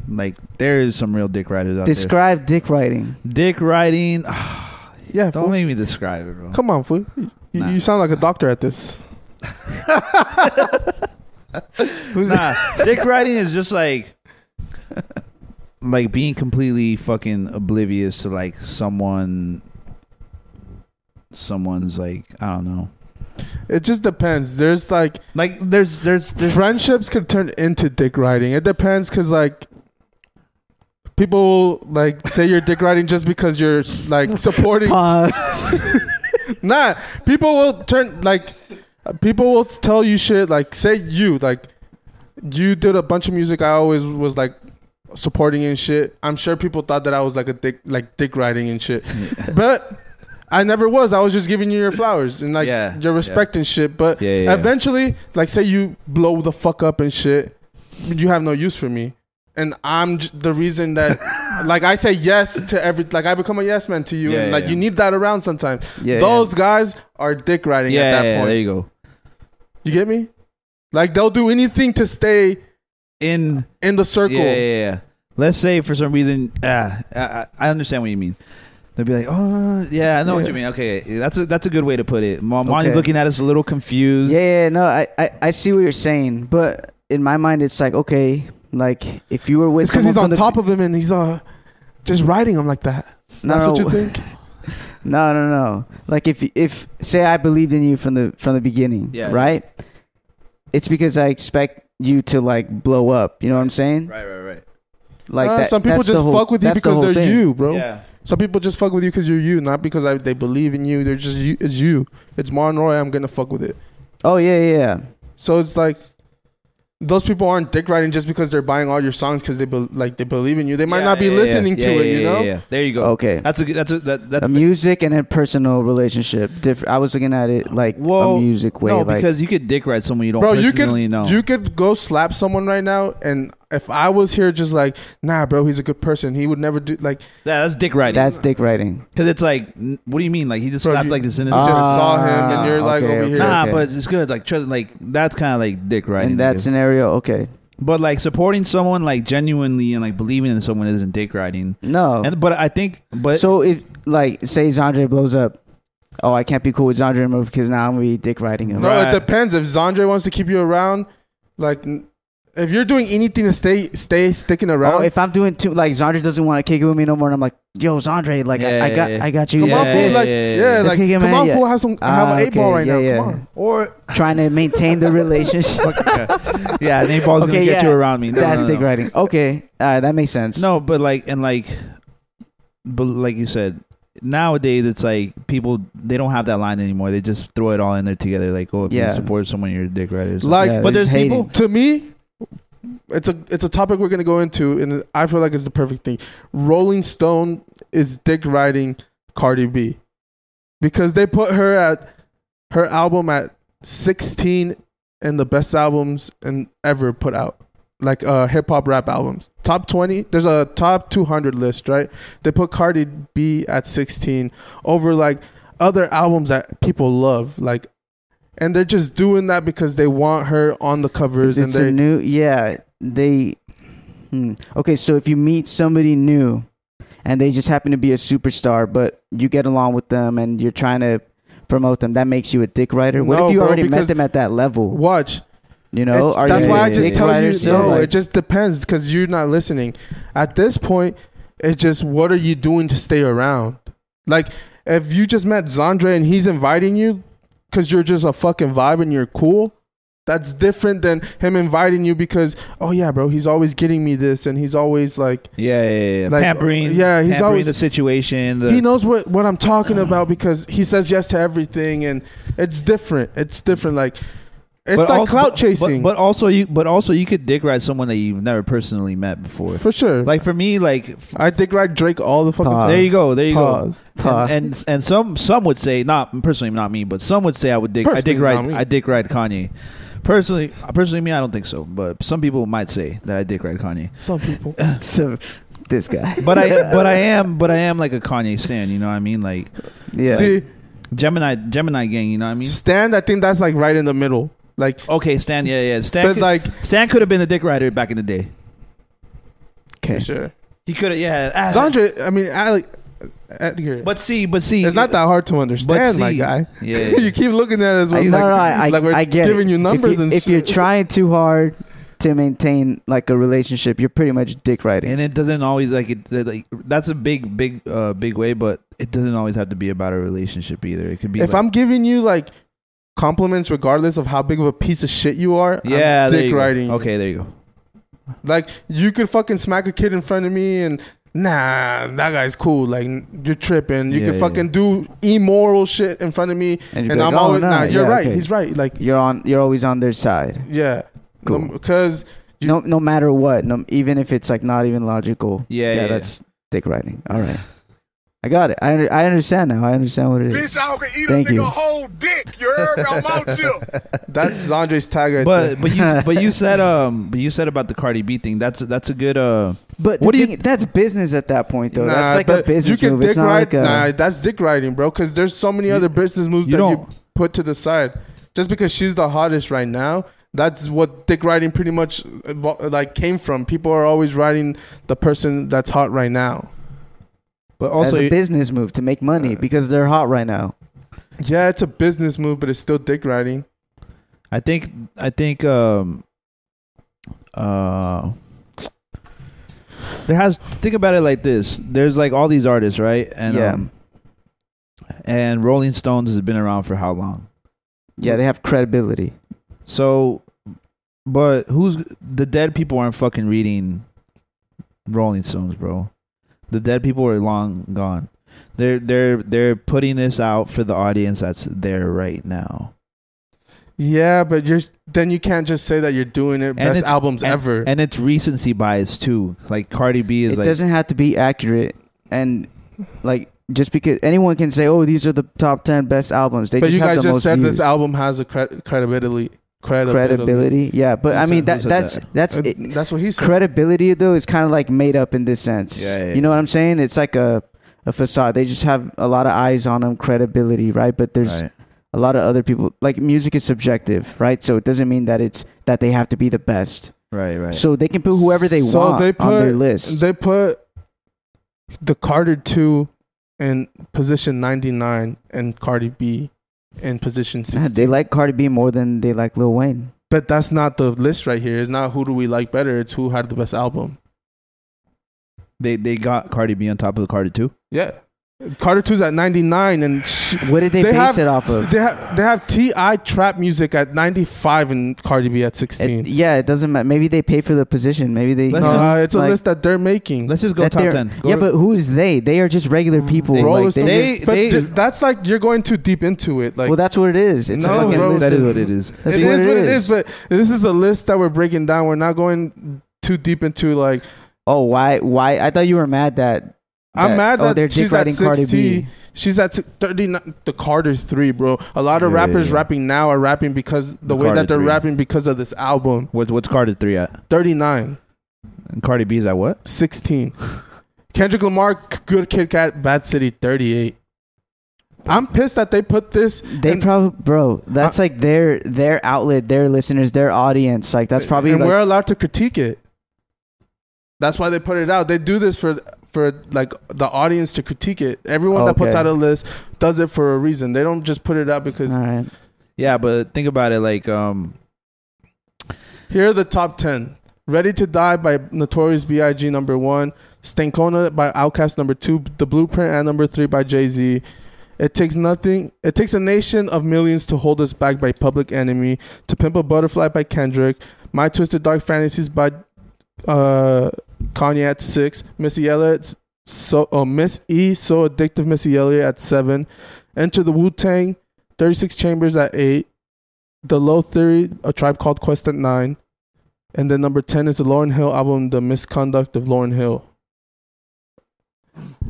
Speaker 2: like there is some real dick riders out
Speaker 3: Describe dick writing.
Speaker 2: there. Dick riding. ah,
Speaker 1: Yeah,
Speaker 2: Don't
Speaker 1: fool.
Speaker 2: make me describe it, bro.
Speaker 1: Come on, fool. You,
Speaker 2: Nah.
Speaker 1: you sound like a doctor at this.
Speaker 2: nah, dick riding is just like like being completely fucking oblivious to like someone someone's like I don't know.
Speaker 1: It just depends. There's like
Speaker 2: Like there's there's there's
Speaker 1: friendships could turn into dick riding. It depends because like people like say you're dick riding just because you're like supporting.
Speaker 3: Pause.
Speaker 1: Nah, people will turn like uh, people will tell you shit like say you like you did a bunch of music I always was like supporting and shit. I'm sure people thought that I was like a dick like dick riding and shit. but I never was. I was just giving you your flowers and like
Speaker 2: Yeah,
Speaker 1: your respect and shit. But
Speaker 2: Yeah, yeah, yeah.
Speaker 1: eventually, like say you blow the fuck up and shit, you have no use for me. And I'm j- the reason that, like I say yes to every, like I become a yes man to you,
Speaker 2: Yeah,
Speaker 1: and
Speaker 2: yeah,
Speaker 1: like you
Speaker 2: yeah.
Speaker 1: need that around sometimes.
Speaker 3: Yeah,
Speaker 1: Those guys are dick riding
Speaker 2: yeah,
Speaker 1: at that
Speaker 2: yeah,
Speaker 1: point.
Speaker 2: there you go.
Speaker 1: you get me? Like they'll do anything to stay
Speaker 2: In
Speaker 1: in the circle.
Speaker 2: Yeah, yeah, yeah. Let's say for some reason, uh, I, I- I understand what you mean. They'll be like, "Oh, yeah, I know what
Speaker 1: Yeah.
Speaker 2: you mean." Okay, that's a that's a good way to put it. Ma- Monty's
Speaker 3: Okay.
Speaker 2: looking at us a little confused.
Speaker 3: Yeah, yeah, no, I, I, I see what you're saying, but in my mind, it's like okay, like if you were with
Speaker 1: It's because he's
Speaker 3: someone
Speaker 1: on
Speaker 3: from the-
Speaker 1: top of him and he's uh, just riding him like that.
Speaker 3: No,
Speaker 1: That's what
Speaker 3: no.
Speaker 1: you think?
Speaker 3: No, no, no. Like if if say I believed in you from the from the beginning,
Speaker 2: Yeah, yeah.
Speaker 3: right? It's because I expect you to like blow up. You know what I'm saying?
Speaker 2: Right, right, right.
Speaker 3: Like
Speaker 1: Nah,
Speaker 3: that,
Speaker 1: Uh, some people
Speaker 3: that's the
Speaker 1: just
Speaker 3: whole-
Speaker 1: fuck with you
Speaker 3: that's the
Speaker 1: because
Speaker 3: whole
Speaker 1: they're
Speaker 3: thing.
Speaker 1: you, bro.
Speaker 2: Yeah.
Speaker 1: Some people just fuck with you because you're you, not because I, they believe in you. They're just you. It's you. It's Monroy. I'm gonna fuck with it.
Speaker 3: Oh yeah, yeah, yeah.
Speaker 1: So it's like those people aren't dick riding just because they're buying all your songs because they be, like they believe in you. They might
Speaker 2: Yeah,
Speaker 1: not be
Speaker 2: yeah, yeah.
Speaker 1: listening
Speaker 2: Yeah,
Speaker 1: to
Speaker 2: yeah,
Speaker 1: it, you
Speaker 2: yeah,
Speaker 1: know.
Speaker 2: yeah, yeah. There you go.
Speaker 3: Okay.
Speaker 2: That's a good. That's a that, that's
Speaker 3: a music and a personal relationship. Different. I was looking at it like
Speaker 2: well,
Speaker 3: a music way.
Speaker 2: No,
Speaker 3: like,
Speaker 2: because you could dick ride someone you don't
Speaker 1: Bro, you
Speaker 2: personally
Speaker 1: could
Speaker 2: know.
Speaker 1: you could go slap someone right now, and if I was here, just like nah, bro, he's a good person. He would never do like
Speaker 2: yeah, that's dick riding.
Speaker 3: that's dick writing.
Speaker 2: because it's like, n- what do you mean? Like he just
Speaker 1: Bro,
Speaker 2: slapped
Speaker 1: you-
Speaker 2: like this
Speaker 1: you
Speaker 2: innocent.
Speaker 1: just
Speaker 2: person.
Speaker 1: saw him, and you're like
Speaker 3: okay,
Speaker 1: over
Speaker 3: Ah, okay.
Speaker 1: here.
Speaker 2: Ah, nah,
Speaker 3: okay.
Speaker 2: but it's good. Like, tr- like that's kind of like dick riding.
Speaker 3: In that
Speaker 2: I guess.
Speaker 3: scenario, okay.
Speaker 2: But like supporting someone like genuinely and like believing in someone isn't dick riding.
Speaker 3: No.
Speaker 2: And but I think but
Speaker 3: so if like say Zandre blows up, oh I can't be cool with Zandre anymore because now I'm gonna be dick riding him.
Speaker 1: No,
Speaker 2: Right.
Speaker 1: it depends. If Zandre wants to keep you around, like n- if you're doing anything to stay stay sticking
Speaker 3: Oh,
Speaker 1: around,
Speaker 3: if I'm doing too, like Zandre doesn't want to kick it with me no more, and I'm like, yo, Zandre, like
Speaker 2: Yeah,
Speaker 3: I, I
Speaker 2: yeah,
Speaker 3: got,
Speaker 2: yeah.
Speaker 3: I got you.
Speaker 1: come
Speaker 2: Yeah,
Speaker 1: on,
Speaker 3: like
Speaker 1: fool,
Speaker 3: this.
Speaker 1: like
Speaker 2: yeah, yeah,
Speaker 1: yeah,
Speaker 2: yeah.
Speaker 3: Let's
Speaker 1: like
Speaker 3: kick him
Speaker 1: come
Speaker 3: out,
Speaker 1: on,
Speaker 3: yeah.
Speaker 1: fool, have some have
Speaker 3: Ah,
Speaker 1: an eight ball
Speaker 3: okay,
Speaker 1: right
Speaker 3: yeah,
Speaker 1: now.
Speaker 3: yeah.
Speaker 1: Come on.
Speaker 2: or
Speaker 3: Trying to maintain the relationship.
Speaker 2: yeah, an eight ball's gonna
Speaker 3: Okay,
Speaker 2: get
Speaker 3: yeah.
Speaker 2: you around me. No,
Speaker 3: That's
Speaker 2: no,
Speaker 3: dick
Speaker 2: no.
Speaker 3: riding. Okay, all right, that makes sense.
Speaker 2: No, but like and like, but like you said, nowadays it's like people they don't have that line anymore. They just throw it all in there together. Like, oh, if
Speaker 3: Yeah.
Speaker 2: you support someone, you're a dick rider. or something.
Speaker 1: Like,
Speaker 3: Yeah,
Speaker 2: but
Speaker 3: they
Speaker 2: there's
Speaker 3: just hate it.
Speaker 2: people.
Speaker 1: to me it's a it's a topic we're gonna go into and i feel like it's the perfect thing rolling stone is dick riding cardi b because they put her at her album at 16 and the best albums and ever put out like uh hip-hop rap albums top 20 there's a top 200 list right they put cardi b at 16 over like other albums that people love like and they're just doing that because they want her on the covers and
Speaker 3: It's
Speaker 1: they
Speaker 3: a new yeah. They hmm. okay. So if you meet somebody new, and they just happen to be a superstar, but you get along with them and you're trying to promote them, that makes you a dick writer. What
Speaker 1: No,
Speaker 3: if you
Speaker 1: bro,
Speaker 3: already met
Speaker 1: because-
Speaker 3: them at that level?
Speaker 1: watch
Speaker 3: You know,
Speaker 1: It's-
Speaker 3: Are
Speaker 1: that's
Speaker 3: you
Speaker 1: why
Speaker 3: a
Speaker 1: I just
Speaker 3: dick
Speaker 1: tell
Speaker 3: rider
Speaker 1: you
Speaker 3: still?
Speaker 1: no.
Speaker 3: Like,
Speaker 1: it just depends because you're not listening. At this point, it's just what are you doing to stay around? Like if you just met Zandre and he's inviting you because you're just a fucking vibe and you're cool. That's different than him inviting you because oh yeah, bro, he's always getting me this and he's always like
Speaker 2: Yeah, yeah, yeah.
Speaker 1: Like,
Speaker 2: pampering.
Speaker 1: yeah, he's
Speaker 2: pampering
Speaker 1: always-
Speaker 2: the situation. The,
Speaker 1: he knows what, what I'm talking about because he says yes to everything and it's different. It's different. Like it's like
Speaker 2: also-
Speaker 1: clout
Speaker 2: but-
Speaker 1: chasing.
Speaker 2: But, but also, you but also you could dick ride someone that you've never personally met before.
Speaker 1: for sure. Like
Speaker 2: Like for me, like f-
Speaker 1: I dick ride Drake all the fucking
Speaker 3: Pause.
Speaker 1: time.
Speaker 2: there you go, there you
Speaker 1: Pause.
Speaker 2: go.
Speaker 3: Pause.
Speaker 2: And, and and some some would say not personally not me, but some would say I would dick I dick
Speaker 1: Personally, not
Speaker 2: ride
Speaker 1: me.
Speaker 2: I dick ride Kanye. Personally, personally me I don't think so, but some people might say that I dick ride Kanye.
Speaker 1: Some people. uh,
Speaker 3: so, this guy.
Speaker 2: But I but I am but I am like a Kanye stan, you know what I mean? Like
Speaker 3: yeah.
Speaker 1: See,
Speaker 2: Gemini Gemini gang, you know what I mean?
Speaker 1: stand. I think that's like right in the middle. Like,
Speaker 2: Okay, Stan, yeah, yeah. Stan
Speaker 1: But,
Speaker 2: could,
Speaker 1: like-
Speaker 2: Stan could have been a dick rider back in the day.
Speaker 1: for sure.
Speaker 2: He could have yeah. ah.
Speaker 1: Zandra, I mean, Alec, Edgar.
Speaker 2: But see, but see,
Speaker 1: it's not that hard to
Speaker 2: But
Speaker 1: understand,
Speaker 2: see-
Speaker 1: my guy.
Speaker 2: Yeah.
Speaker 1: you keep looking at it as well.
Speaker 3: I,
Speaker 1: like,
Speaker 3: no, no, I,
Speaker 1: like
Speaker 3: I,
Speaker 1: we're
Speaker 3: I get
Speaker 1: giving
Speaker 3: it.
Speaker 1: you numbers
Speaker 3: if you,
Speaker 1: and
Speaker 3: if you're
Speaker 1: shit.
Speaker 3: trying too hard to maintain like a relationship, you're pretty much dick writing.
Speaker 2: and it doesn't always like it that, like that's a big big uh big way but it doesn't always have to be about a relationship either it could be
Speaker 1: if
Speaker 2: like-
Speaker 1: I'm giving you like compliments, regardless of how big of a piece of shit you are,
Speaker 2: yeah
Speaker 1: I'm
Speaker 2: there
Speaker 1: dick
Speaker 2: you go.
Speaker 1: riding. you.
Speaker 2: okay there you go
Speaker 1: Like you could fucking smack a kid in front of me and nah, that guy's cool. Like you're tripping. You
Speaker 2: Yeah,
Speaker 1: could
Speaker 2: yeah.
Speaker 1: fucking do immoral shit in front of me,
Speaker 3: And
Speaker 1: and,
Speaker 3: you'd be like,
Speaker 1: I'm
Speaker 3: "Oh,
Speaker 1: always
Speaker 3: no,
Speaker 1: nah. You're
Speaker 3: yeah,
Speaker 1: right.
Speaker 3: okay."
Speaker 1: He's right. Like
Speaker 3: You're on. You're always on their side.
Speaker 1: yeah, Um,
Speaker 3: Cool.
Speaker 1: because. You-
Speaker 3: no, no matter what, no, even if it's like not even logical.
Speaker 2: Yeah, yeah,
Speaker 3: that's dick writing. All right, I got it. I under, I understand now. I understand what it
Speaker 8: Bitch,
Speaker 3: is.
Speaker 8: I can eat
Speaker 3: Thank
Speaker 8: a nigga
Speaker 3: you.
Speaker 8: whole dick. You heard? I want you.
Speaker 1: That's Zandre's tag right
Speaker 2: but but you but you said um but you said about the Cardi B thing that's that's a good uh What
Speaker 3: But what
Speaker 2: do you-
Speaker 3: do you? That's business at that point, though.
Speaker 1: there.
Speaker 3: that's like a
Speaker 1: but
Speaker 3: business move. It's
Speaker 1: dick
Speaker 3: not
Speaker 1: ride.
Speaker 3: like a.
Speaker 1: nah, that's dick riding, bro. Because there's so many other business moves
Speaker 2: you
Speaker 1: that you
Speaker 2: don't-
Speaker 1: put to the side. Just because she's the hottest right now, that's what dick riding pretty much uh, bo- like came from. People are always riding the person that's hot right now.
Speaker 2: but
Speaker 3: as
Speaker 2: also
Speaker 3: a business move to make money because they're hot right now.
Speaker 1: Yeah, it's a business move, but it's still dick riding.
Speaker 2: I think I think um uh there has think about it like this. There's like all these artists, right? And
Speaker 3: Yeah.
Speaker 2: um, and Rolling Stones has been around for how long?
Speaker 3: Yeah, they have credibility.
Speaker 2: So but who's the dead people aren't fucking reading Rolling Stones, bro. The dead people are long gone. They're they're they're putting this out for the audience that's there right now.
Speaker 1: Yeah, but you're then you can't just say that you're doing it best
Speaker 2: it's-
Speaker 1: albums
Speaker 2: and-
Speaker 1: ever.
Speaker 2: And it's recency bias too. Like Cardi B is
Speaker 3: It
Speaker 2: like
Speaker 3: doesn't have to be accurate, and like just because anyone can say, "Oh, these are the top ten best albums," they
Speaker 1: but
Speaker 3: just
Speaker 1: you
Speaker 3: have
Speaker 1: guys
Speaker 3: the
Speaker 1: just
Speaker 3: most
Speaker 1: said
Speaker 3: views.
Speaker 1: this album has a cre- credibility. Credibility.
Speaker 3: credibility. Yeah, but I
Speaker 2: Who
Speaker 3: mean
Speaker 2: said-
Speaker 3: that
Speaker 2: who said
Speaker 3: that's
Speaker 2: that?
Speaker 3: that's
Speaker 1: Uh,
Speaker 3: it.
Speaker 1: that's what he said.
Speaker 3: credibility though is kind of like made up in this sense.
Speaker 2: Yeah, yeah,
Speaker 3: you know what I'm saying? It's like a a facade. They just have a lot of eyes on them, credibility, right? But there's
Speaker 2: Right.
Speaker 3: a lot of other people. Like music is subjective, right? So it doesn't mean that it's that they have to be the best.
Speaker 2: Right, right.
Speaker 3: So they can put whoever they
Speaker 1: So
Speaker 3: want
Speaker 1: they put-
Speaker 3: on their list.
Speaker 1: They put the Carter two in position ninety nine and Cardi B in position
Speaker 3: Nah,
Speaker 1: sixty.
Speaker 3: they like Cardi B more than they like Lil Wayne.
Speaker 1: but that's not the list right here. It's not who do we like better. It's who had the best album.
Speaker 2: they they got Cardi B on top of the Cardi too.
Speaker 1: Yeah, Carter Two's at ninety nine, and sh-
Speaker 3: What did they base
Speaker 1: have,
Speaker 3: it off of?
Speaker 1: They have they have Ti trap music at ninety five, and Cardi B at sixteen.
Speaker 3: yeah, it doesn't matter. Maybe they pay for the position. Maybe they.
Speaker 1: no, uh, it's a list that they're making.
Speaker 2: Let's just go
Speaker 3: that
Speaker 2: top
Speaker 3: they're-
Speaker 2: ten. Go
Speaker 3: yeah,
Speaker 2: to-
Speaker 3: but who's they? They are just regular people.
Speaker 1: Bro,
Speaker 3: like,
Speaker 1: it's
Speaker 3: they
Speaker 1: the-
Speaker 2: they-
Speaker 1: but
Speaker 2: they-
Speaker 1: ju- that's like you're going too deep into it. Like
Speaker 3: well, that's what it is. It's
Speaker 1: No,
Speaker 3: a fucking
Speaker 1: bro,
Speaker 3: list.
Speaker 2: that is what it is.
Speaker 3: That's
Speaker 1: it
Speaker 3: what
Speaker 1: is
Speaker 3: it
Speaker 1: what it is.
Speaker 3: is.
Speaker 1: But this is a list that we're breaking down. We're not going too deep into like.
Speaker 3: Oh, why? Why? I thought you were mad that.
Speaker 1: I'm mad
Speaker 3: oh,
Speaker 1: that
Speaker 3: they're
Speaker 1: she's
Speaker 3: dick
Speaker 1: at
Speaker 3: riding Cardi
Speaker 1: 60.
Speaker 3: B.
Speaker 1: She's at si- 39. The Carter 3, bro. A lot of
Speaker 2: Yeah, yeah,
Speaker 1: rappers
Speaker 2: yeah.
Speaker 1: rapping now are rapping because the,
Speaker 2: The
Speaker 1: way
Speaker 2: Carter
Speaker 1: that they're
Speaker 2: 3.
Speaker 1: rapping because of this album.
Speaker 2: What's what's Cardi three at?
Speaker 1: 39,
Speaker 2: And Cardi B's at what?
Speaker 1: 16. Kendrick Lamar, K- Good Kid Cat, Bad City, 38. I'm pissed that they put this.
Speaker 3: They
Speaker 1: and- Uh,
Speaker 3: probably, bro. That's like their their outlet, their listeners, their audience. Like that's probably
Speaker 1: and
Speaker 3: like,
Speaker 1: we're allowed to critique it. That's why they put it out. They do this for for like the audience to critique it. Everyone that puts
Speaker 3: Okay.
Speaker 1: out a list does it for a reason. They don't just put it out because
Speaker 3: all right.
Speaker 2: Yeah, but think about it. Like, um,
Speaker 1: Here are the top 10. Ready to Die by Notorious B.I.G. number one, Stankona by Outkast number two, The Blueprint at number three by Jay Z. It takes nothing. It takes a nation of millions to hold us back by Public Enemy, To Pimp a Butterfly by Kendrick, My Twisted Dark Fantasies by uh, Kanye at six, Missy Elliott, so oh, Miss E, so addictive Missy Elliott at seven, Enter the Wu Tang, Thirty Six Chambers at eight, The Low Theory, A Tribe Called Quest at nine, and then number ten is the Lauren Hill album, The Misconduct of Lauren Hill.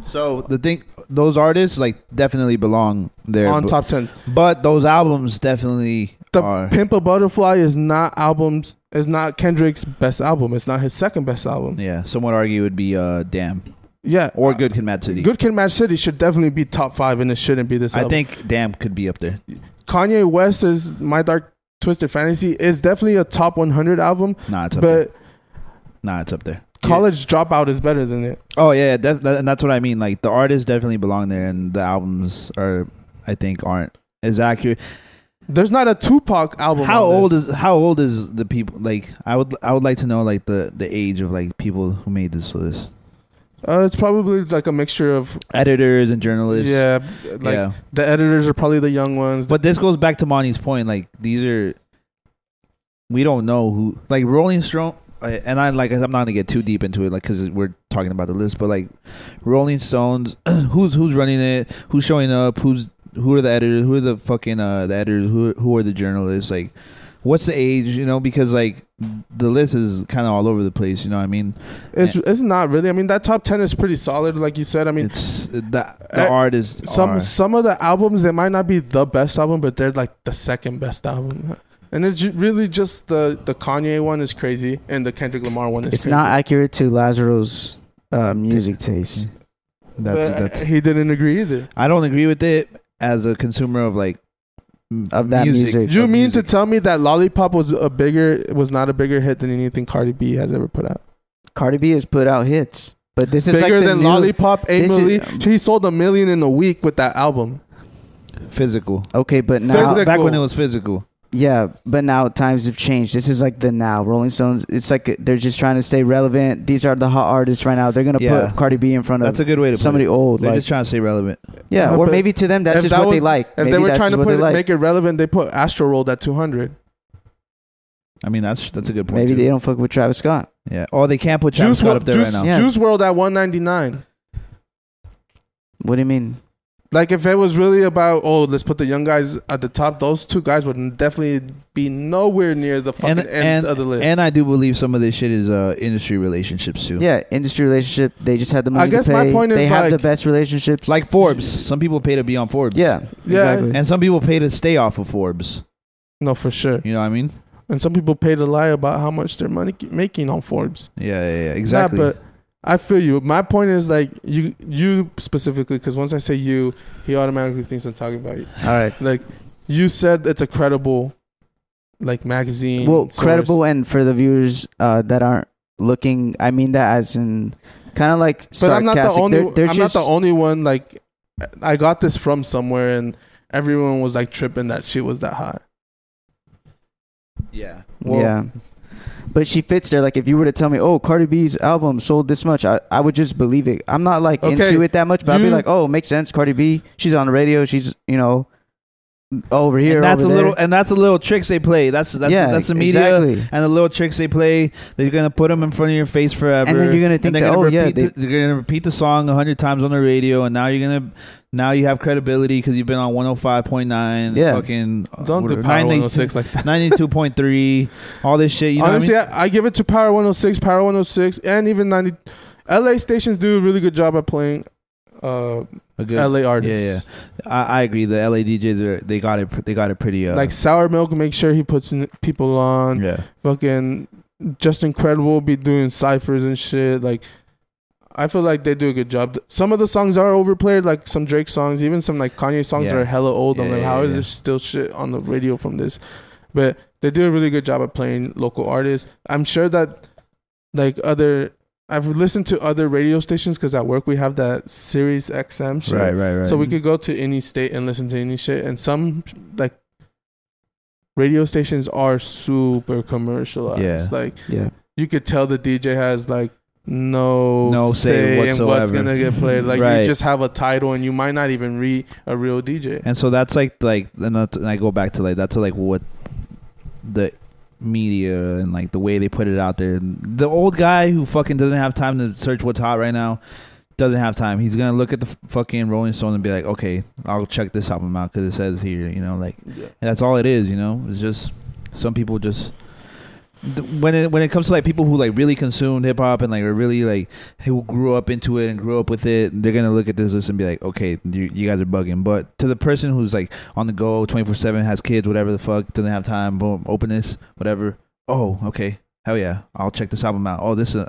Speaker 2: so the thing, those artists like definitely belong there
Speaker 1: on
Speaker 2: but,
Speaker 1: top tens.
Speaker 2: But those albums definitely
Speaker 1: The
Speaker 2: are.
Speaker 1: Pimp a Butterfly is not albums. Is not Kendrick's best album. It's not his second best album.
Speaker 2: yeah, some would argue would be uh, Damn
Speaker 1: Yeah,
Speaker 2: or Good Kid, Mad City.
Speaker 1: Uh, Good Kid, Mad City should definitely be top five, and it shouldn't be this.
Speaker 2: I
Speaker 1: album.
Speaker 2: think Damn could be up there.
Speaker 1: Kanye West is My Dark Twisted Fantasy is definitely a top 100 album,
Speaker 2: Nah, it's up there.
Speaker 1: but
Speaker 2: Nah, it's up there.
Speaker 1: College Dropout is better than it.
Speaker 2: Oh yeah, def- that, and that's what I mean. Like the artists definitely belong there, and the albums are, I think, aren't as accurate.
Speaker 1: There's not a Tupac album.
Speaker 2: How old is how old is the people? Like I would I would like to know like the the age of like people who made this list,
Speaker 1: Uh, it's probably like a mixture of
Speaker 2: editors and journalists.
Speaker 1: yeah, like
Speaker 2: yeah.
Speaker 1: the editors are probably the young ones.
Speaker 2: But this goes back to Monty's point. Like these are, we don't know who. Like Rolling Stone, I- and I like. I'm not gonna get too deep into it, like because we're talking about the list. But like Rolling Stones, who's who's running it? Who's showing up? Who's who are the editors? Who are the fucking uh, the editors? Who who are the journalists? Like, what's the age? You know, because like the list is kind of all over the place. You know, what I mean,
Speaker 1: it's it's not really. I mean, that top ten is pretty solid, like you said. I mean,
Speaker 2: it's the the
Speaker 1: Uh,
Speaker 2: artists.
Speaker 1: some
Speaker 2: are-
Speaker 1: some of the albums they might not be the best album, but they're like the second best album. And it's ju- really just the the Kanye one is crazy, and the Kendrick Lamar one is.
Speaker 3: It's
Speaker 1: crazy.
Speaker 3: not accurate to Lazaro's uh, music taste.
Speaker 2: that's
Speaker 1: But
Speaker 2: that's.
Speaker 1: he didn't agree either.
Speaker 2: I don't agree with it as a consumer of like m-
Speaker 3: Of that music.
Speaker 1: You
Speaker 2: of
Speaker 1: mean
Speaker 2: music.
Speaker 1: to tell me that Lollipop was a bigger was not a bigger hit than anything Cardi B has ever put out?
Speaker 3: Cardi B has put out hits, but this is
Speaker 1: bigger
Speaker 3: like the
Speaker 1: than
Speaker 3: new-
Speaker 1: Lollipop, eight
Speaker 3: this is- um,
Speaker 1: million. he sold a million in a week with that album.
Speaker 2: physical?
Speaker 3: Okay, but now
Speaker 1: Physical.
Speaker 2: Back when it was physical.
Speaker 3: Yeah, but now times have changed. This is like the now. Rolling Stones, it's like they're just trying to stay relevant. These are the hot artists right now. They're gonna
Speaker 2: Yeah.
Speaker 3: put Cardi B in front of
Speaker 2: That's a good way to
Speaker 3: somebody
Speaker 2: put it.
Speaker 3: old.
Speaker 2: They're
Speaker 3: Like,
Speaker 2: just trying to stay relevant.
Speaker 3: yeah,
Speaker 1: No,
Speaker 3: or
Speaker 1: but
Speaker 3: maybe to them that's
Speaker 1: If
Speaker 3: just
Speaker 1: that
Speaker 3: what
Speaker 1: was-
Speaker 3: they like.
Speaker 1: If
Speaker 3: maybe
Speaker 1: they were
Speaker 3: that's
Speaker 1: trying to
Speaker 3: what
Speaker 1: put
Speaker 3: they
Speaker 1: it,
Speaker 3: like.
Speaker 1: make it relevant, they put Astro World at two hundred.
Speaker 2: I mean, that's that's a good point.
Speaker 3: maybe
Speaker 2: too.
Speaker 3: they don't fuck with Travis Scott.
Speaker 2: yeah. Oh, they can't put
Speaker 1: Juice
Speaker 2: Travis Scott
Speaker 1: World,
Speaker 2: up there
Speaker 1: Juice,
Speaker 2: right now.
Speaker 3: Yeah.
Speaker 1: Juice World at one ninety nine.
Speaker 3: What do you mean?
Speaker 1: Like if it was really about oh let's put the young guys at the top, those two guys would definitely be nowhere near the fucking
Speaker 2: And
Speaker 1: end
Speaker 2: and,
Speaker 1: of the list.
Speaker 2: and I do believe some of this shit is uh, industry relationships too.
Speaker 3: Yeah, industry relationship. They just had the money. to
Speaker 1: guess my
Speaker 3: pay.
Speaker 1: point is,
Speaker 3: they have
Speaker 1: like-
Speaker 3: the best relationships.
Speaker 2: Like Forbes, some people pay to be on Forbes.
Speaker 3: yeah,
Speaker 1: Yeah.
Speaker 3: exactly.
Speaker 2: and some people pay to stay off of Forbes.
Speaker 1: no, for sure.
Speaker 2: You know what I mean?
Speaker 1: And some people pay to lie about how much their money making on Forbes.
Speaker 2: Yeah, yeah, yeah exactly.
Speaker 1: Nah, but I feel you. My point is like you, you specifically, because once I say you, he automatically thinks I'm talking about you.
Speaker 3: All right.
Speaker 1: Like you said, it's a credible, like magazine.
Speaker 3: Well,
Speaker 1: source.
Speaker 3: credible, and for the viewers uh, that aren't looking, I mean that as in kind of like
Speaker 1: But I'm not the
Speaker 3: sarcastic.
Speaker 1: only.
Speaker 3: They're- they're
Speaker 1: I'm
Speaker 3: just-
Speaker 1: not the only one. Like I got this from somewhere, and everyone was like tripping that shit was that high.
Speaker 2: yeah.
Speaker 3: yeah. but she fits there. Like if you were to tell me, oh, Cardi B's album sold this much, I, I would just believe it. I'm not like
Speaker 1: Okay,
Speaker 3: into it that much, but I'd be
Speaker 1: you-
Speaker 3: like, oh, makes sense. Cardi B, she's on the radio. She's you know over here.
Speaker 2: and that's a
Speaker 3: over there.
Speaker 2: little and that's a little tricks they play. That's that's
Speaker 3: Yeah,
Speaker 2: that's the media
Speaker 3: exactly.
Speaker 2: and the little tricks they play. They're gonna put them in front of your face forever,
Speaker 3: And then you're gonna think
Speaker 2: they're
Speaker 3: that, oh, yeah,
Speaker 2: repeat
Speaker 3: they-
Speaker 2: the- they're gonna repeat the song a hundred times on the radio, and now you're gonna now you have credibility because you've been on 105.9,
Speaker 3: Yeah.
Speaker 2: fucking uh,
Speaker 1: Don't do
Speaker 2: whatever,
Speaker 1: Power
Speaker 2: 90
Speaker 1: 106 like that.
Speaker 2: 92.3, all this shit. You know
Speaker 1: Honestly,
Speaker 2: what I mean?
Speaker 1: I, I give it to Power 106, Power 106, and even 90. LA stations do a really good job at playing uh,
Speaker 2: A good-
Speaker 1: LA artists.
Speaker 2: Yeah, yeah. I, I agree. The LA DJs are they got it. pr- They got it pretty. Uh,
Speaker 1: Like Sour Milk, make sure he puts in people on.
Speaker 2: yeah.
Speaker 1: Fucking Just Incredible be doing ciphers and shit. Like, I feel like they do a good job. Some of the songs are overplayed, like some Drake songs, even some like Kanye songs that
Speaker 2: Yeah.
Speaker 1: are hella old. I'm
Speaker 2: Yeah,
Speaker 1: like,
Speaker 2: yeah,
Speaker 1: how is
Speaker 2: yeah.
Speaker 1: there still shit on the radio from this? But they do a really good job at playing local artists. I'm sure that like other. I've listened to other radio stations because at work we have that Sirius XM shit.
Speaker 2: Right, right, right.
Speaker 1: So we could go to any state and listen to any shit. And some like radio stations are super commercialized.
Speaker 2: Yeah.
Speaker 1: Like
Speaker 3: yeah.
Speaker 1: you could tell the DJ has like no
Speaker 2: No say
Speaker 1: in what's
Speaker 2: whatsoever.
Speaker 1: gonna get played. Like
Speaker 2: Right.
Speaker 1: you just have a title and you might not even read a real DJ.
Speaker 2: And so that's like like and that's- and I go back to like that's like what the media and like the way they put it out there. The old guy who fucking doesn't have time to search what's hot right now doesn't have time. He's gonna look at the f- fucking Rolling Stone and be like, okay, I'll check this album out because it says here, you know, like
Speaker 1: Yeah.
Speaker 2: and that's all it is. You know, it's just some people just th- when it when it comes to like people who like really consumed hip hop and like are really like who grew up into it and grew up with it, they're gonna look at this list and be like, okay, you, you guys are bugging. But to the person who's like on the go, twenty four seven, has kids, whatever the fuck, doesn't have time, boom, open this, whatever. Oh, okay, hell yeah, I'll check this album out. Oh, this is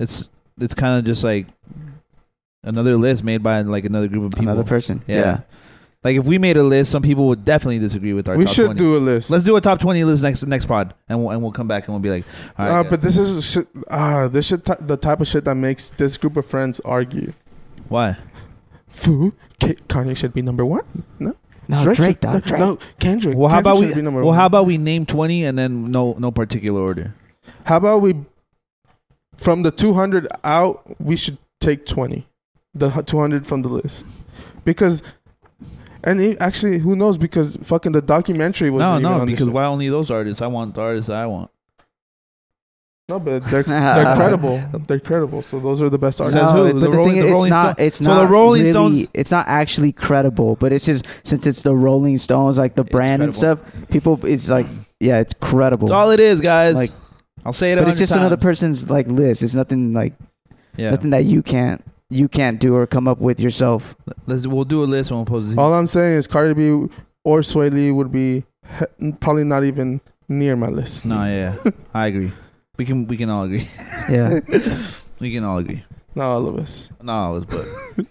Speaker 2: it's it's kind of just like another list made by like another group of people.
Speaker 3: Another person.
Speaker 2: Yeah. Like if we made a list, some people would definitely disagree with our.
Speaker 1: We
Speaker 2: top
Speaker 1: should
Speaker 2: 20.
Speaker 1: do a list.
Speaker 2: Let's do a top twenty list next next pod, and we'll and we'll come back and we'll be like, all right,
Speaker 1: uh,
Speaker 2: guys.
Speaker 1: But this is shit, uh, this shit t- the type of shit that makes this group of friends argue.
Speaker 2: why?
Speaker 1: Foo, K- Kanye should be number one. No,
Speaker 3: No,
Speaker 1: Drake
Speaker 3: Oh, Drake,
Speaker 1: should-
Speaker 3: dog.
Speaker 1: no,
Speaker 3: Drake.
Speaker 1: No, Kendrick.
Speaker 2: Well, how
Speaker 1: Kendrick
Speaker 2: about
Speaker 1: should
Speaker 2: we?
Speaker 1: be number
Speaker 2: Well,
Speaker 1: one.
Speaker 2: how about we name twenty and then no no particular order?
Speaker 1: How about we, from the 200 out, we should take 20, the h- 200 from the list, because, and it, actually, who knows? Because fucking the documentary was
Speaker 2: No,
Speaker 1: even
Speaker 2: no,
Speaker 1: on this
Speaker 2: because
Speaker 1: shit.
Speaker 2: why only those artists? I want the artists that I want.
Speaker 1: no, but they're they're credible. They're credible. So those are the best artists.
Speaker 2: Says
Speaker 3: No,
Speaker 2: who?
Speaker 3: it-
Speaker 2: The
Speaker 3: but the,
Speaker 2: Rolling-
Speaker 3: thing
Speaker 2: the
Speaker 3: is, it's
Speaker 2: Rolling
Speaker 3: not.
Speaker 2: Stone-
Speaker 3: It's
Speaker 2: So
Speaker 3: not
Speaker 2: the Rolling
Speaker 3: really,
Speaker 2: Stones-
Speaker 3: It's not actually credible, but it's just since it's the Rolling Stones, like the
Speaker 2: It's
Speaker 3: brand and stuff.
Speaker 2: credible.
Speaker 3: People, it's like, yeah, it's credible.
Speaker 2: That's all it is, guys.
Speaker 3: Like-
Speaker 2: I'll say it,
Speaker 3: but
Speaker 2: 100
Speaker 3: it's just another
Speaker 2: times.
Speaker 3: person's like list. It's nothing like
Speaker 2: Yeah,
Speaker 3: nothing that you can't you can't do or come up with yourself.
Speaker 2: Let's, we'll do a list and we'll post. it.
Speaker 3: Oh.
Speaker 1: All I'm saying is Cardi B or Sway Lee would be he- probably not even near my list.
Speaker 2: No, yeah, yeah. I agree. We can we can all agree.
Speaker 3: Yeah.
Speaker 2: We can all agree.
Speaker 1: Not all of us.
Speaker 2: No, it's but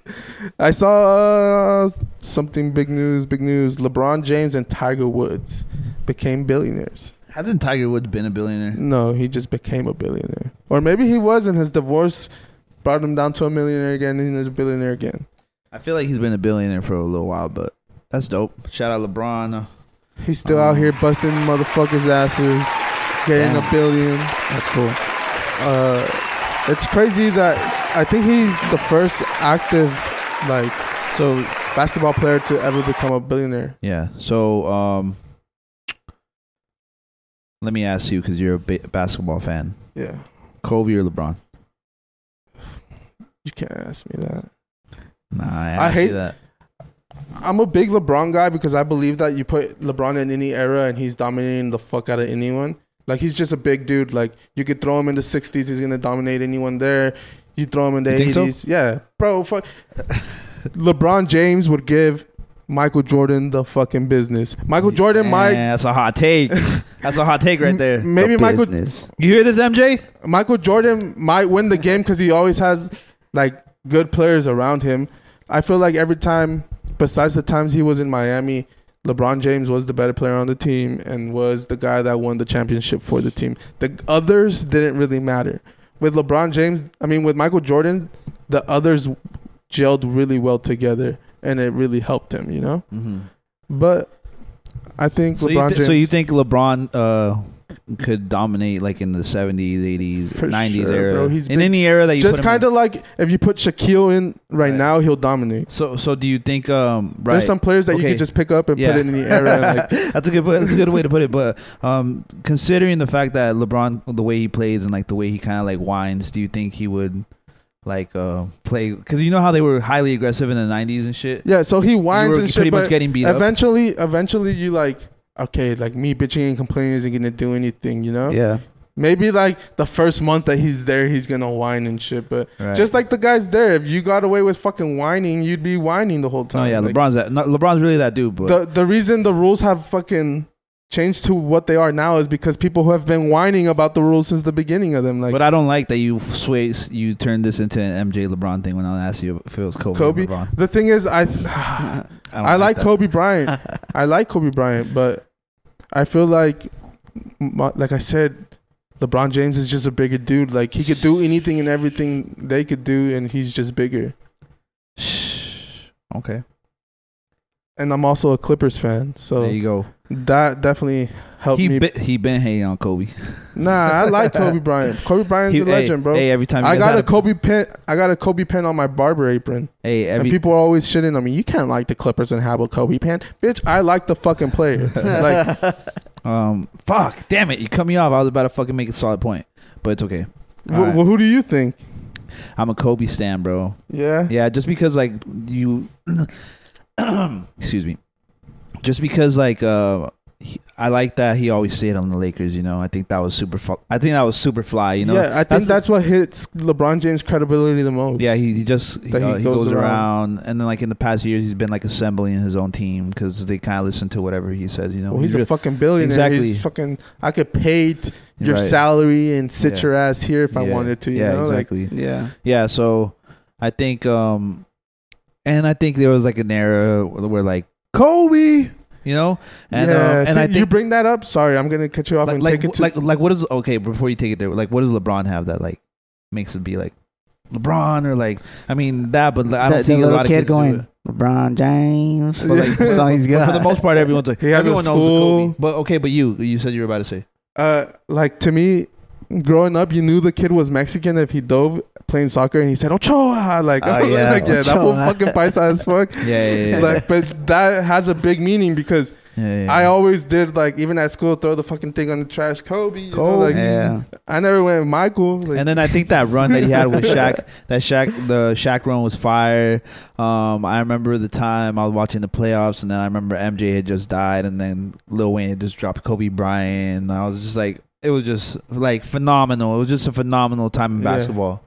Speaker 1: I saw uh, something big news. Big news. LeBron James and Tiger Woods became billionaires.
Speaker 2: hasn't Tiger Woods been a billionaire?
Speaker 1: No, he just became a billionaire. Or maybe he was, and his divorce brought him down to a millionaire again, and he's a billionaire again.
Speaker 2: I feel like he's been a billionaire for a little while, but that's dope. Shout out LeBron. Uh,
Speaker 1: He's still out here busting motherfuckers' asses, getting a
Speaker 3: Damn.
Speaker 1: billion.
Speaker 3: That's cool.
Speaker 1: Uh, it's crazy that I think he's the first active, like,
Speaker 2: So
Speaker 1: basketball player to ever become a billionaire.
Speaker 2: yeah. So um, let me ask you because you're a ba- basketball fan:
Speaker 1: Yeah,
Speaker 2: Kobe or LeBron?
Speaker 1: you can't ask me that.
Speaker 2: Nah, I,
Speaker 1: I
Speaker 2: asked you
Speaker 1: hate-
Speaker 2: that.
Speaker 1: I'm a big LeBron guy because I believe that you put LeBron in any era and he's dominating the fuck out of anyone. Like he's just a big dude. Like you could throw him in the '60s, he's gonna dominate anyone there. You throw him in the
Speaker 2: You think so?
Speaker 1: '80s, yeah, bro. Fuck. LeBron James would give Michael Jordan the fucking business. Michael Jordan,
Speaker 2: Man,
Speaker 1: Mike,
Speaker 2: Eh, that's a hot take. that's a hot take right there.
Speaker 1: maybe Michael
Speaker 3: business.
Speaker 2: You hear this, MJ?
Speaker 1: Michael Jordan might win the game because he always has like good players around him. I feel like every time, besides the times he was in Miami, LeBron James was the better player on the team and was the guy that won the championship for the team. The others didn't really matter. With LeBron James, I mean, with Michael Jordan, the others gelled really well together and it really helped him, you know?
Speaker 2: Mm-hmm.
Speaker 1: But I think
Speaker 2: So, you
Speaker 1: LeBron
Speaker 2: thi-
Speaker 1: James.
Speaker 2: so you think LeBron uh, could dominate like in the 70s, 80s, 90s
Speaker 1: sure,
Speaker 2: era.
Speaker 1: bro. He's
Speaker 2: in
Speaker 1: big-
Speaker 2: any era that you
Speaker 1: Just
Speaker 2: put him in.
Speaker 1: kind of like if you put Shaquille in right, now, he'll dominate.
Speaker 2: So, so do you think? Um, right.
Speaker 1: There's some players that you
Speaker 2: Okay.
Speaker 1: could just pick up and
Speaker 2: Yeah.
Speaker 1: put in the era. and, like,
Speaker 2: that's a good. That's a good way to put it. But um, considering the fact that LeBron, the way he plays and like the way he kind of like whines, do you think he would like uh play? Because you know how they were highly aggressive in the '90s and shit.
Speaker 1: Yeah, so he whines
Speaker 2: were
Speaker 1: and shit.
Speaker 2: pretty much
Speaker 1: but
Speaker 2: getting beat up.
Speaker 1: eventually, eventually, you like okay, like me bitching and complaining isn't gonna do anything, you know?
Speaker 3: Yeah.
Speaker 1: Maybe like the first month that he's there, he's gonna whine and shit. But
Speaker 2: Right.
Speaker 1: just like the guys there, if you got away with fucking whining, you'd be whining the whole
Speaker 2: No,
Speaker 1: time.
Speaker 2: Oh, yeah,
Speaker 1: Like,
Speaker 2: LeBron's that. No, LeBron's really that dude. But
Speaker 1: The the reason the rules have fucking changed to what they are now is because people who have been whining about the rules since the beginning of them, like
Speaker 2: but I don't like that you sway. You turned this into an MJ LeBron thing when I asked you if it was Kobe. or
Speaker 1: Kobe.
Speaker 2: LeBron.
Speaker 1: The thing is, I
Speaker 2: I,
Speaker 1: I,
Speaker 2: don't
Speaker 1: like
Speaker 2: that.
Speaker 1: Kobe Bryant. I like Kobe Bryant, but I feel like, my- like I said, LeBron James is just a bigger dude. Like he could do anything and everything they could do, and he's just bigger.
Speaker 2: Okay,
Speaker 1: And I'm also a Clippers fan, so
Speaker 2: there you go.
Speaker 1: that definitely helped
Speaker 2: He
Speaker 1: Oh. me.
Speaker 2: been, he been hating on Kobe.
Speaker 1: nah, I like Kobe Bryant. Kobe Bryant's
Speaker 2: He-
Speaker 1: a legend, bro.
Speaker 2: Hey, every time
Speaker 1: I
Speaker 2: you guys
Speaker 1: got
Speaker 2: had
Speaker 1: a Kobe pin. I got a Kobe pin on my barber apron.
Speaker 2: Hey,
Speaker 1: and
Speaker 2: every
Speaker 1: people are always shitting on me. You can't like the Clippers and have a Kobe pin, bitch. I like the fucking player. like
Speaker 2: Um, fuck, damn it, you cut me off. I was about to fucking make a solid point, but it's okay.
Speaker 1: Wh-
Speaker 2: All right.
Speaker 1: wh- who do you think?
Speaker 2: I'm a Kobe stan, bro.
Speaker 1: Yeah.
Speaker 2: Yeah, just because like you, excuse me, just because like uh, he, I like that he always stayed on the Lakers. You know, I think that was super. Fu- I think that was super fly. You know,
Speaker 1: yeah, I think that's, what hits LeBron James' credibility the most.
Speaker 2: Yeah, he, he just he,
Speaker 1: That he
Speaker 2: uh, he goes,
Speaker 1: goes
Speaker 2: around. and then like in the past years, he's been like assembling his own team because they kind of listen to whatever he says. You know,
Speaker 1: Well, Oh, he's a
Speaker 2: He really-
Speaker 1: fucking billionaire.
Speaker 2: Exactly.
Speaker 1: He's fucking. I could pay t- your
Speaker 2: Right.
Speaker 1: salary and sit
Speaker 2: Yeah.
Speaker 1: your ass here if I
Speaker 2: Yeah.
Speaker 1: wanted to. You
Speaker 2: yeah,
Speaker 1: know? Like,
Speaker 2: exactly.
Speaker 3: Yeah.
Speaker 2: yeah so i think um and i think there was like an era where like kobe you know and uh,
Speaker 1: yeah.
Speaker 2: and
Speaker 1: see,
Speaker 2: i
Speaker 1: you
Speaker 2: think
Speaker 1: bring that up. Sorry, I'm gonna cut you off
Speaker 2: like
Speaker 1: and
Speaker 2: like,
Speaker 1: take it to.
Speaker 2: like like what is okay before you take it there like what does lebron have that like makes it be like lebron or like i mean that but i don't
Speaker 3: That,
Speaker 2: see
Speaker 3: that
Speaker 2: a
Speaker 3: little
Speaker 2: lot of
Speaker 3: kid
Speaker 2: kids do it.
Speaker 3: going LeBron James.
Speaker 2: But, like,
Speaker 3: That's all he's
Speaker 2: but
Speaker 3: got.
Speaker 2: for the most part everyone's like
Speaker 1: He has a
Speaker 2: everyone knows the
Speaker 1: school.
Speaker 2: kobe but okay but you you said you were about to say
Speaker 1: uh, like to me, growing up, you knew the kid was Mexican if he dove playing soccer and he said "Ochoa." Like,
Speaker 2: Oh,
Speaker 1: I was
Speaker 2: yeah,
Speaker 1: like, yeah, that fool
Speaker 3: Ochoa.
Speaker 1: fucking bites as fuck.
Speaker 2: yeah yeah yeah, yeah,
Speaker 1: Like, but that has a big meaning because
Speaker 2: yeah, yeah.
Speaker 1: I always did like even at school throw the fucking thing on the trash, Kobe. You know,
Speaker 2: Kobe.
Speaker 1: like
Speaker 3: Yeah.
Speaker 1: I never went with Michael. Like,
Speaker 2: And then I think that run that he had with Shaq, that Shaq, the Shaq run was fire. Um, I remember the time I was watching the playoffs, and then I remember MJ had just died, and then Lil Wayne had just dropped Kobe Bryant. And I was just like, it was just like phenomenal. It was just a phenomenal time in
Speaker 1: Yeah.
Speaker 2: basketball.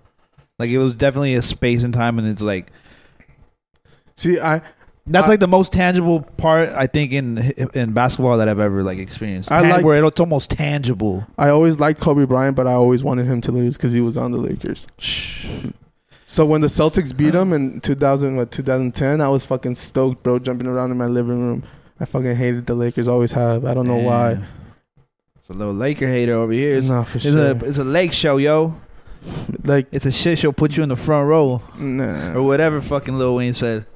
Speaker 2: Like it was definitely a space and time, and it's like
Speaker 1: see, I
Speaker 2: that's
Speaker 1: I-
Speaker 2: like the most tangible part I think in in basketball that I've ever like experienced.
Speaker 1: I
Speaker 2: Tan-
Speaker 1: like-
Speaker 2: where it's almost tangible.
Speaker 1: I always liked Kobe Bryant, but I always wanted him to lose because he was on the Lakers. So when the Celtics beat him in 2000, what 2010, I was fucking stoked, bro, jumping around in my living room. I fucking hated the Lakers. Always have. I don't know why.
Speaker 2: Damn. It's a little Laker hater over here. It's,
Speaker 1: Nah, for
Speaker 2: it's
Speaker 1: sure.
Speaker 2: a it's a lake show, yo.
Speaker 1: Like,
Speaker 2: It's a shit show. Put you in the front row or
Speaker 1: nah.
Speaker 2: whatever. Fucking Lil Wayne said.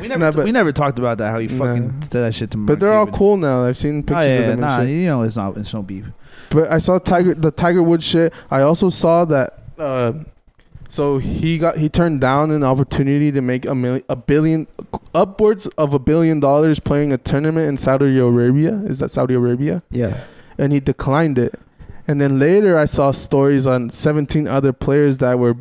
Speaker 2: we never
Speaker 1: Nah,
Speaker 2: t-
Speaker 1: but-
Speaker 2: we never talked about that. How he fucking
Speaker 1: Nah.
Speaker 2: said that shit to. Mark
Speaker 1: But they're all
Speaker 2: Cuban.
Speaker 1: cool now. I've seen pictures
Speaker 2: Oh, yeah,
Speaker 1: of them.
Speaker 2: nah,
Speaker 1: and shit.
Speaker 2: you know it's not. It's no beef.
Speaker 1: But I saw Tiger the Tiger Woods shit. I also saw that. Uh, so he got he turned down an opportunity to make a million, a billion, upwards of a billion dollars playing a tournament in Saudi Arabia. Is that Saudi Arabia?
Speaker 3: yeah.
Speaker 1: And he declined it. And then later, I saw stories on 17 other players that were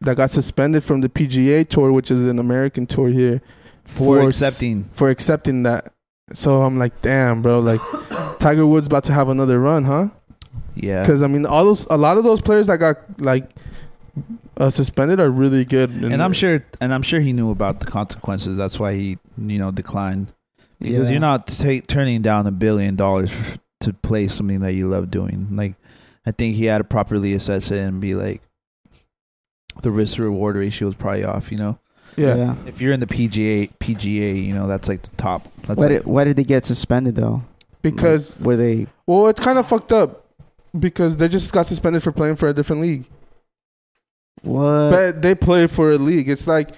Speaker 1: that got suspended from the PGA Tour, which is an American tour here,
Speaker 2: For
Speaker 1: s-
Speaker 2: accepting.
Speaker 1: for accepting that. So I'm like, damn, bro, like Tiger Woods about to have another run, huh?
Speaker 2: Yeah.
Speaker 1: Because I mean, all those a lot of those players that got like uh, suspended are really good.
Speaker 2: And I'm sure. And I'm sure he knew about the consequences. That's why he you know declined because
Speaker 3: Yeah.
Speaker 2: you're not ta- turning down a billion dollars f- to play something that you love doing. Like I think he had to properly assess it and be like. The risk reward ratio was probably off, you know.
Speaker 1: yeah.
Speaker 2: If you're in the PGA, PGA, you know that's like the top. That's
Speaker 3: Why
Speaker 2: like-
Speaker 3: did, why did they get suspended though?
Speaker 1: because
Speaker 3: Like, were they
Speaker 1: well, it's kind of fucked up because they just got suspended for playing for a different league,
Speaker 3: what?
Speaker 1: but they play for a league. It's like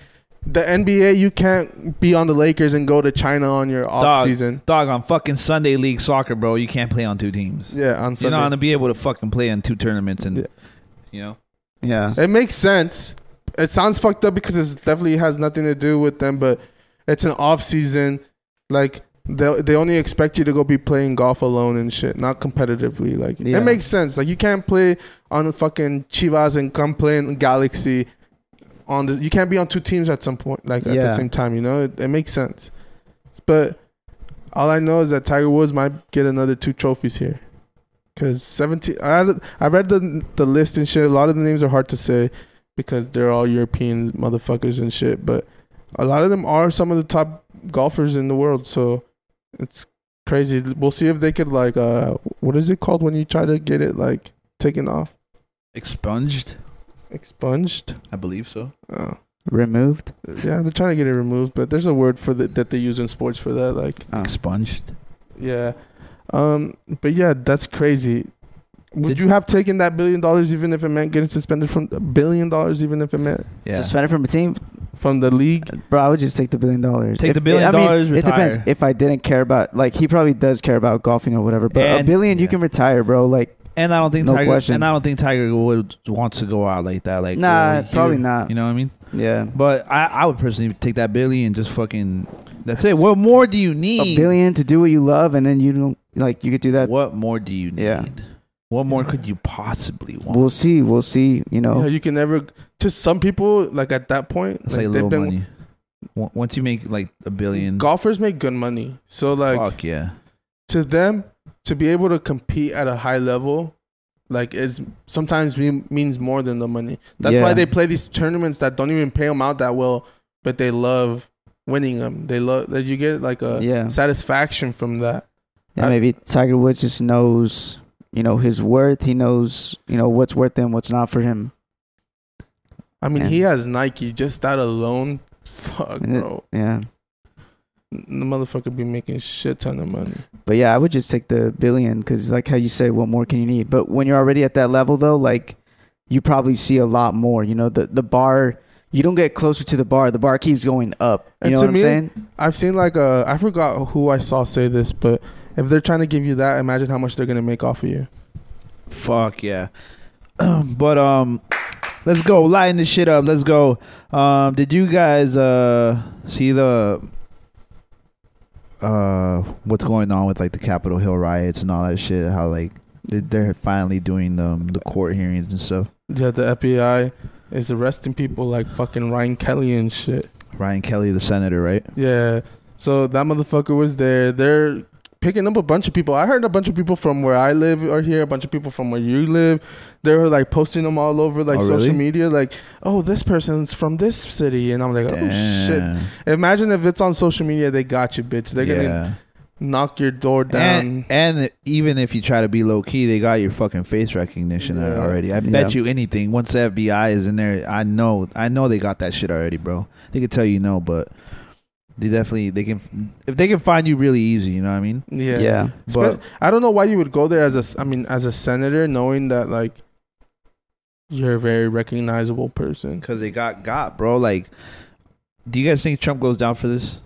Speaker 1: the NBA, you can't be on the Lakers and go to China on your off
Speaker 2: dog,
Speaker 1: season.
Speaker 2: Dog on fucking Sunday league soccer, bro. You can't play on two teams.
Speaker 1: Yeah, on
Speaker 2: You're
Speaker 1: Sunday.
Speaker 2: not gonna be able to fucking play in two tournaments and you know.
Speaker 3: Yeah.
Speaker 1: It makes sense. It sounds fucked up because it definitely has nothing to do with them, but it's an off season. Like they they only expect you to go be playing golf alone and shit, not competitively. Like
Speaker 3: Yeah.
Speaker 1: it makes sense. Like you can't play on fucking Chivas and come play in Galaxy. On the you can't be on two teams at some point, like at the
Speaker 3: Yeah.
Speaker 1: same time. You know, it, it makes sense. But all I know is that Tiger Woods might get another two trophies here. Cause seventeen, I, I read the the list and shit. A lot of the names are hard to say because they're all European motherfuckers and shit. But a lot of them are some of the top golfers in the world. So it's crazy. We'll see if they could like uh, what is it called when you try to get it like taken off,
Speaker 2: Expunged,
Speaker 1: expunged.
Speaker 2: I believe so.
Speaker 1: Oh.
Speaker 3: Removed.
Speaker 1: Yeah, they're trying to get it removed, but there's a word for the, that they use in sports for that. Like
Speaker 3: Oh.
Speaker 2: Expunged.
Speaker 1: Yeah. Um, but yeah, that's crazy. Would you have taken that billion dollars even if it meant getting suspended from billion dollars even if it meant
Speaker 2: Yeah.
Speaker 3: Suspended from a team,
Speaker 1: from the league?
Speaker 3: bro. I would just take the billion dollars.
Speaker 2: Take
Speaker 3: If-
Speaker 2: the billion
Speaker 3: I mean,
Speaker 2: dollars,
Speaker 3: It depends.
Speaker 2: retire.
Speaker 3: If I didn't care about, like, he probably does care about golfing or whatever. But a
Speaker 2: And-
Speaker 3: billion, you
Speaker 2: yeah.
Speaker 3: can retire, bro. Like,
Speaker 2: and I don't think
Speaker 3: No
Speaker 2: Tiger
Speaker 3: question.
Speaker 2: and I don't think Tiger Woods wants to go out like that. Like
Speaker 3: Nah,
Speaker 2: over here.
Speaker 3: probably not.
Speaker 2: You know what I mean?
Speaker 3: yeah,
Speaker 2: But I, I would personally take that billion and just fucking. That's it. What more do you need?
Speaker 3: a billion to do what you love, and then you don't like you could do that.
Speaker 2: What more do you need?
Speaker 3: Yeah.
Speaker 2: What more could you possibly want?
Speaker 3: We'll see. We'll see. You
Speaker 2: Oh.
Speaker 1: You,
Speaker 3: know.
Speaker 1: know, you can never. Just some people like at that point,
Speaker 2: it's
Speaker 1: like,
Speaker 2: like,
Speaker 1: they've
Speaker 2: little
Speaker 1: been-
Speaker 2: money. Wo- Once you make like a billion,
Speaker 1: Golfers make good money, so like
Speaker 2: fuck yeah.
Speaker 1: to them to be able to compete at a high level, like is sometimes me- means more than the money. That's
Speaker 3: Yeah.
Speaker 1: why they play these tournaments that don't even pay them out that well, but they love winning them. They love that you get like a
Speaker 3: Yeah.
Speaker 1: satisfaction from that.
Speaker 3: And
Speaker 1: I-
Speaker 3: maybe Tiger Woods just knows, you know, his worth. He knows, you know, what's worth him, what's not for him.
Speaker 1: I mean,
Speaker 3: And-
Speaker 1: he has Nike. Just that alone, fuck,
Speaker 3: And it-
Speaker 1: bro.
Speaker 3: Yeah.
Speaker 1: N- The motherfucker be making shit ton of money.
Speaker 3: But yeah, I would just take the billion because, like how you said, what more can you need? But when you're already at that level, though, like you probably see a lot more. You know, the the bar, you don't get closer to the bar. The bar keeps going up. You
Speaker 1: And
Speaker 3: know
Speaker 1: to
Speaker 3: what I'm
Speaker 1: me-
Speaker 3: saying?
Speaker 1: I've seen like a. I forgot who I saw say this, but if they're trying to give you that, imagine how much they're gonna make off of you.
Speaker 2: Fuck yeah. but um let's go lighten this shit up. Let's go. Um did you guys uh see the uh what's going on with like the Capitol Hill riots and all that shit how like they- they're finally doing um, the court hearings and stuff.
Speaker 1: Yeah, the FBI is arresting people like fucking Ryan Kelly and shit.
Speaker 2: Ryan Kelly, the senator, right?
Speaker 1: Yeah. So that motherfucker was there. They're picking up a bunch of people. I heard a bunch of people from where I live are here, a bunch of people from where you live. They were like posting them all over like
Speaker 2: Oh,
Speaker 1: social
Speaker 2: really?
Speaker 1: media, like, oh, this person's from this city. And I'm like, oh, shit. Imagine if it's on social media, they got you, bitch. They're going to
Speaker 2: yeah.
Speaker 1: knock your door down.
Speaker 2: And, and even if you try to be low key, they got your fucking face recognition
Speaker 1: Yeah.
Speaker 2: already. I bet you anything. Once the FBI is in there, I know, I know they got that shit already, bro. They could tell you no, but they definitely they can if they can find you really easy. You know what I mean?
Speaker 1: yeah.
Speaker 3: yeah.
Speaker 2: But
Speaker 1: But I don't know why you would go there as a, s- I mean, as a senator, knowing that like you're a very recognizable person.
Speaker 2: because they got got, bro. Like, do you guys think Trump goes down for this?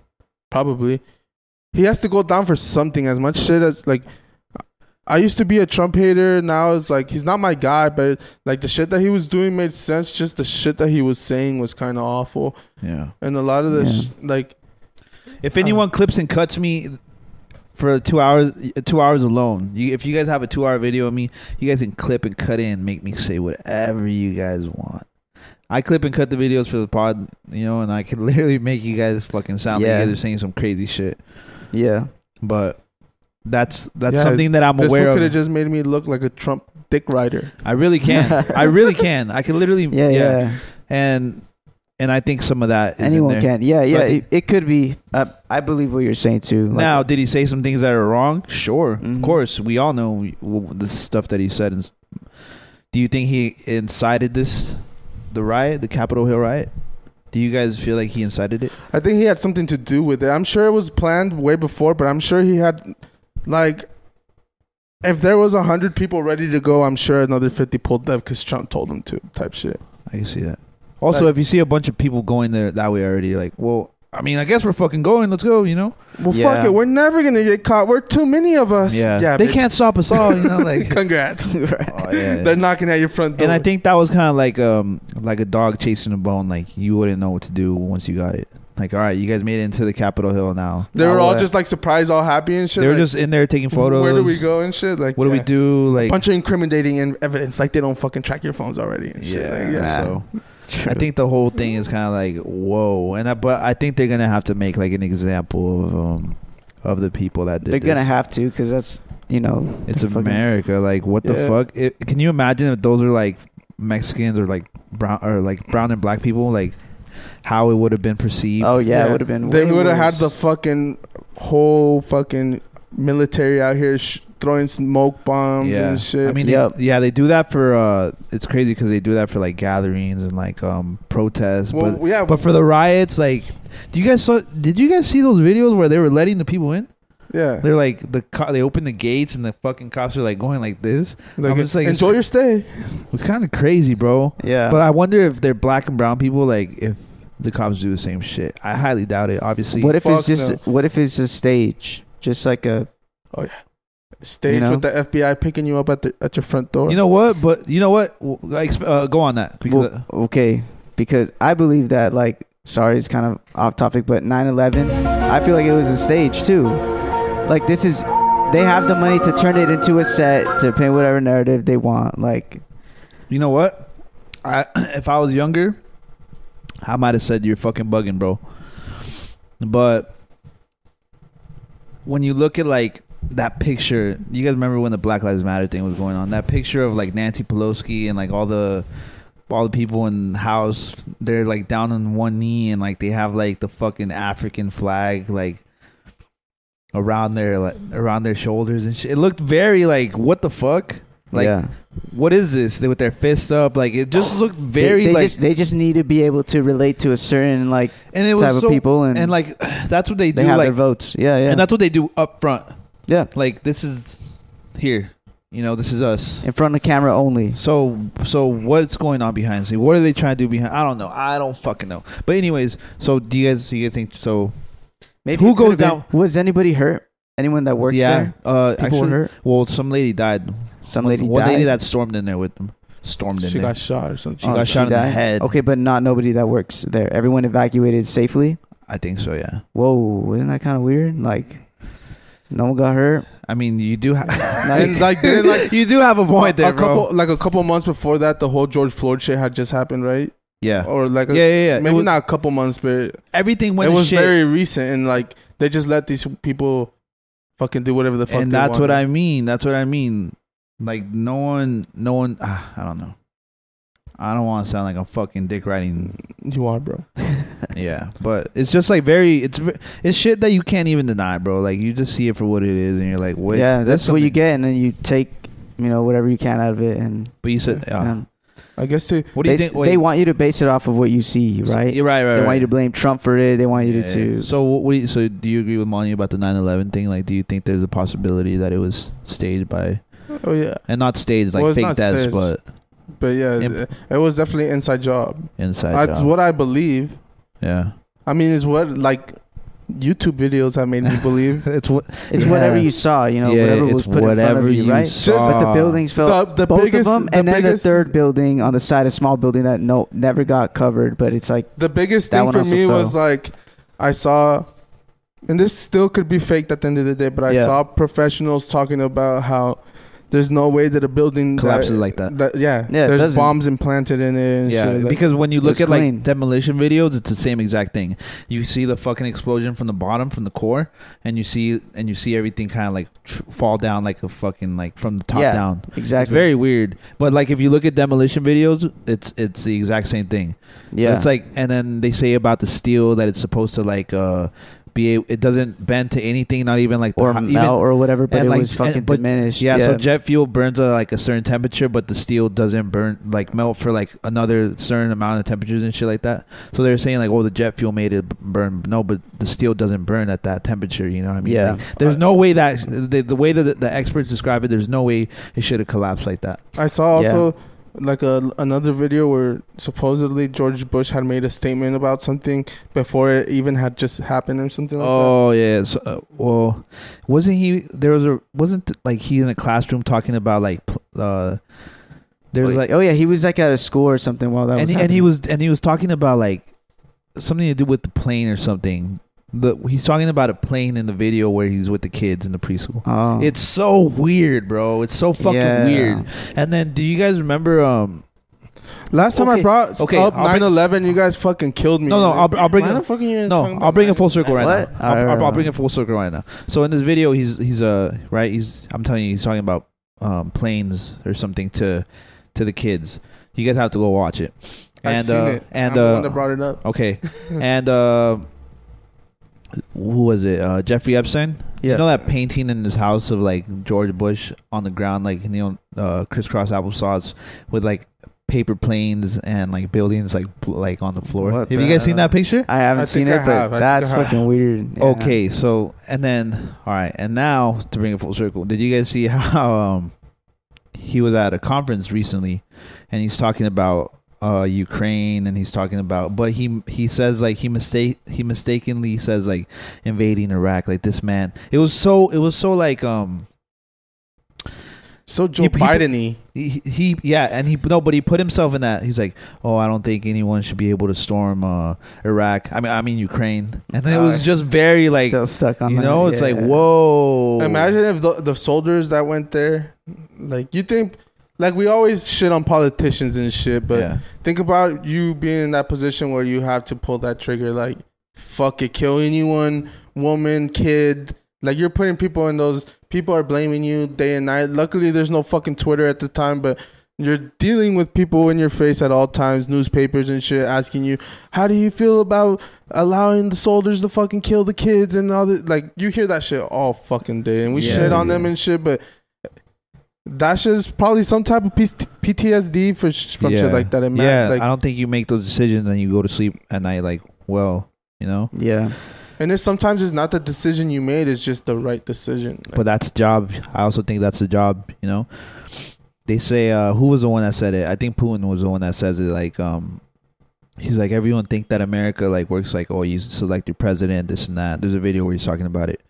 Speaker 1: Probably. He has to go down for something as much shit as like I used to be a Trump hater, now it's like he's not my guy, but like the shit that he was doing made sense, just the shit that he was saying was kind of awful.
Speaker 2: Yeah.
Speaker 1: And a lot of the sh- like
Speaker 2: If anyone clips and cuts me for two hours, two hours alone. You, if you guys have a two-hour video of me, you guys can clip and cut in, make me say whatever you guys want. I clip and cut the videos for the pod, you know, and I can literally make you guys fucking sound
Speaker 3: Yeah.
Speaker 2: like you guys are saying some crazy shit.
Speaker 3: Yeah.
Speaker 2: But that's that's
Speaker 1: Yeah,
Speaker 2: something that I'm
Speaker 1: this
Speaker 2: aware
Speaker 1: could
Speaker 2: of.
Speaker 1: have just made me look like a Trump dick rider.
Speaker 2: I really can. I really can. I can literally.
Speaker 3: Yeah. Yeah.
Speaker 2: And and I think some of that is in
Speaker 3: Anyone
Speaker 2: there.
Speaker 3: can. Yeah. Yeah.
Speaker 2: But-
Speaker 3: It, it could be. Uh, I believe what you're saying too. Like,
Speaker 2: now, did he say some things that are wrong? Sure,
Speaker 3: Mhm.
Speaker 2: of course. We all know w- w- the stuff that he said. And s- do you think he incited this, the riot, the Capitol Hill riot? Do you guys feel like he incited it?
Speaker 1: I think he had something to do with it. I'm sure it was planned way before, but I'm sure he had like if there was 100 people ready to go, I'm sure another 50 pulled up cuz Trump told him to type shit.
Speaker 2: I can see that. Also,
Speaker 1: Like-
Speaker 2: if you see a bunch of people going there that way already, you're like, well, I mean, I guess we're fucking going. Let's go. You know?
Speaker 1: Well,
Speaker 2: Yeah.
Speaker 1: fuck it. We're never gonna get caught. We're too many of us.
Speaker 2: Yeah. They
Speaker 1: bitch.
Speaker 2: can't stop us all. You know, like.
Speaker 1: Congrats.
Speaker 2: Oh, yeah.
Speaker 1: They're knocking at your front door.
Speaker 2: And I think that was kind of like um like a dog chasing a bone. Like you wouldn't know what to do once you got it. Like all right, you guys made it into the Capitol Hill now.
Speaker 1: they were
Speaker 2: Now
Speaker 1: all
Speaker 2: what?
Speaker 1: just like surprised, all happy and shit.
Speaker 2: they were
Speaker 1: like,
Speaker 2: uh, just in there taking photos.
Speaker 1: Where do we go and shit? Like,
Speaker 2: What do we
Speaker 1: yeah.
Speaker 2: do? Like
Speaker 1: bunch of incriminating in- evidence. Like they don't fucking track your phones already. And shit.
Speaker 2: yeah,
Speaker 1: Like, yeah.
Speaker 2: So I think the whole thing is kind of like whoa. And I, but I think they're gonna have to make like an example of um of the people that did.
Speaker 3: They're gonna
Speaker 2: this.
Speaker 3: have to because that's you know
Speaker 2: It's
Speaker 3: fucking-
Speaker 2: America. Like what the
Speaker 1: Yeah.
Speaker 2: fuck? It, can you imagine if those are like Mexicans or like brown or like brown and black people? Like how it would have been perceived.
Speaker 3: Oh yeah,
Speaker 1: Yeah.
Speaker 3: it would have been.
Speaker 1: They
Speaker 3: way
Speaker 1: would have had
Speaker 3: worse.
Speaker 1: the fucking whole fucking military out here sh- throwing smoke bombs and shit.
Speaker 2: I mean, they-
Speaker 3: Yep.
Speaker 2: yeah, they do that for. uh It's crazy because they do that for like gatherings and like um protests.
Speaker 1: Well,
Speaker 2: but
Speaker 1: yeah.
Speaker 2: but for the riots, like, do you guys saw? Did you guys see those videos where they were letting the people in?
Speaker 1: yeah.
Speaker 2: They're like the co- they open the gates and the fucking cops are like going like this.
Speaker 1: Like,
Speaker 2: I'm just like
Speaker 1: enjoy your stay.
Speaker 2: It's, it's kind of crazy, bro.
Speaker 3: Yeah.
Speaker 2: But I wonder if they're black and brown people. Like if the cops do the same shit, I highly doubt it. Obviously,
Speaker 3: What if it's
Speaker 1: Fuck
Speaker 3: just? What if it's a stage? Just like a
Speaker 1: Stage
Speaker 3: You know?
Speaker 1: with the FBI picking you up at the at your front door.
Speaker 2: you know what? But you know what? W- I exp- uh, go on that. Because
Speaker 3: well, okay, because I believe that like sorry, it's kind of off topic, but 9/11, I feel like it was a stage too. Like this is, they have the money to turn it into a set to paint whatever narrative they want. Like
Speaker 2: You know what? I if I was younger, I might have said you're fucking bugging, bro. But when you look at like that picture, you guys remember when the Black Lives Matter thing was going on? That picture of like Nancy Pelosi and like all the all the people in the house, they're like down on one knee and like they have like the fucking African flag like around their like around their shoulders and shit. It looked very like what the fuck? Like
Speaker 3: yeah,
Speaker 2: what is this? They with their fists up, like it just looked very
Speaker 3: they, they
Speaker 2: like,
Speaker 3: just they just need to be able to relate to a certain like
Speaker 2: and it was
Speaker 3: type of
Speaker 2: so,
Speaker 3: people and,
Speaker 2: and like that's what they do,
Speaker 3: they have
Speaker 2: like,
Speaker 3: their votes. Yeah, yeah,
Speaker 2: and that's what they do up front.
Speaker 3: yeah,
Speaker 2: Like this is here, you know, this is us.
Speaker 3: in front of camera only.
Speaker 2: So, so what's going on behind the scene? What are they trying to do behind? I don't know. I don't fucking know. But anyways, so do you guys? Do you guys think so?
Speaker 3: Maybe
Speaker 2: Who
Speaker 3: it could've
Speaker 2: goes down-
Speaker 3: been- was anybody hurt? Anyone that worked
Speaker 2: yeah,
Speaker 3: there?
Speaker 2: uh,
Speaker 3: People
Speaker 2: actually,
Speaker 3: were hurt.
Speaker 2: well, some lady died.
Speaker 3: Some lady
Speaker 2: One
Speaker 3: died. Oh,
Speaker 2: lady that stormed in there with them. Stormed in
Speaker 1: she
Speaker 2: there. Uh,
Speaker 1: got shot or something.
Speaker 2: she got shot in the
Speaker 3: died?
Speaker 2: head.
Speaker 3: Okay, but not nobody that works there. Everyone evacuated safely.
Speaker 2: I think so. Yeah.
Speaker 3: Whoa, isn't that kind of weird? Like, no one got hurt.
Speaker 2: I mean, you do have.
Speaker 1: And like, they didn't, like
Speaker 2: you do have a point there,
Speaker 1: a
Speaker 2: bro.
Speaker 1: couple, like a couple months before that, the whole George Floyd shit had just happened, right?
Speaker 2: Yeah.
Speaker 3: Uh,
Speaker 1: Or like, a,
Speaker 2: Yeah, yeah, yeah. It
Speaker 1: maybe
Speaker 2: was-
Speaker 1: not a couple months, but
Speaker 2: Everything went
Speaker 1: it was
Speaker 2: shit.
Speaker 1: very recent, and like they just let these people fucking do whatever the fuck.
Speaker 2: and
Speaker 1: they
Speaker 2: that's what
Speaker 1: wanted.
Speaker 2: I mean. That's what I mean. Like no one, no one. ah, I don't know. I don't want to sound like a fucking dick riding.
Speaker 1: You are, bro.
Speaker 2: yeah, but it's just like very. It's ve- it's shit that you can't even deny, bro. Like you just see it for what it is, and you're like, what?
Speaker 3: yeah, that's, what you
Speaker 2: something-
Speaker 3: get, and then you take, you know, whatever you can out of it. And
Speaker 2: But you said, ah.
Speaker 3: um,
Speaker 1: I guess they.
Speaker 2: what do
Speaker 3: they,
Speaker 2: you think?
Speaker 3: they want you to base it off of what you see, right?
Speaker 2: You're right, right.
Speaker 3: They
Speaker 2: right.
Speaker 3: want you to blame Trump for it. They want you
Speaker 2: Yeah,
Speaker 3: to.
Speaker 2: yeah. So what? what do you, so do you agree with Monty about the 9/11 thing? Like, do you think there's a possibility that it was staged by
Speaker 1: Oh yeah,
Speaker 2: and not staged like
Speaker 1: Well, it's
Speaker 2: fake
Speaker 1: not
Speaker 2: deaths,
Speaker 1: staged.
Speaker 2: but
Speaker 1: but yeah,
Speaker 2: Imp-
Speaker 1: it was definitely inside job.
Speaker 2: inside?
Speaker 1: That's
Speaker 2: job.
Speaker 1: what I believe.
Speaker 2: Yeah.
Speaker 1: I mean, it's what like YouTube videos have made me believe.
Speaker 2: It's what
Speaker 3: It's
Speaker 2: Yeah.
Speaker 3: whatever you saw, you know,
Speaker 2: Yeah,
Speaker 3: whatever
Speaker 2: it's
Speaker 3: was put in front
Speaker 2: whatever
Speaker 3: of you,
Speaker 2: you
Speaker 3: right?
Speaker 2: saw.
Speaker 3: But the buildings fell.
Speaker 1: The- the
Speaker 3: both
Speaker 1: biggest-
Speaker 3: of them,
Speaker 1: the
Speaker 3: and then
Speaker 1: biggest-
Speaker 3: the third building on the side, a small building that no never got covered, but it's like
Speaker 1: the biggest
Speaker 3: That
Speaker 1: thing
Speaker 3: one
Speaker 1: for
Speaker 3: also
Speaker 1: me
Speaker 3: fell.
Speaker 1: was like I saw and this still could be faked at the end of the day, but I
Speaker 3: Yeah.
Speaker 1: saw professionals talking about how there's no way that a building
Speaker 2: Collapses like that.
Speaker 1: yeah,
Speaker 3: Yeah, it
Speaker 1: there's
Speaker 3: doesn't.
Speaker 1: bombs implanted in it. And
Speaker 2: yeah,
Speaker 1: shit, like-
Speaker 2: because when you look
Speaker 3: It's
Speaker 2: at
Speaker 3: clean.
Speaker 2: like demolition videos, it's the same exact thing. You see the fucking explosion from the bottom, from the core, and you see and you see everything kind of like tr- fall down like a fucking like from the top
Speaker 3: yeah,
Speaker 2: down. It's
Speaker 3: Exactly.
Speaker 2: very weird, but like if you look at demolition videos, it's it's the exact same thing.
Speaker 3: yeah.
Speaker 2: it's like and then they say about the steel that it's supposed to like uh be a- it doesn't bend to anything, not even like the
Speaker 3: or
Speaker 2: hot-
Speaker 3: melt
Speaker 2: even-
Speaker 3: or whatever, but
Speaker 2: and,
Speaker 3: it
Speaker 2: like,
Speaker 3: was
Speaker 2: and-
Speaker 3: fucking
Speaker 2: but-
Speaker 3: diminished.
Speaker 2: Yeah, so jet fuel burns at like a certain temperature, but the steel doesn't burn like melt for like another certain amount of temperatures and shit like that. So they're saying like, oh, the jet fuel made it b- burn. No, but the steel doesn't burn at that temperature. You know what I mean?
Speaker 3: Yeah.
Speaker 2: Like, there's no way that the, the way that the, the experts describe it, there's no way it should have collapsed like that.
Speaker 1: I saw also like a another video where supposedly George Bush had made a statement about something before it even had just happened or something like that.
Speaker 2: Oh yeah. So, uh, well, wasn't he? There was a wasn't like he in the classroom talking about like pl- uh, there was like
Speaker 3: oh yeah, he was like at a school or something while that
Speaker 2: and
Speaker 3: was
Speaker 2: he, and
Speaker 3: happening.
Speaker 2: he was and he was talking about like something to do with the plane or something. The he's talking about a plane in the video where he's with the kids in the preschool.
Speaker 1: Uh-huh.
Speaker 3: Oh.
Speaker 2: It's so weird, bro. It's so fucking
Speaker 3: Yeah.
Speaker 2: weird. And then do you guys remember um
Speaker 1: Last time I
Speaker 2: Okay,
Speaker 1: brought
Speaker 2: okay,
Speaker 1: up
Speaker 2: I'll bring-
Speaker 1: 9/11, you guys fucking killed me.
Speaker 2: No, no, I'll, I'll bring
Speaker 1: Why the
Speaker 2: it.
Speaker 1: fuck are you talking
Speaker 2: No,
Speaker 1: about
Speaker 2: I'll bring it
Speaker 1: 9/11?
Speaker 2: full circle right
Speaker 3: What?
Speaker 2: now. I'll,
Speaker 3: Alright,
Speaker 2: I'll, I'll bring
Speaker 3: alright.
Speaker 2: it full circle right now. So in this video, he's he's uh right. He's I'm telling you, he's talking about um planes or something to to the kids. You guys have to go watch it.
Speaker 1: I've
Speaker 2: And
Speaker 1: seen
Speaker 2: uh,
Speaker 1: it.
Speaker 2: and
Speaker 1: I'm the
Speaker 2: uh,
Speaker 1: one that brought it up.
Speaker 2: Okay. and uh, who was it? Uh, Jeffrey Epstein.
Speaker 3: Yeah.
Speaker 2: You know that painting in his house of like George Bush on the ground, like you know, uh, crisscross applesauce with like paper planes and like buildings, like bl- like on the floor.
Speaker 3: What
Speaker 2: have you
Speaker 3: the-
Speaker 2: guys seen that picture?
Speaker 3: I haven't
Speaker 1: I
Speaker 3: seen
Speaker 1: think I
Speaker 3: it, but
Speaker 1: have. I think
Speaker 3: that's
Speaker 1: I have.
Speaker 3: fucking weird. Yeah.
Speaker 2: Okay, so and then all right, and now to bring it full circle, did you guys see how um he was at a conference recently and he's talking about uh Ukraine and he's talking about but he he says like he mistake he mistakenly says like invading Iraq like this man it was so it was so like um
Speaker 1: So Joe
Speaker 2: He- he-
Speaker 1: Biden y.
Speaker 2: he, he yeah and he no but he put himself in that he's like oh I don't think anyone should be able to storm uh Iraq I mean I mean Ukraine and then it was just very like
Speaker 3: Still stuck on
Speaker 2: you
Speaker 3: that,
Speaker 2: know it's like
Speaker 3: yeah.
Speaker 2: whoa
Speaker 1: Imagine if the, the soldiers that went there, like you think, like we always shit on politicians and shit, but
Speaker 2: Yeah.
Speaker 1: think about you being in that position where you have to pull that trigger, like fuck it, kill anyone, woman, kid. Like you're putting people in those. People are blaming you day and night. Luckily, there's no fucking Twitter at the time, but you're dealing with people in your face at all times, newspapers and shit, asking you, "How do you feel about allowing the soldiers to fucking kill the kids and all that?" Like you hear that shit all fucking day, and we
Speaker 2: Yeah,
Speaker 1: shit on them and shit, but that shit's probably some type of P- PTSD for sh- from shit like that. It
Speaker 2: yeah,
Speaker 1: yeah, like,
Speaker 2: I don't think you make those decisions and you go to sleep at night like, well, you know.
Speaker 3: Yeah.
Speaker 1: and it's sometimes it's not the decision you made; it's just the right decision. Like,
Speaker 2: But that's the job. I also think that's the job. You know, they say uh, who was the one that said it? I think Putin was the one that says it. Like, um, he's like everyone think that America like works like oh you select your president this and that. There's a video where he's talking about it,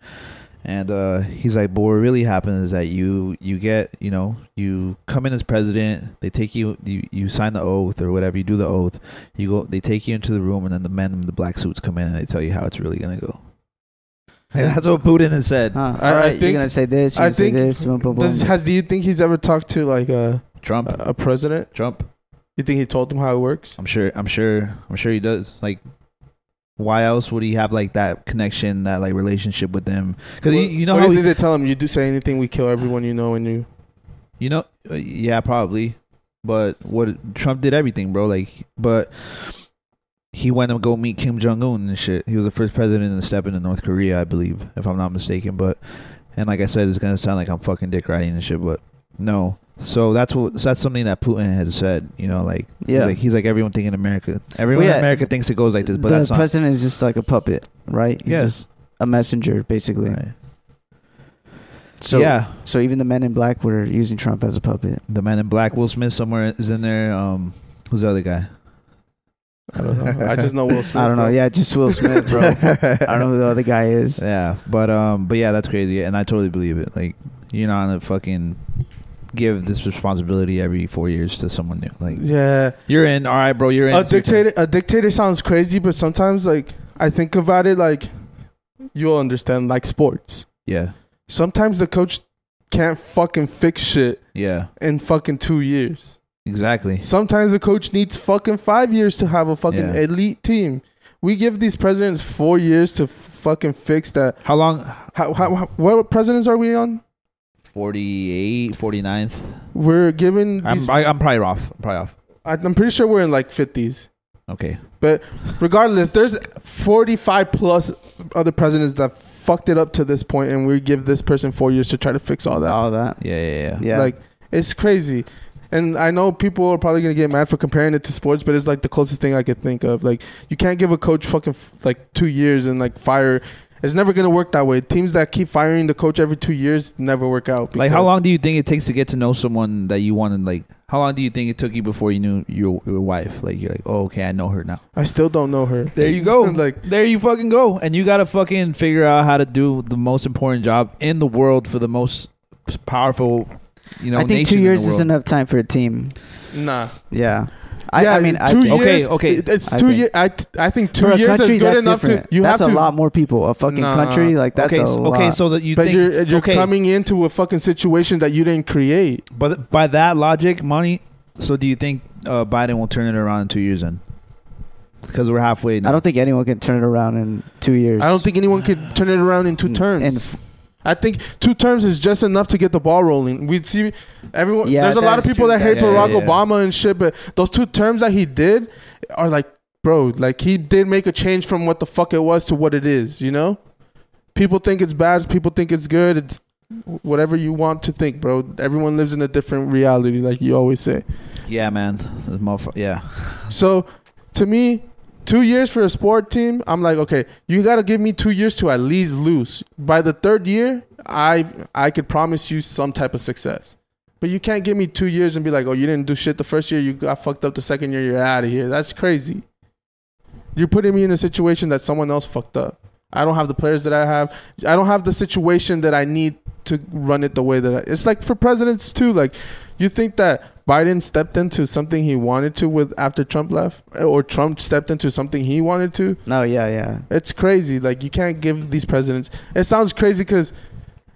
Speaker 2: and uh, he's like, but what really happens is that you you get you know you come in as president. They take you you you sign the oath or whatever. You do the oath. You go. They take you into the room and then the men in the black suits come in and they tell you how it's really gonna go. Like, that's what Putin has said.
Speaker 3: Huh.
Speaker 1: I- I
Speaker 3: All right, you're
Speaker 1: think-
Speaker 3: gonna say this. You're
Speaker 1: I
Speaker 3: gonna say
Speaker 1: think
Speaker 3: this. Boom, boom, boom.
Speaker 1: Does, has do you think he's ever talked to like a
Speaker 2: Trump.
Speaker 1: a president?
Speaker 2: Trump.
Speaker 1: You think he told them how it works?
Speaker 2: I'm sure. I'm sure. I'm sure he does. Like, why else would he have like that connection, that like relationship with them? Because you,
Speaker 1: What-
Speaker 2: you know
Speaker 1: what
Speaker 2: how
Speaker 1: do
Speaker 2: he,
Speaker 1: you think they tell him? You do say anything, we kill everyone you know, and you.
Speaker 2: you know. uh, Yeah, probably. But what Trump did everything, bro. Like, but he went and go meet Kim Jong Un and shit. He was the first president to step into North Korea, I believe, if I'm not mistaken. But and like I said, it's gonna sound like I'm fucking dick riding and shit, but no. So that's what so that's something that Putin has said. You know, like
Speaker 3: Yeah.
Speaker 2: like, he's like everyone thinking America, everyone
Speaker 3: Well,
Speaker 2: in
Speaker 3: yeah.
Speaker 2: America thinks it goes like this, but
Speaker 3: the
Speaker 2: that's not
Speaker 3: president is just like a puppet, right? He's
Speaker 2: Yes.
Speaker 3: just a messenger, basically.
Speaker 2: Right.
Speaker 3: So
Speaker 2: yeah,
Speaker 3: So even the men in black were using Trump as a puppet.
Speaker 2: the man in black, Will Smith, somewhere is in there. Um, who's the other guy?
Speaker 1: I don't know. I just know Will Smith.
Speaker 3: I don't know.
Speaker 1: bro.
Speaker 3: Yeah, just Will Smith, bro. I don't know who the other guy is.
Speaker 2: Yeah, but um, but yeah, that's crazy, and I totally believe it. Like, you're not gonna fucking give this responsibility every four years to someone new. Like,
Speaker 1: Yeah.
Speaker 2: you're in. All right, bro, you're in.
Speaker 1: a
Speaker 2: It's your turn.
Speaker 1: dictator a dictator sounds crazy but sometimes like i think about it like you'll understand like sports
Speaker 2: Yeah,
Speaker 1: sometimes the coach can't fucking fix shit
Speaker 2: yeah,
Speaker 1: in fucking two years
Speaker 2: exactly.
Speaker 1: sometimes the coach needs fucking five years to have a fucking
Speaker 2: Yeah.
Speaker 1: elite team we give these presidents four years to fucking fix that
Speaker 2: How long?
Speaker 1: how, how, how what presidents are we on
Speaker 2: 48, 49th.
Speaker 1: we're giving
Speaker 2: I'm,
Speaker 1: these,
Speaker 2: I, I'm probably off. I'm probably off.
Speaker 1: I, i'm pretty sure we're in like 50s
Speaker 2: Okay.
Speaker 1: But regardless, there's 45 plus other presidents that fucked it up to this point, and we give this person four years to try to fix all that.
Speaker 3: All that.
Speaker 2: Yeah, yeah, Oh, yeah.
Speaker 3: Yeah.
Speaker 1: Like it's crazy. And I know people are probably gonna get mad for comparing it to sports, but it's like the closest thing I could think of. Like you can't give a coach fucking f- like two years and like fire. It's never gonna work that way. Teams that keep firing the coach every two years never work out.
Speaker 2: Like, how
Speaker 1: because-
Speaker 2: long do you think it takes to get to know someone that you want to like How long do you think it took you before you knew your, your wife? Like you're like, oh, okay, I know her now.
Speaker 1: I still don't know her.
Speaker 2: There you go.
Speaker 1: like
Speaker 2: there you fucking go. And you gotta fucking figure out how to do the most important job in the world for the most powerful. You know,
Speaker 3: I think
Speaker 2: nation
Speaker 3: two
Speaker 2: in the
Speaker 3: years is
Speaker 2: world.
Speaker 3: enough time for a team.
Speaker 1: nah.
Speaker 3: Yeah. I, I mean, I
Speaker 1: two
Speaker 3: think,
Speaker 2: Okay,
Speaker 1: years.
Speaker 2: okay.
Speaker 1: it- It's
Speaker 3: I
Speaker 1: two
Speaker 3: think.
Speaker 1: years. I, t- I think
Speaker 3: for
Speaker 1: two
Speaker 3: a
Speaker 1: years
Speaker 3: country,
Speaker 1: is good
Speaker 3: that's
Speaker 1: enough
Speaker 3: different.
Speaker 1: to. You
Speaker 3: that's
Speaker 1: have
Speaker 3: a
Speaker 1: to,
Speaker 3: lot more people. A fucking
Speaker 1: Nah.
Speaker 3: country like that's
Speaker 2: okay,
Speaker 3: a
Speaker 2: so,
Speaker 3: lot.
Speaker 2: okay. So that you
Speaker 1: But
Speaker 2: think
Speaker 1: you're you're
Speaker 2: okay,
Speaker 1: coming into a fucking situation that you didn't create.
Speaker 2: But by that logic, money. So do you think uh, Biden will turn it around in two years then? Because we're halfway. Now.
Speaker 3: I don't think anyone can turn it around in two years. Mm,
Speaker 1: I don't think anyone could turn it around in two terms.
Speaker 3: And f-
Speaker 1: I think two terms is just enough to get the ball rolling. We'd see everyone.
Speaker 3: Yeah,
Speaker 1: there's a lot of
Speaker 3: that's
Speaker 1: people
Speaker 3: true.
Speaker 1: that hate
Speaker 2: That's
Speaker 1: Barack
Speaker 2: true. Yeah, yeah.
Speaker 1: Obama and shit, but those two terms that he did are like, bro, like he did make a change from what the fuck it was to what it is. You know, people think it's bad. People think it's good. It's whatever you want to think, bro. Everyone lives in a different reality, like you always say.
Speaker 2: Yeah, man. This motherfu- yeah.
Speaker 1: So to me, two years for a sport team, I'm like, okay, you gotta give me two years to at least lose. By the third year, I I could promise you some type of success. But you can't give me two years and be like, oh, you didn't do shit the first year, you got fucked up the second year, you're out of here. That's crazy. You're putting me in a situation that someone else fucked up. I don't have the players that I have. I don't have the situation that I need to run it the way that I. It's like for presidents too. Like, you think that Biden stepped into something he wanted to with after Trump left, or Trump stepped into something he wanted to?
Speaker 3: no, yeah, yeah.
Speaker 1: It's crazy. Like, you can't give these presidents. It sounds crazy because.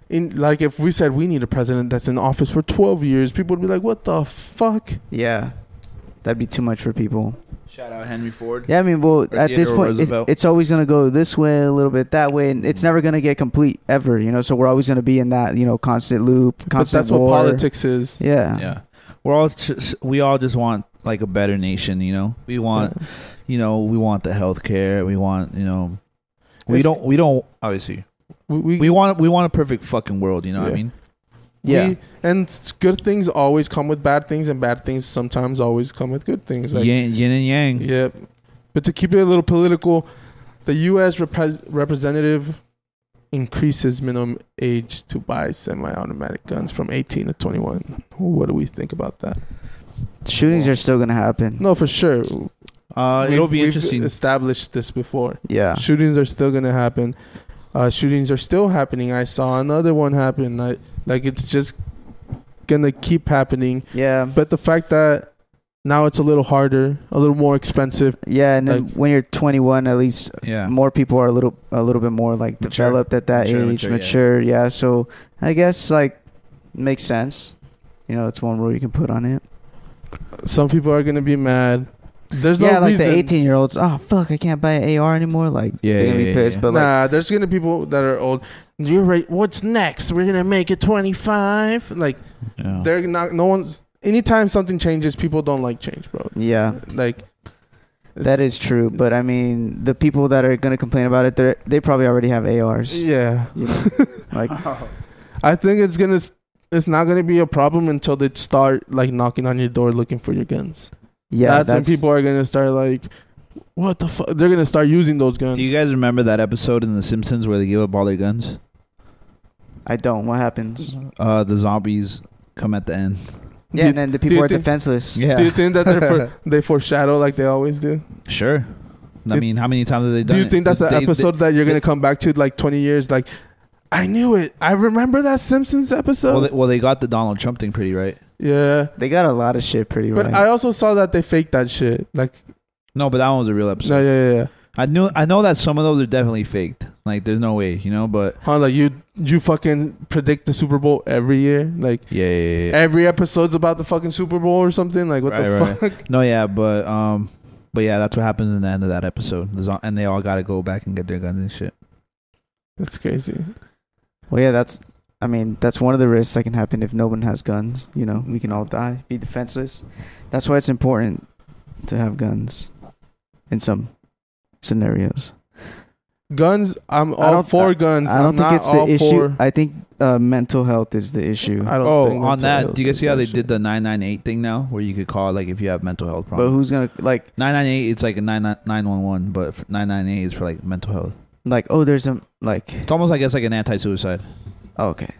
Speaker 1: In, like if we said we need a president that's in office for 12 years people would be like what the fuck
Speaker 3: Yeah. That'd be too much for people.
Speaker 2: Shout out Henry Ford.
Speaker 3: Yeah, I mean, well, at this
Speaker 2: Theodore
Speaker 3: point, it's,
Speaker 2: Roosevelt.
Speaker 3: it's always going to go this way, a little bit that way, and it's never going to get complete ever, you know? So we're always going to be in that, you know, constant loop,
Speaker 1: but
Speaker 3: constant
Speaker 1: that's
Speaker 3: war.
Speaker 1: what politics is
Speaker 3: Yeah.
Speaker 2: Yeah. Um, We're all just, we all just want like a better nation, you know. We want, you know, we want the health care. We want, you know, we
Speaker 1: It's-
Speaker 2: don't we don't obviously
Speaker 1: we,
Speaker 2: we want we want a perfect fucking world. You know what I
Speaker 1: Yeah.
Speaker 2: mean?
Speaker 3: Yeah.
Speaker 1: We- and s- good things always come with bad things, and bad things sometimes always come with good things. Like,
Speaker 2: yin, yin and yang.
Speaker 1: Yep. But to keep it a little political, the U.S. Repres- representative increases minimum age to buy semi-automatic guns from 18 to 21. What do we think about that?
Speaker 3: Shootings are still going to happen.
Speaker 1: No, for sure.
Speaker 2: Uh,
Speaker 1: We've-
Speaker 2: it'll be
Speaker 1: we've
Speaker 2: interesting.
Speaker 1: Established this before.
Speaker 3: Yeah.
Speaker 1: Shootings are still gonna happen. Uh, shootings are still happening. I saw another one happen. I, like it's just gonna keep happening.
Speaker 3: Yeah.
Speaker 1: but the fact that now it's a little harder, a little more expensive.
Speaker 3: Yeah, and then
Speaker 1: Like-
Speaker 3: when you're 21, at least
Speaker 2: Yeah.
Speaker 3: more people are a little a little bit more like
Speaker 2: Mature.
Speaker 3: developed at that
Speaker 2: Mature,
Speaker 3: age,
Speaker 2: mature, yeah.
Speaker 3: mature. Yeah. So I guess like makes sense. You know, it's one rule you can put on it.
Speaker 1: Some people are gonna be mad. There's
Speaker 3: yeah,
Speaker 1: no
Speaker 3: like
Speaker 1: reason.
Speaker 3: the 18 year olds. Oh fuck, I can't buy an AR anymore. Like
Speaker 2: Yeah,
Speaker 3: they're gonna
Speaker 2: yeah,
Speaker 3: be
Speaker 2: yeah,
Speaker 3: pissed.
Speaker 2: yeah.
Speaker 3: But like,
Speaker 1: nah, there's gonna be people that are old. You're right. What's next? We're gonna make it 25. Like
Speaker 3: Oh.
Speaker 2: Yeah.
Speaker 1: they're not. No one's. Anytime something changes, people don't like change, bro.
Speaker 3: yeah,
Speaker 1: Like
Speaker 3: that is true. But I mean, the people that are gonna complain about it, they they probably already have ARs.
Speaker 1: Yeah,
Speaker 3: You know, like
Speaker 1: I think it's gonna. s- It's not gonna be a problem until they start like knocking on your door looking for your guns.
Speaker 3: yeah,
Speaker 1: that's, when people are gonna start like, what the fuck? They're gonna start using those guns.
Speaker 2: Do you guys remember that episode in The Simpsons where they give up all their guns?
Speaker 3: I don't. What happens?
Speaker 2: Uh, the zombies come at the end.
Speaker 3: Yeah,
Speaker 1: you-
Speaker 3: and then the
Speaker 1: do you
Speaker 3: people are
Speaker 1: think-
Speaker 3: defenseless.
Speaker 2: Yeah.
Speaker 1: Do you think that they're for, they foreshadow like they always do?
Speaker 2: Sure. I
Speaker 1: Do-
Speaker 2: mean, how many times have they done
Speaker 1: Do you
Speaker 2: it?
Speaker 1: think that's
Speaker 2: They-
Speaker 1: the
Speaker 2: they-
Speaker 1: episode that you're gonna come back to like 20 years? Like, I knew it. I remember that Simpsons episode.
Speaker 2: well, they, well, they got the Donald Trump thing pretty right.
Speaker 1: yeah,
Speaker 3: They got a lot of shit pretty
Speaker 1: but
Speaker 3: right.
Speaker 1: I also saw that they faked that shit. Like,
Speaker 2: No, but that one was a real
Speaker 1: no,
Speaker 2: episode.
Speaker 1: yeah, yeah, yeah.
Speaker 2: I knew, I know that some of those are definitely faked. Like, there's no way, you know. But
Speaker 1: Huh, like you you fucking predict the Super Bowl every year. Like
Speaker 2: yeah, yeah, yeah, yeah.
Speaker 1: every episode's about the fucking Super Bowl or something. Like what the
Speaker 2: Right, right.
Speaker 1: fuck?
Speaker 2: no, yeah, but um, but yeah, that's what happens in the end of that episode. The zo- and they all got to go back and get their guns and shit.
Speaker 1: That's crazy.
Speaker 3: Well, yeah, that's. I mean, that's one of the risks that can happen if no one has guns. You know, we can all die, be defenseless. That's why it's important to have guns in some scenarios.
Speaker 1: Guns. I'm
Speaker 3: I
Speaker 1: all
Speaker 3: don't-
Speaker 1: for guns.
Speaker 3: I don't
Speaker 1: I'm not
Speaker 3: think it's the
Speaker 1: all
Speaker 3: issue.
Speaker 1: for-
Speaker 3: I think uh, mental health is the issue.
Speaker 1: I don't.
Speaker 2: Oh,
Speaker 1: think
Speaker 2: on
Speaker 1: that's
Speaker 2: that,
Speaker 1: a-
Speaker 2: do you guys see how they
Speaker 1: that's a-
Speaker 2: did the nine nine eight thing now, where you could call like if you have mental health
Speaker 3: But
Speaker 2: problems?
Speaker 3: who's gonna like
Speaker 2: Nine nine eight, it's like a nine nine one one, but nine nine eight is for like mental health.
Speaker 3: like? Oh, there's a like.
Speaker 2: It's almost like it's like an anti-suicide.
Speaker 3: Oh, okay.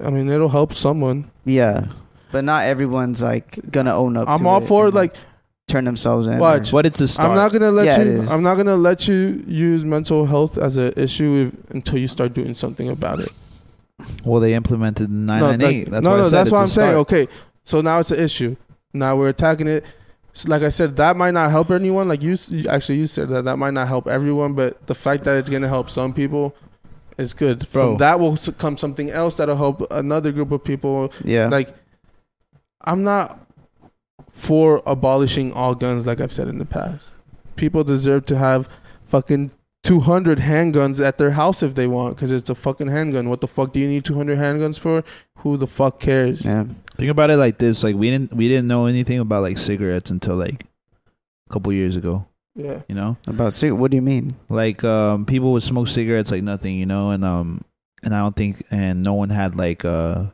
Speaker 1: I mean, it'll help someone.
Speaker 3: Yeah. But not everyone's like gonna own up.
Speaker 1: I'm
Speaker 3: to
Speaker 1: all
Speaker 3: it
Speaker 1: for
Speaker 3: and,
Speaker 1: like
Speaker 3: turn themselves in. or-
Speaker 1: Watch.
Speaker 2: But it's a start.
Speaker 1: I'm not gonna let
Speaker 3: Yeah, it
Speaker 1: you.
Speaker 3: is.
Speaker 1: I'm not gonna let you use mental health as an issue if, until you start doing something about it.
Speaker 2: well, they implemented
Speaker 1: like-
Speaker 2: 998. that's
Speaker 1: no,
Speaker 2: why I
Speaker 1: no,
Speaker 2: said
Speaker 1: that's
Speaker 2: it's
Speaker 1: what
Speaker 2: a
Speaker 1: I'm saying.
Speaker 2: start.
Speaker 1: Okay, so now it's an issue. Now we're attacking it. So like I said, that might not help anyone. Like you, s- you- actually, you said that that might not help everyone, but the fact that it's gonna help some people is good.
Speaker 2: Bro.
Speaker 1: From that will s- come something else that'll help another group of people.
Speaker 3: yeah,
Speaker 1: Like, I'm not for abolishing all guns, like I've said in the past. People deserve to have fucking 200 handguns at their house if they want, because it's a fucking handgun. What the fuck do you need 200 handguns for? Who the fuck cares?
Speaker 3: yeah.
Speaker 2: Think about it like this: like we didn't we didn't know anything about like cigarettes until like a couple years ago.
Speaker 1: Yeah.
Speaker 2: You know,
Speaker 3: About cig- what do you mean?
Speaker 2: like um, people would smoke cigarettes like nothing. You know, and um, and I don't think and no one had like uh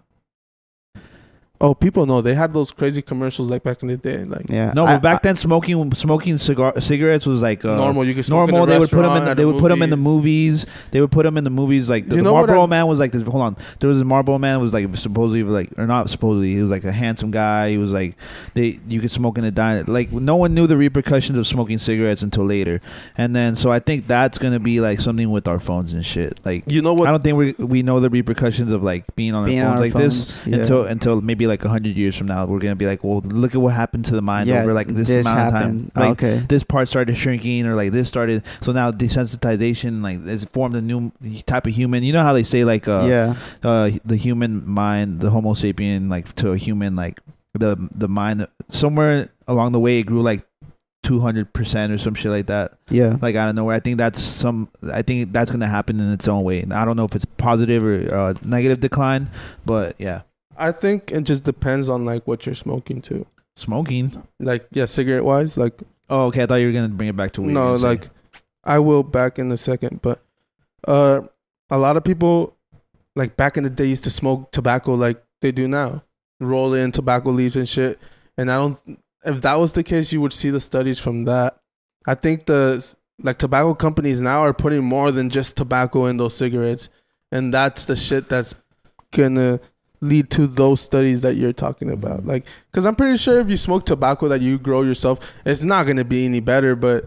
Speaker 1: Oh, people know. They had those crazy commercials like back in the day. Like,
Speaker 3: Yeah.
Speaker 2: no.
Speaker 3: I-
Speaker 2: but back then, smoking smoking cigar cigarettes was like uh,
Speaker 1: normal. You could smoke
Speaker 2: normal.
Speaker 1: In
Speaker 2: they would put them in.
Speaker 1: restaurant,
Speaker 2: The,
Speaker 1: at
Speaker 2: they
Speaker 1: a
Speaker 2: would put them in the
Speaker 1: movies.
Speaker 2: movies. They would put them in the movies. Like the,
Speaker 1: You
Speaker 2: the
Speaker 1: know what
Speaker 2: Marlboro
Speaker 1: I-
Speaker 2: Man was like this. Hold on, there was a Marlboro Man was like supposedly like or not supposedly he was like a handsome guy. He was like they you could smoke in the diner. Like no one knew the repercussions of smoking cigarettes until later. And then so I think that's gonna be like something with our phones and shit. Like
Speaker 1: You know what?
Speaker 2: I don't think we we know the repercussions of like being on
Speaker 3: Being
Speaker 2: our
Speaker 3: on
Speaker 2: phones
Speaker 3: our
Speaker 2: like this
Speaker 3: phones, yeah.
Speaker 2: until until maybe like hundred years from now we're gonna be like, well, look at what happened to the mind
Speaker 3: Yeah,
Speaker 2: over like this,
Speaker 3: this
Speaker 2: amount
Speaker 3: happened.
Speaker 2: of time. Like,
Speaker 3: Okay.
Speaker 2: this part started shrinking or like this started. So now desensitization like has formed a new type of human. You know how they say like uh,
Speaker 3: yeah,
Speaker 2: uh the human mind, the Homo sapien like to a human like the the mind somewhere along the way it grew like two hundred percent or some shit like that
Speaker 3: yeah.
Speaker 2: like out of nowhere. I think that's some. I think that's gonna happen in its own way. And I don't know if it's positive or uh, negative decline, but yeah,
Speaker 1: I think it just depends on like what you're smoking too.
Speaker 2: smoking.
Speaker 1: Like, yeah, cigarette wise, like
Speaker 2: Oh, okay. I thought you were gonna bring it back to weed.
Speaker 1: no
Speaker 2: It's
Speaker 1: like i will back in a second but uh a lot of people like back in the day used to smoke tobacco like they do now roll in tobacco leaves and shit and i don't if that was the case you would see the studies from that i think the like tobacco companies now are putting more than just tobacco in those cigarettes and that's the shit that's gonna lead to those studies that you're talking about like because i'm pretty sure if you smoke tobacco that you grow yourself it's not gonna be any better but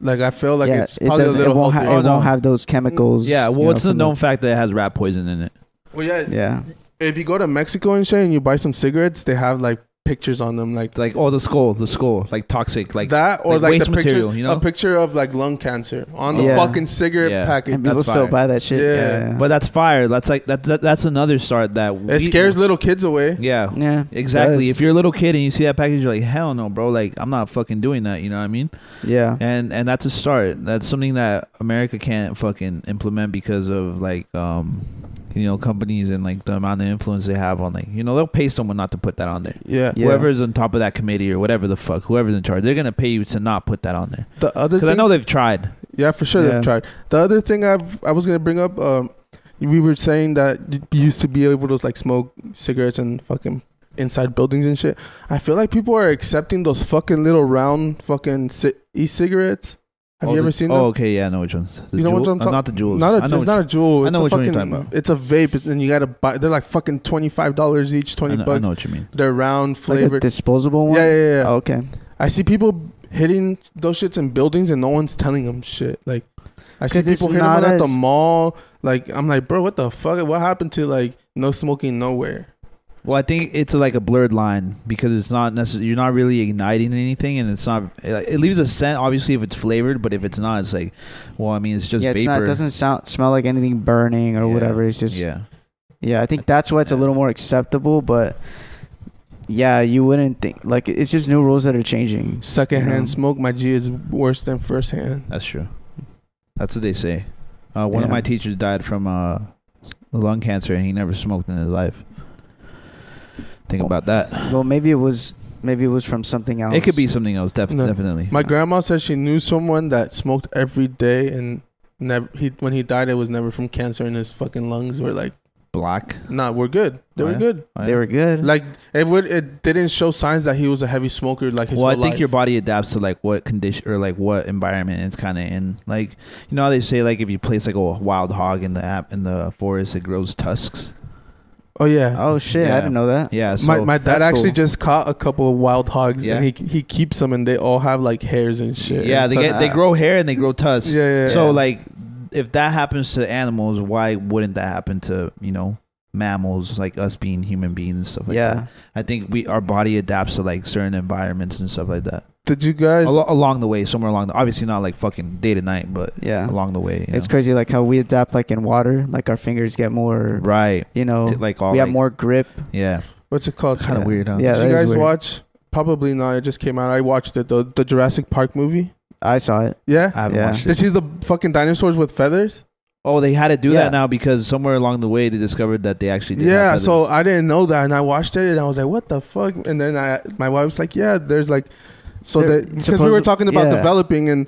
Speaker 1: like i feel like
Speaker 3: yeah,
Speaker 1: it's probably a
Speaker 3: doesn't-
Speaker 1: little
Speaker 3: it won't, ha-
Speaker 1: healthier.
Speaker 3: it
Speaker 2: Oh, no.
Speaker 3: won't have those chemicals.
Speaker 2: yeah.
Speaker 3: you
Speaker 2: Well,
Speaker 3: know,
Speaker 2: it's the
Speaker 3: from
Speaker 2: known fact that it has rat poison in it.
Speaker 1: well yeah,
Speaker 3: Yeah,
Speaker 1: if you go to mexico and shit and you buy some cigarettes they have like pictures on them like
Speaker 2: Like oh, the skull, the skull, like toxic, like
Speaker 1: that or
Speaker 2: like
Speaker 1: like,
Speaker 2: waste
Speaker 1: the picture
Speaker 2: material, you know?
Speaker 1: a picture of like lung cancer on the
Speaker 3: Yeah.
Speaker 1: fucking cigarette
Speaker 2: Yeah.
Speaker 1: package
Speaker 3: and people
Speaker 2: that's
Speaker 3: still
Speaker 2: fire.
Speaker 3: buy that shit.
Speaker 1: Yeah.
Speaker 3: Yeah,
Speaker 2: But that's fire. That's like that, that. That's another start that
Speaker 1: it scares little kids away
Speaker 2: Yeah.
Speaker 3: yeah.
Speaker 2: Exactly.
Speaker 3: Does.
Speaker 2: If you're a little kid and you see that package, you're like, hell no, bro. Like, I'm not fucking doing that. You know what I mean?
Speaker 3: yeah,
Speaker 2: and and that's a start that's something that america can't fucking implement because of like um you know companies and like the amount of influence they have on like you know they'll pay someone not to put that on there
Speaker 1: yeah
Speaker 3: Yeah.
Speaker 2: whoever's on top of that committee or whatever the fuck whoever's in charge they're gonna pay you to not put that on there
Speaker 1: the other
Speaker 2: because i
Speaker 1: thing
Speaker 2: know they've tried
Speaker 1: Yeah, for sure
Speaker 3: Yeah.
Speaker 1: they've tried. The other thing I've I was gonna bring up, um, we were saying that you used to be able to like smoke cigarettes and fucking inside buildings and shit. I feel like people are accepting those fucking little round fucking ci- e-cigaretes. Have
Speaker 2: Oh,
Speaker 1: you ever
Speaker 2: the-
Speaker 1: seen
Speaker 2: oh
Speaker 1: them?
Speaker 2: okay yeah i know which ones The
Speaker 1: You know what
Speaker 2: jewel-
Speaker 1: I'm
Speaker 2: uh,
Speaker 1: talk-
Speaker 2: not the jewels
Speaker 1: Not
Speaker 2: I
Speaker 1: a,
Speaker 2: know
Speaker 1: it's
Speaker 2: which-
Speaker 1: not a jewel.
Speaker 2: I
Speaker 1: It's
Speaker 2: know
Speaker 1: a
Speaker 2: which one
Speaker 1: fucking,
Speaker 2: you're talking about.
Speaker 1: It's a vape, and you gotta buy. They're like fucking twenty five dollars each,
Speaker 2: I
Speaker 1: twenty
Speaker 2: know, I
Speaker 1: bucks.
Speaker 2: know what you mean
Speaker 1: They're round,
Speaker 3: like a
Speaker 1: flavored.
Speaker 3: disposable
Speaker 1: yeah,
Speaker 3: one.
Speaker 1: yeah, yeah. yeah.
Speaker 3: okay.
Speaker 1: I see people hitting those shits in buildings and no one's telling them shit. Like I see
Speaker 3: 'Cause it's
Speaker 1: people hitting
Speaker 3: not
Speaker 1: them at the
Speaker 3: as-
Speaker 1: mall. Like I'm like, bro, what the fuck? What happened to like no smoking nowhere?
Speaker 2: Well, I think it's like a blurred line because it's not necessarily you're not really igniting anything, and it's not. It, like, it leaves a scent, obviously, if it's flavored, but if it's not, it's like, well, I mean, it's just
Speaker 3: yeah, it's
Speaker 2: vapor.
Speaker 3: not. It doesn't sound smell like anything burning or
Speaker 2: Yeah,
Speaker 3: whatever. It's just yeah.
Speaker 2: yeah,
Speaker 3: I think that's why it's a little more acceptable, but. Yeah, you wouldn't think like it's just new rules that are changing.
Speaker 1: Secondhand
Speaker 3: Yeah.
Speaker 1: smoke, my G is worse than firsthand.
Speaker 2: that's true. That's what they say. Uh, one of
Speaker 3: Yeah.
Speaker 2: my teachers died from uh, lung cancer, and he never smoked in his life. Think
Speaker 3: Well,
Speaker 2: about that.
Speaker 3: Well, maybe it was maybe it was from something else.
Speaker 2: It could be something else, def-
Speaker 1: No.
Speaker 2: definitely.
Speaker 1: My grandma said she knew someone that smoked every day and never. He when he died, it was never from cancer, and his fucking lungs were like,
Speaker 2: black.
Speaker 1: nah, we're good. They
Speaker 2: Oh,
Speaker 1: were
Speaker 2: yeah?
Speaker 1: good.
Speaker 3: They were good.
Speaker 1: Like it would. It didn't show signs that he was a heavy smoker. Like his
Speaker 2: well, I
Speaker 1: whole
Speaker 2: think
Speaker 1: life.
Speaker 2: your body adapts to like what condition or like what environment it's kind of in. Like you know how they say like if you place like a wild hog in the app in the forest, it grows tusks.
Speaker 1: Oh yeah.
Speaker 3: Oh shit! I
Speaker 2: Yeah.
Speaker 3: didn't know that.
Speaker 2: Yeah, so
Speaker 1: my, my dad
Speaker 2: that's
Speaker 1: actually
Speaker 2: cool.
Speaker 1: just caught a couple of wild hogs and
Speaker 2: Yeah.
Speaker 1: he he keeps them and they all have like hairs and shit.
Speaker 2: Yeah, they get they grow hair and they grow tusks.
Speaker 1: Yeah, yeah,
Speaker 2: So
Speaker 1: yeah.
Speaker 2: like, if that happens to animals, why wouldn't that happen to you know mammals like us being human beings and stuff like
Speaker 3: Yeah.
Speaker 2: that? I think we our body adapts to like certain environments and stuff like that
Speaker 1: Did you guys?
Speaker 2: Al- along the way, somewhere along the obviously not like fucking day to night, but
Speaker 3: Yeah.
Speaker 2: along the way, you
Speaker 3: It's
Speaker 2: know?
Speaker 3: crazy, like how we adapt, like in water, like our fingers get more,
Speaker 2: right?
Speaker 3: you know,
Speaker 2: T- like all
Speaker 3: we have
Speaker 2: like-
Speaker 3: more grip.
Speaker 2: Yeah,
Speaker 1: What's it called?
Speaker 2: kind of weird. Huh?
Speaker 3: Yeah,
Speaker 1: Did
Speaker 3: that
Speaker 1: you
Speaker 3: is
Speaker 1: guys
Speaker 3: weird.
Speaker 1: watch? Probably not. It just came out. I watched it. The the Jurassic Park movie.
Speaker 3: I saw it.
Speaker 1: Yeah.
Speaker 2: I haven't
Speaker 3: Yeah.
Speaker 2: watched
Speaker 1: Did
Speaker 2: it.
Speaker 1: you see the fucking dinosaurs with feathers?
Speaker 2: Oh, they had to do
Speaker 3: Yeah.
Speaker 2: that now because somewhere along the way they discovered that they actually did have
Speaker 1: Yeah,
Speaker 2: feathers.
Speaker 1: so I didn't know that, and I watched it, and I was like, "What the fuck?" And then I, my wife's like, "Yeah, there's like, so
Speaker 3: They're
Speaker 1: that because we were
Speaker 3: supposed-
Speaker 1: talking about
Speaker 3: yeah.
Speaker 1: developing and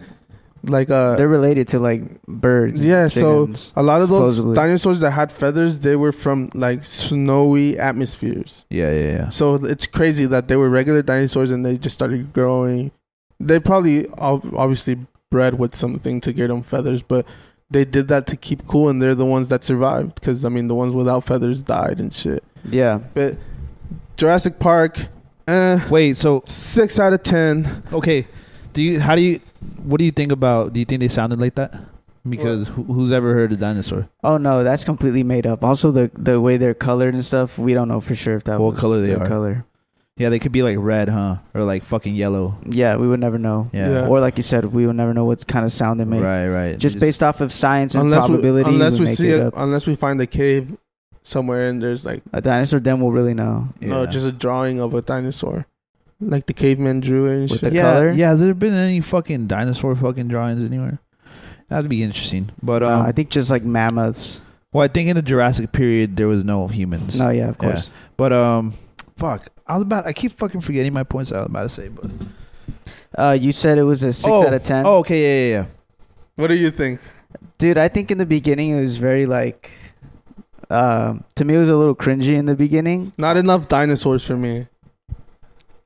Speaker 1: like uh,
Speaker 3: They're related to like birds. and
Speaker 1: yeah, so
Speaker 3: chickens,
Speaker 1: a lot of those
Speaker 3: supposedly.
Speaker 1: dinosaurs that had feathers, they were from like snowy atmospheres.
Speaker 2: yeah, yeah, yeah.
Speaker 1: So it's crazy that they were regular dinosaurs and they just started growing. They probably ob- obviously bred with something to get them feathers, but they did that to keep cool, and they're the ones that survived because I mean, the ones without feathers died and shit.
Speaker 3: yeah,
Speaker 1: But Jurassic Park, eh,
Speaker 2: Wait, so
Speaker 1: six out of ten.
Speaker 2: Okay, do you? How do you? What do you think about? Do you think they sounded like that? Because who, who's ever heard a dinosaur?
Speaker 3: Oh no, that's completely made up. Also, the the way they're colored and stuff, we don't know for sure if that
Speaker 2: What
Speaker 3: was
Speaker 2: color they
Speaker 3: their
Speaker 2: are.
Speaker 3: Color.
Speaker 2: Yeah, they could be like red, huh? Or like fucking yellow.
Speaker 3: Yeah, we would never know.
Speaker 2: Yeah.
Speaker 1: Yeah.
Speaker 3: Or like you said, we would never know what kind of sound they make.
Speaker 2: Right, right.
Speaker 3: Just based off of science and
Speaker 1: Unless we,
Speaker 3: probability,
Speaker 1: unless we
Speaker 3: make
Speaker 1: see
Speaker 3: it
Speaker 1: it,
Speaker 3: up.
Speaker 1: unless we find a cave somewhere and there's like
Speaker 3: a dinosaur, then we'll really know.
Speaker 1: no,
Speaker 2: yeah.
Speaker 1: just a drawing of a dinosaur, like the caveman drew it and
Speaker 3: With
Speaker 1: shit.
Speaker 3: the
Speaker 2: yeah,
Speaker 3: color?
Speaker 2: Yeah, has there been any fucking dinosaur fucking drawings anywhere? That'd be interesting. But um,
Speaker 3: Uh, I think just like mammoths.
Speaker 2: well, I think in the Jurassic period there was no humans.
Speaker 3: No, yeah, of course.
Speaker 2: But um, fuck. I was about. I keep fucking forgetting my points. I was about to say, but six
Speaker 3: Uh, you said it was a six out of ten.
Speaker 2: Oh, okay, yeah, yeah, yeah.
Speaker 1: What do you think?
Speaker 3: Dude, I think in the beginning it was very like um to me it was a little cringy in the beginning.
Speaker 1: Not enough dinosaurs for me.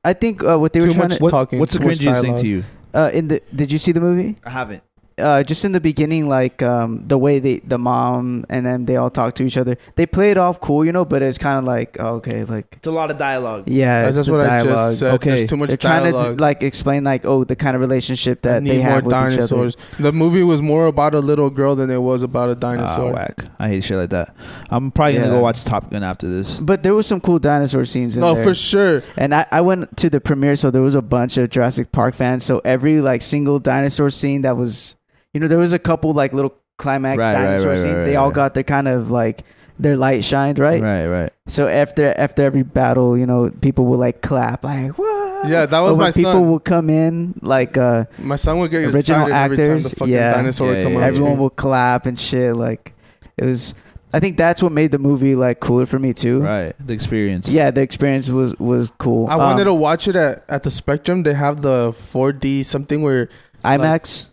Speaker 3: I think uh, what they
Speaker 1: Too
Speaker 3: were trying
Speaker 1: much
Speaker 3: to
Speaker 2: What,
Speaker 1: talking,
Speaker 2: what's the
Speaker 1: too much
Speaker 2: cringiest thing
Speaker 1: dialogue.
Speaker 2: to you?
Speaker 3: uh, in the did you see the movie?
Speaker 2: I haven't.
Speaker 3: Uh, just in the beginning, like um, the way they the mom and then they all talk to each other. They play it off cool, you know, but it's kind of like oh, okay, like
Speaker 2: It's a lot of dialogue.
Speaker 3: yeah,
Speaker 1: That's
Speaker 3: it's the
Speaker 1: what
Speaker 3: dialogue.
Speaker 1: I just said.
Speaker 2: Okay.
Speaker 1: There's too much
Speaker 3: They're trying
Speaker 1: dialogue.
Speaker 3: to like explain like oh the kind of relationship
Speaker 1: I
Speaker 3: that
Speaker 1: need
Speaker 3: they have
Speaker 1: more
Speaker 3: with each
Speaker 1: dinosaurs. The movie was more about a little girl than it was about a dinosaur.
Speaker 2: Ah, whack. I hate shit like that. I'm probably gonna
Speaker 3: Yeah.
Speaker 2: go watch Top Gun after this.
Speaker 3: other. But there was some cool dinosaur scenes. in
Speaker 1: no,
Speaker 3: there.
Speaker 1: for sure.
Speaker 3: And I, I went to the premiere, so there was a bunch of Jurassic Park fans. So every like single dinosaur scene that was, you know, there was a couple like little climax
Speaker 2: Right, right,
Speaker 3: dinosaur
Speaker 2: right, right,
Speaker 3: scenes.
Speaker 2: right,
Speaker 3: they all
Speaker 2: right.
Speaker 3: got their kind of like their light shined right.
Speaker 2: right, right.
Speaker 3: So after after every battle, you know, people would like clap like whoa.
Speaker 1: Yeah, that was
Speaker 3: Or when
Speaker 1: my
Speaker 3: people
Speaker 1: son.
Speaker 3: would come in like uh,
Speaker 1: My son would get
Speaker 3: Original
Speaker 1: excited every time
Speaker 3: actors,
Speaker 1: the fucking
Speaker 3: yeah.
Speaker 1: dinosaur would
Speaker 2: Yeah,
Speaker 1: come
Speaker 2: yeah,
Speaker 1: out.
Speaker 2: yeah.
Speaker 3: everyone would clap and shit. Like it was. I think that's what made the movie like cooler for me too.
Speaker 2: Right. The experience.
Speaker 3: Yeah, the experience was was cool. Um,
Speaker 1: I wanted to watch it at, at the Spectrum. They have the 4D something where
Speaker 3: IMAX.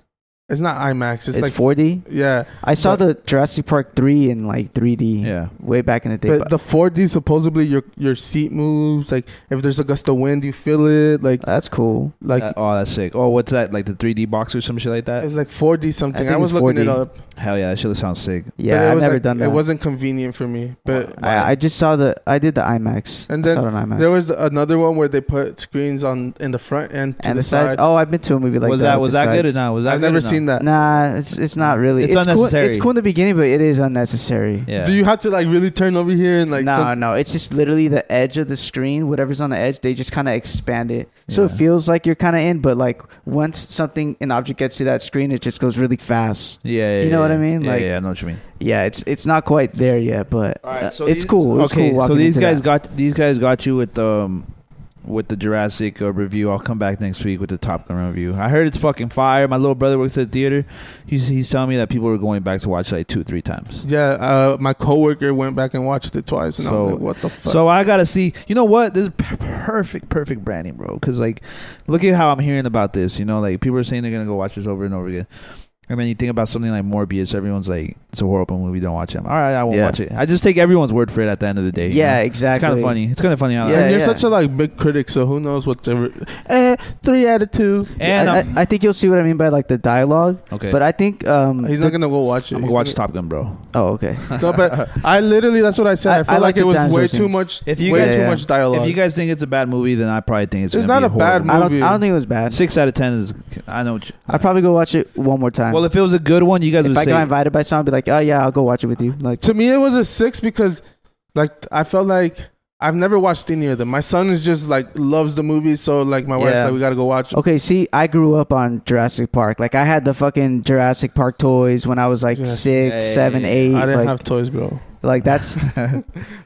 Speaker 1: it's not IMAX. It's,
Speaker 3: it's
Speaker 1: like
Speaker 3: 4D.
Speaker 1: yeah,
Speaker 3: I saw
Speaker 1: But-
Speaker 3: the Jurassic Park three in like 3D.
Speaker 2: Yeah.
Speaker 3: way back in the day.
Speaker 1: but the 4D supposedly your your seat moves. Like if there's a gust of wind, you feel it. Like
Speaker 3: that's cool.
Speaker 1: like
Speaker 2: That- oh, that's sick. Oh, what's that? Like the 3D box or some shit like that?
Speaker 1: it's like 4D
Speaker 3: Uh, I
Speaker 1: something.
Speaker 3: think
Speaker 1: I, was
Speaker 3: it's
Speaker 1: looking it
Speaker 3: 4D.
Speaker 1: up.
Speaker 2: Hell yeah, that shit sounds sick.
Speaker 1: but
Speaker 3: Yeah,
Speaker 1: it
Speaker 3: I've
Speaker 1: was
Speaker 3: never
Speaker 1: like-
Speaker 3: done that.
Speaker 1: It wasn't convenient for me, but
Speaker 3: I, I just saw the. I did the IMAX.
Speaker 1: And
Speaker 3: I
Speaker 1: then
Speaker 3: saw it on IMAX.
Speaker 1: there was the, another one where they put screens on in the front and to
Speaker 3: and
Speaker 1: the,
Speaker 3: the
Speaker 1: side.
Speaker 3: sides. Oh, I've been to a movie like
Speaker 2: was
Speaker 3: that.
Speaker 2: that,
Speaker 3: with
Speaker 2: was
Speaker 3: the
Speaker 2: that good or
Speaker 3: sides.
Speaker 2: not? Was that
Speaker 1: I've
Speaker 2: good or
Speaker 1: never
Speaker 2: not?
Speaker 1: seen that.
Speaker 3: Nah, it's it's not really.
Speaker 2: Uh, It's
Speaker 3: It's, Cool,
Speaker 2: unnecessary.
Speaker 3: it's cool in the beginning, but it is unnecessary.
Speaker 2: Yeah.
Speaker 1: Do you have to like really turn over here and like?
Speaker 3: no,
Speaker 1: some-
Speaker 3: no, it's just literally the edge of the screen. Whatever's on the edge, they just kind of expand it, so it
Speaker 2: Yeah.
Speaker 3: feels like you're kind of in. But like once something an object gets to that screen, it just goes really fast.
Speaker 2: yeah, yeah,
Speaker 3: You know
Speaker 2: yeah.
Speaker 3: what I mean?
Speaker 2: Yeah,
Speaker 3: Like-
Speaker 2: yeah, I know what you mean.
Speaker 3: Yeah, it's it's not quite there yet, but uh, it's
Speaker 2: these-
Speaker 3: cool. It was
Speaker 2: okay,
Speaker 3: cool walking
Speaker 2: so these
Speaker 3: into
Speaker 2: guys
Speaker 3: that.
Speaker 2: got these guys got you with um with the Jurassic uh, review. I'll come back next week with the Top Gun review. I heard it's fucking fire. My little brother works at the theater. He's he's telling me that people are going back to watch like two three times.
Speaker 1: Yeah, uh, my coworker went back and watched it twice, and I was
Speaker 2: So-
Speaker 1: like, "What the fuck?"
Speaker 2: So I gotta see. You know what? This is per- perfect, perfect branding, bro. Because like, look at how I'm hearing about this. You know, like people are saying they're gonna go watch this over and over again. And then you think about something like Morbius. Everyone's like, "It's a horrible movie. Don't watch it." I'm, All right, I won't
Speaker 3: Yeah.
Speaker 2: watch it. I just take everyone's word for it at the end of the day. you
Speaker 3: Yeah,
Speaker 2: know? It's kind
Speaker 3: exactly.
Speaker 2: of funny. It's kind of funny how
Speaker 3: Yeah,
Speaker 1: and you're
Speaker 3: yeah.
Speaker 1: such a like big critic, so who knows what the eh, three out of two.
Speaker 2: And
Speaker 3: I,
Speaker 2: I'm,
Speaker 3: I, I think you'll see what I mean by like the dialogue.
Speaker 2: um, Okay.
Speaker 3: But I think um
Speaker 1: He's not gonna go watch it.
Speaker 2: I'm gonna
Speaker 1: He's
Speaker 2: watch
Speaker 1: not
Speaker 2: Top Gun, bro.
Speaker 3: Oh, okay.
Speaker 1: gonna- No, but I literally that's what I said. I,
Speaker 3: I-
Speaker 1: felt
Speaker 3: I like
Speaker 1: like, it
Speaker 3: the
Speaker 1: was
Speaker 3: dinosaur
Speaker 1: way too
Speaker 3: scenes.
Speaker 1: much.
Speaker 2: If you
Speaker 1: way
Speaker 2: guys-
Speaker 1: too
Speaker 3: yeah.
Speaker 1: much dialogue.
Speaker 2: If you guys think it's a bad movie, then I probably think it's.
Speaker 1: It's
Speaker 2: gonna
Speaker 1: not
Speaker 2: be
Speaker 1: a bad
Speaker 2: horrible.
Speaker 3: I don't
Speaker 1: Movie.
Speaker 3: I don't think it was bad.
Speaker 2: Six out of ten is. I know. What you,
Speaker 3: I'd probably go watch it one more time.
Speaker 2: well, if it was a good one, you guys
Speaker 3: if
Speaker 2: would
Speaker 3: I
Speaker 2: say.
Speaker 3: got invited by someone, I'd be like, oh yeah, I'll go watch it with you. Like,
Speaker 1: to me it was a six because like I felt like I've never watched any of them. My son is just like loves the movie, so like my wife's
Speaker 2: Yeah.
Speaker 1: like we gotta go watch.
Speaker 3: okay, see, I grew up on Jurassic Park. Like, I had the fucking Jurassic Park toys when I was like
Speaker 1: Yeah.
Speaker 3: six,
Speaker 2: Hey.
Speaker 3: seven, eight.
Speaker 1: I didn't
Speaker 3: like,
Speaker 1: have toys, bro.
Speaker 3: like that's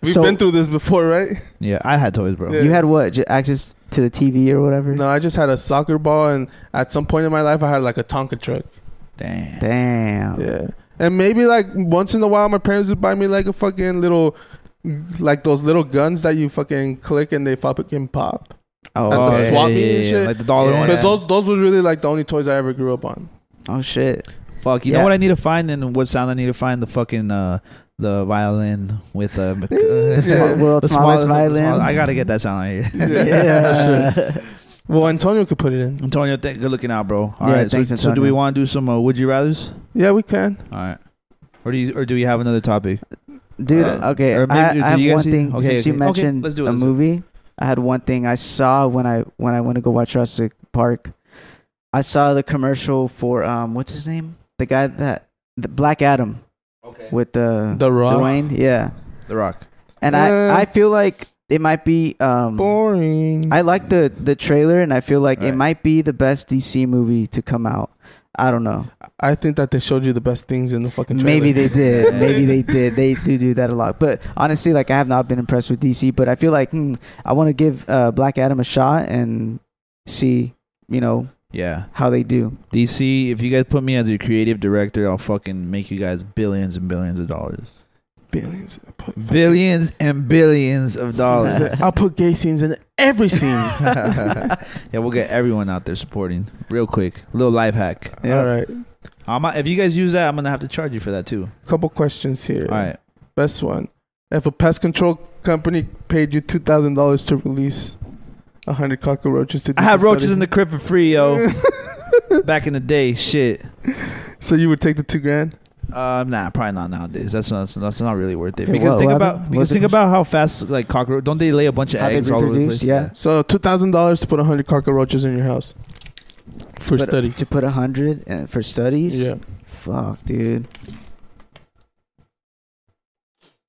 Speaker 1: We've
Speaker 3: So-
Speaker 1: been through this before, right?
Speaker 2: yeah, I had toys, bro.
Speaker 1: Yeah.
Speaker 3: you had what J- access to the TV or whatever.
Speaker 1: No, I just had a soccer ball, and at some point in my life, I had like a Tonka truck.
Speaker 2: Damn.
Speaker 3: Damn.
Speaker 1: Yeah, and maybe like once in a while, my parents would buy me like a fucking little, like those little guns that you fucking click and they fucking pop.
Speaker 3: Oh,
Speaker 1: At the
Speaker 3: okay.
Speaker 1: swap meet and shit.
Speaker 2: Like the dollar
Speaker 3: Yeah.
Speaker 2: one.
Speaker 1: But those those were really like the only toys I ever grew up on.
Speaker 3: oh shit.
Speaker 2: Fuck, you know
Speaker 3: Yeah.
Speaker 2: what I need to find and what sound I need to find the fucking uh the violin with uh, mc- uh, the
Speaker 1: Yeah.
Speaker 2: small-
Speaker 3: World's smallest
Speaker 2: smallest-
Speaker 3: violin.
Speaker 2: small- I gotta get that sound out of here.
Speaker 3: Yeah.
Speaker 1: Well, Antonio could put it in.
Speaker 2: Antonio, th- good looking out, bro. All right,
Speaker 3: Yeah, thanks,
Speaker 2: so, so do
Speaker 3: Antonio.
Speaker 2: we want to do some uh, would you rather's?
Speaker 1: Yeah, we can.
Speaker 2: All right, or do you or do you have another topic?
Speaker 3: Dude,
Speaker 2: Uh,
Speaker 3: okay.
Speaker 2: or maybe-
Speaker 3: I, I
Speaker 2: do you
Speaker 3: have
Speaker 2: guys
Speaker 3: one
Speaker 2: see-
Speaker 3: thing.
Speaker 2: okay,
Speaker 3: since
Speaker 2: okay.
Speaker 3: you
Speaker 2: Okay,
Speaker 3: mentioned
Speaker 2: let's do it,
Speaker 3: a
Speaker 2: let's do it.
Speaker 3: movie, I had one thing I saw when I when I went to go watch Jurassic Park. I saw the commercial for um what's his name? The guy that the Black Adam. Okay. With the
Speaker 1: The Rock.
Speaker 3: Dwayne, yeah.
Speaker 2: The Rock.
Speaker 3: And
Speaker 1: Yeah.
Speaker 3: I I feel like it might be um
Speaker 1: Boring.
Speaker 3: I like the the trailer and I feel like it
Speaker 2: Right.
Speaker 3: might be the best DC movie to come out. I don't know.
Speaker 1: I think that they showed you the best things in the fucking. Trailer.
Speaker 3: Maybe they did. Maybe they did. They do do that a lot. But honestly, like I have not been impressed with DC. But I feel like hmm, I want to give uh, Black Adam a shot and see, you know,
Speaker 2: Yeah,
Speaker 3: how they do.
Speaker 2: DC. If you guys put me as your creative director, I'll fucking make you guys billions and billions of dollars.
Speaker 1: billions. Put-
Speaker 2: Billions and billions of dollars.
Speaker 1: I'll put gay scenes in every scene.
Speaker 2: yeah, we'll get everyone out there supporting real quick. Little life hack.
Speaker 1: All right.
Speaker 2: I'm, if you guys use that, I'm gonna have to charge you for that too.
Speaker 1: Couple questions here.
Speaker 2: All right.
Speaker 1: Best one. If a pest control company paid you two thousand dollars to release hundred cockroaches to,
Speaker 2: I had roaches in the crib for free, yo. Back in the day, shit.
Speaker 1: so you would take the two grand.
Speaker 2: Um, nah, probably not nowadays. That's not that's, that's not really worth it.
Speaker 3: Okay,
Speaker 2: Because
Speaker 3: what-
Speaker 2: think
Speaker 3: what
Speaker 2: about
Speaker 3: happened?
Speaker 2: because
Speaker 3: What's the
Speaker 2: think about how fast like cockroach don't they lay a bunch of
Speaker 3: How they
Speaker 2: eggs all over the
Speaker 3: reproduce,
Speaker 2: place?
Speaker 3: yeah.
Speaker 1: So two thousand dollars to put hundred cockroaches in your house for
Speaker 3: But uh,
Speaker 1: studies.
Speaker 3: to put a hundred and- for studies.
Speaker 1: yeah,
Speaker 3: Fuck, dude.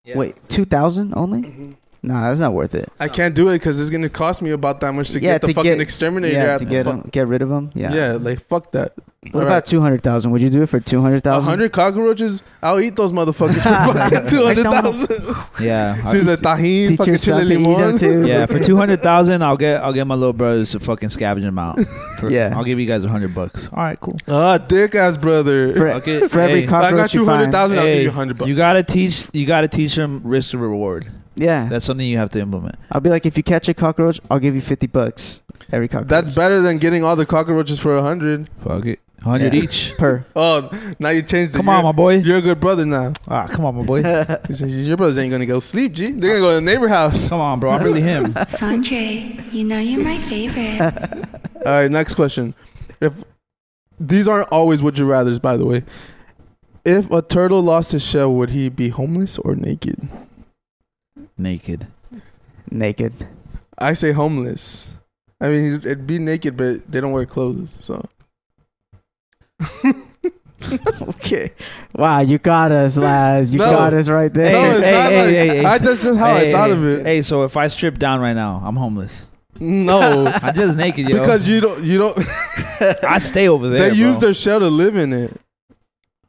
Speaker 2: Yeah. Mm-hmm.
Speaker 3: Wait, two thousand only? Nah, that's not worth it.
Speaker 1: I can't do it because it's gonna cost me about that much to
Speaker 3: Yeah,
Speaker 1: get the
Speaker 3: to
Speaker 1: fucking
Speaker 3: get-
Speaker 1: exterminator.
Speaker 3: Yeah,
Speaker 1: out
Speaker 3: to
Speaker 1: the
Speaker 3: get
Speaker 1: fuck-
Speaker 3: 'em- get rid of them. Yeah.
Speaker 1: Yeah. like fuck that.
Speaker 3: What about two hundred thousand? Would you do it for two hundred
Speaker 1: a
Speaker 3: thousand?
Speaker 1: hundred cockroaches? I'll eat those motherfuckers for fucking two hundred thousand.
Speaker 2: Yeah. I-
Speaker 1: She's a tahin,
Speaker 3: Teach your
Speaker 1: fucking chili
Speaker 3: son to eat them
Speaker 1: limon.
Speaker 3: too.
Speaker 2: yeah, for two hundred thousand, I'll get I'll get my little brothers to fucking scavenge them out. For,
Speaker 3: Yeah.
Speaker 2: I'll give you guys a hundred bucks. All right, cool.
Speaker 1: Ah, dick ass brother.
Speaker 3: For,
Speaker 2: Okay,
Speaker 3: for every
Speaker 2: hey.
Speaker 1: I
Speaker 3: cockroach
Speaker 1: got you
Speaker 3: find.
Speaker 1: hundred thousand. I'll give
Speaker 2: Hey,
Speaker 1: you hundred bucks.
Speaker 2: You gotta teach you gotta teach them risk to reward.
Speaker 3: Yeah,
Speaker 2: That's something you have to implement.
Speaker 3: I'll be like, if you catch a cockroach, I'll give you fifty bucks every cockroach.
Speaker 1: That's better than getting all the cockroaches for a hundred.
Speaker 2: Fuck it. Hundred
Speaker 3: Yeah.
Speaker 2: each.
Speaker 3: per.
Speaker 1: Oh, now you changed. it.
Speaker 2: Come on,
Speaker 1: You're-
Speaker 2: my boy.
Speaker 1: You're a good brother now.
Speaker 2: Ah, come on, my boy.
Speaker 1: He says, Your brothers ain't gonna go sleep, G. They're gonna go to the neighbor house. All
Speaker 2: Come on, bro. I'm really him.
Speaker 7: Sanjay, you know you're my favorite.
Speaker 1: right, next question. If these aren't always would you rather's, by the way. If a turtle lost his shell, would he be homeless or naked?
Speaker 2: Naked.
Speaker 3: Naked.
Speaker 1: I say homeless. I mean, it'd be naked, but they don't wear clothes, so
Speaker 3: Okay. Wow, you got us, lads. You
Speaker 1: No.
Speaker 3: got us right there.
Speaker 1: no, it's
Speaker 2: hey,
Speaker 1: not
Speaker 2: hey,
Speaker 1: like
Speaker 2: hey, hey.
Speaker 1: I just just how
Speaker 2: Hey,
Speaker 1: I thought
Speaker 2: hey,
Speaker 1: of it.
Speaker 2: Hey, so if I strip down right now, I'm homeless.
Speaker 1: No,
Speaker 2: I'm just naked, yo.
Speaker 1: because you don't, you don't.
Speaker 2: I stay over there.
Speaker 1: they use
Speaker 2: bro.
Speaker 1: their shell to live in it.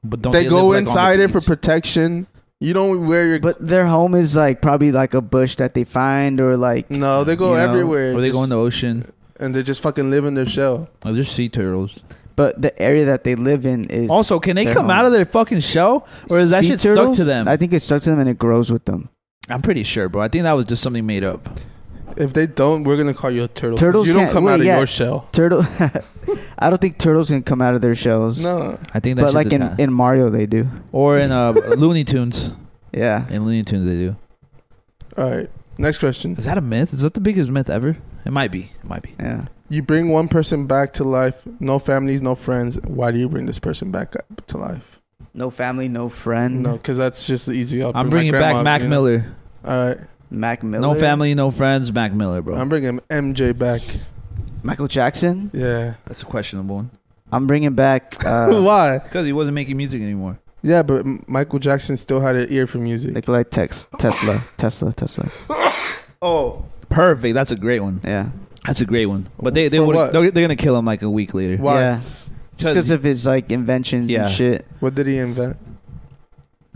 Speaker 2: But don't
Speaker 1: they, go
Speaker 2: live, like, on
Speaker 1: inside
Speaker 2: the
Speaker 1: it for
Speaker 2: beach?
Speaker 1: protection. You don't wear your.
Speaker 3: but their home is like probably like a bush that they find or like.
Speaker 2: Mm.
Speaker 1: no, they go
Speaker 3: you know,
Speaker 1: everywhere.
Speaker 2: Or they go
Speaker 1: just-
Speaker 2: in the ocean.
Speaker 1: and they just fucking live in their shell.
Speaker 2: Oh, there's sea turtles.
Speaker 3: But the area that they live in is
Speaker 2: Also, can they
Speaker 3: They're
Speaker 2: come
Speaker 3: on-
Speaker 2: out of their fucking shell, or is that
Speaker 3: sea
Speaker 2: shit
Speaker 3: turtles?
Speaker 2: stuck to them?
Speaker 3: I think it's stuck to them and it grows with them.
Speaker 2: I'm pretty sure, bro. I think that was just something made up.
Speaker 1: If they don't, we're gonna call you a turtle. 'cause
Speaker 3: Turtles
Speaker 1: You don't
Speaker 3: can't-
Speaker 1: come
Speaker 3: wait,
Speaker 1: out of
Speaker 3: yeah.
Speaker 1: your shell.
Speaker 3: Turtle. I don't think turtles can come out of their shells.
Speaker 1: No.
Speaker 2: I think that's
Speaker 3: but like in, in Mario they do.
Speaker 2: or in uh, Looney Tunes.
Speaker 3: Yeah.
Speaker 2: In Looney Tunes, they do.
Speaker 1: All right. Next question.
Speaker 2: Is that a myth? Is that the biggest myth ever? It might be. It might be.
Speaker 3: Yeah.
Speaker 1: You bring one person back to life. No families, no friends. Why do you bring this person back up to life?
Speaker 3: No family, no friend.
Speaker 1: No, because that's just easy. I'll
Speaker 2: I'm
Speaker 1: bring
Speaker 2: bringing
Speaker 1: my grandma
Speaker 2: back
Speaker 1: up,
Speaker 2: Mac
Speaker 1: you know?
Speaker 2: Miller.
Speaker 1: All right.
Speaker 3: Mac Miller.
Speaker 2: No family, no friends. Mac Miller, bro.
Speaker 1: I'm bringing MJ back.
Speaker 3: Michael Jackson.
Speaker 1: Yeah.
Speaker 2: That's a questionable one.
Speaker 3: I'm bringing back uh,
Speaker 1: Why?
Speaker 2: Because he wasn't making music anymore.
Speaker 1: Yeah, but M- Michael Jackson still had an ear for music.
Speaker 3: Nikolai Tex Tesla. Tesla. Tesla.
Speaker 2: Oh, perfect. That's a great one.
Speaker 3: Yeah.
Speaker 2: That's a great one. But they they
Speaker 1: For
Speaker 2: would
Speaker 1: what?
Speaker 2: they're, they're gonna kill him like a week later.
Speaker 1: Why?
Speaker 3: Yeah. Just because of his like inventions
Speaker 2: Yeah.
Speaker 3: and shit.
Speaker 1: What did he invent?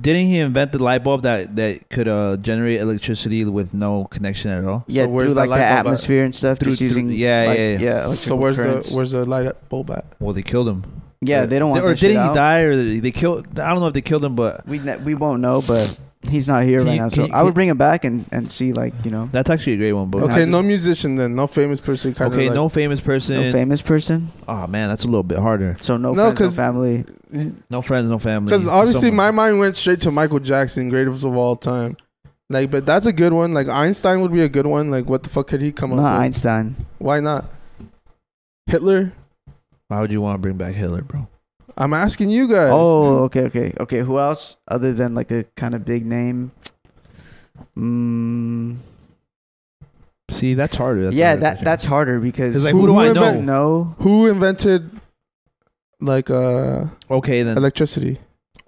Speaker 2: Didn't he invent the light bulb that that could uh, generate electricity with no connection at all?
Speaker 3: Yeah,
Speaker 1: where's
Speaker 3: through
Speaker 1: that
Speaker 3: like the
Speaker 1: light bulb at?
Speaker 3: atmosphere and stuff.
Speaker 2: Through-
Speaker 3: just
Speaker 2: through-
Speaker 3: using
Speaker 2: yeah,
Speaker 3: like,
Speaker 2: yeah, yeah.
Speaker 1: So
Speaker 3: electrical
Speaker 1: where's
Speaker 3: currents.
Speaker 1: the where's the light up bulb at?
Speaker 2: Well, they killed him.
Speaker 3: yeah? They don't want.
Speaker 2: Or
Speaker 3: that shit
Speaker 2: didn't he
Speaker 3: out.
Speaker 2: die? Or they they killed? I don't know if they killed him, but
Speaker 3: We ne- we won't know, but he's not here
Speaker 2: Can
Speaker 3: right
Speaker 2: you-
Speaker 3: now.
Speaker 2: can
Speaker 3: So
Speaker 2: you-
Speaker 3: I would
Speaker 2: can-
Speaker 3: bring him back and and see like you know
Speaker 2: that's actually a great one. But
Speaker 1: Okay, no musician then, no famous person. Kind
Speaker 2: okay,
Speaker 1: of
Speaker 2: no famous person.
Speaker 3: no famous person.
Speaker 2: oh man, that's a little bit harder.
Speaker 3: So no,
Speaker 1: No,
Speaker 3: friends, no
Speaker 1: 'cause-
Speaker 3: family.
Speaker 1: no.
Speaker 2: No friends, no family.
Speaker 1: Because obviously,
Speaker 2: Someone-
Speaker 1: my mind went straight to Michael Jackson, greatest of all time. Like, but that's a good one. Like Einstein would be a good one. Like, what the fuck could he come
Speaker 3: Not
Speaker 1: up with?
Speaker 3: Einstein.
Speaker 1: Why not? Hitler.
Speaker 2: Why would you want to bring back Hitler, bro?
Speaker 1: I'm asking you guys.
Speaker 3: Oh, okay, okay, okay. Who else other than like a kind of big name? Mm,
Speaker 2: See, that's harder. That's a
Speaker 3: yeah,
Speaker 2: harder
Speaker 3: that
Speaker 2: question.
Speaker 3: that's harder because
Speaker 2: It's like, who do I
Speaker 3: would
Speaker 2: know?
Speaker 3: know?
Speaker 1: who invented like uh
Speaker 2: okay. Then
Speaker 1: electricity?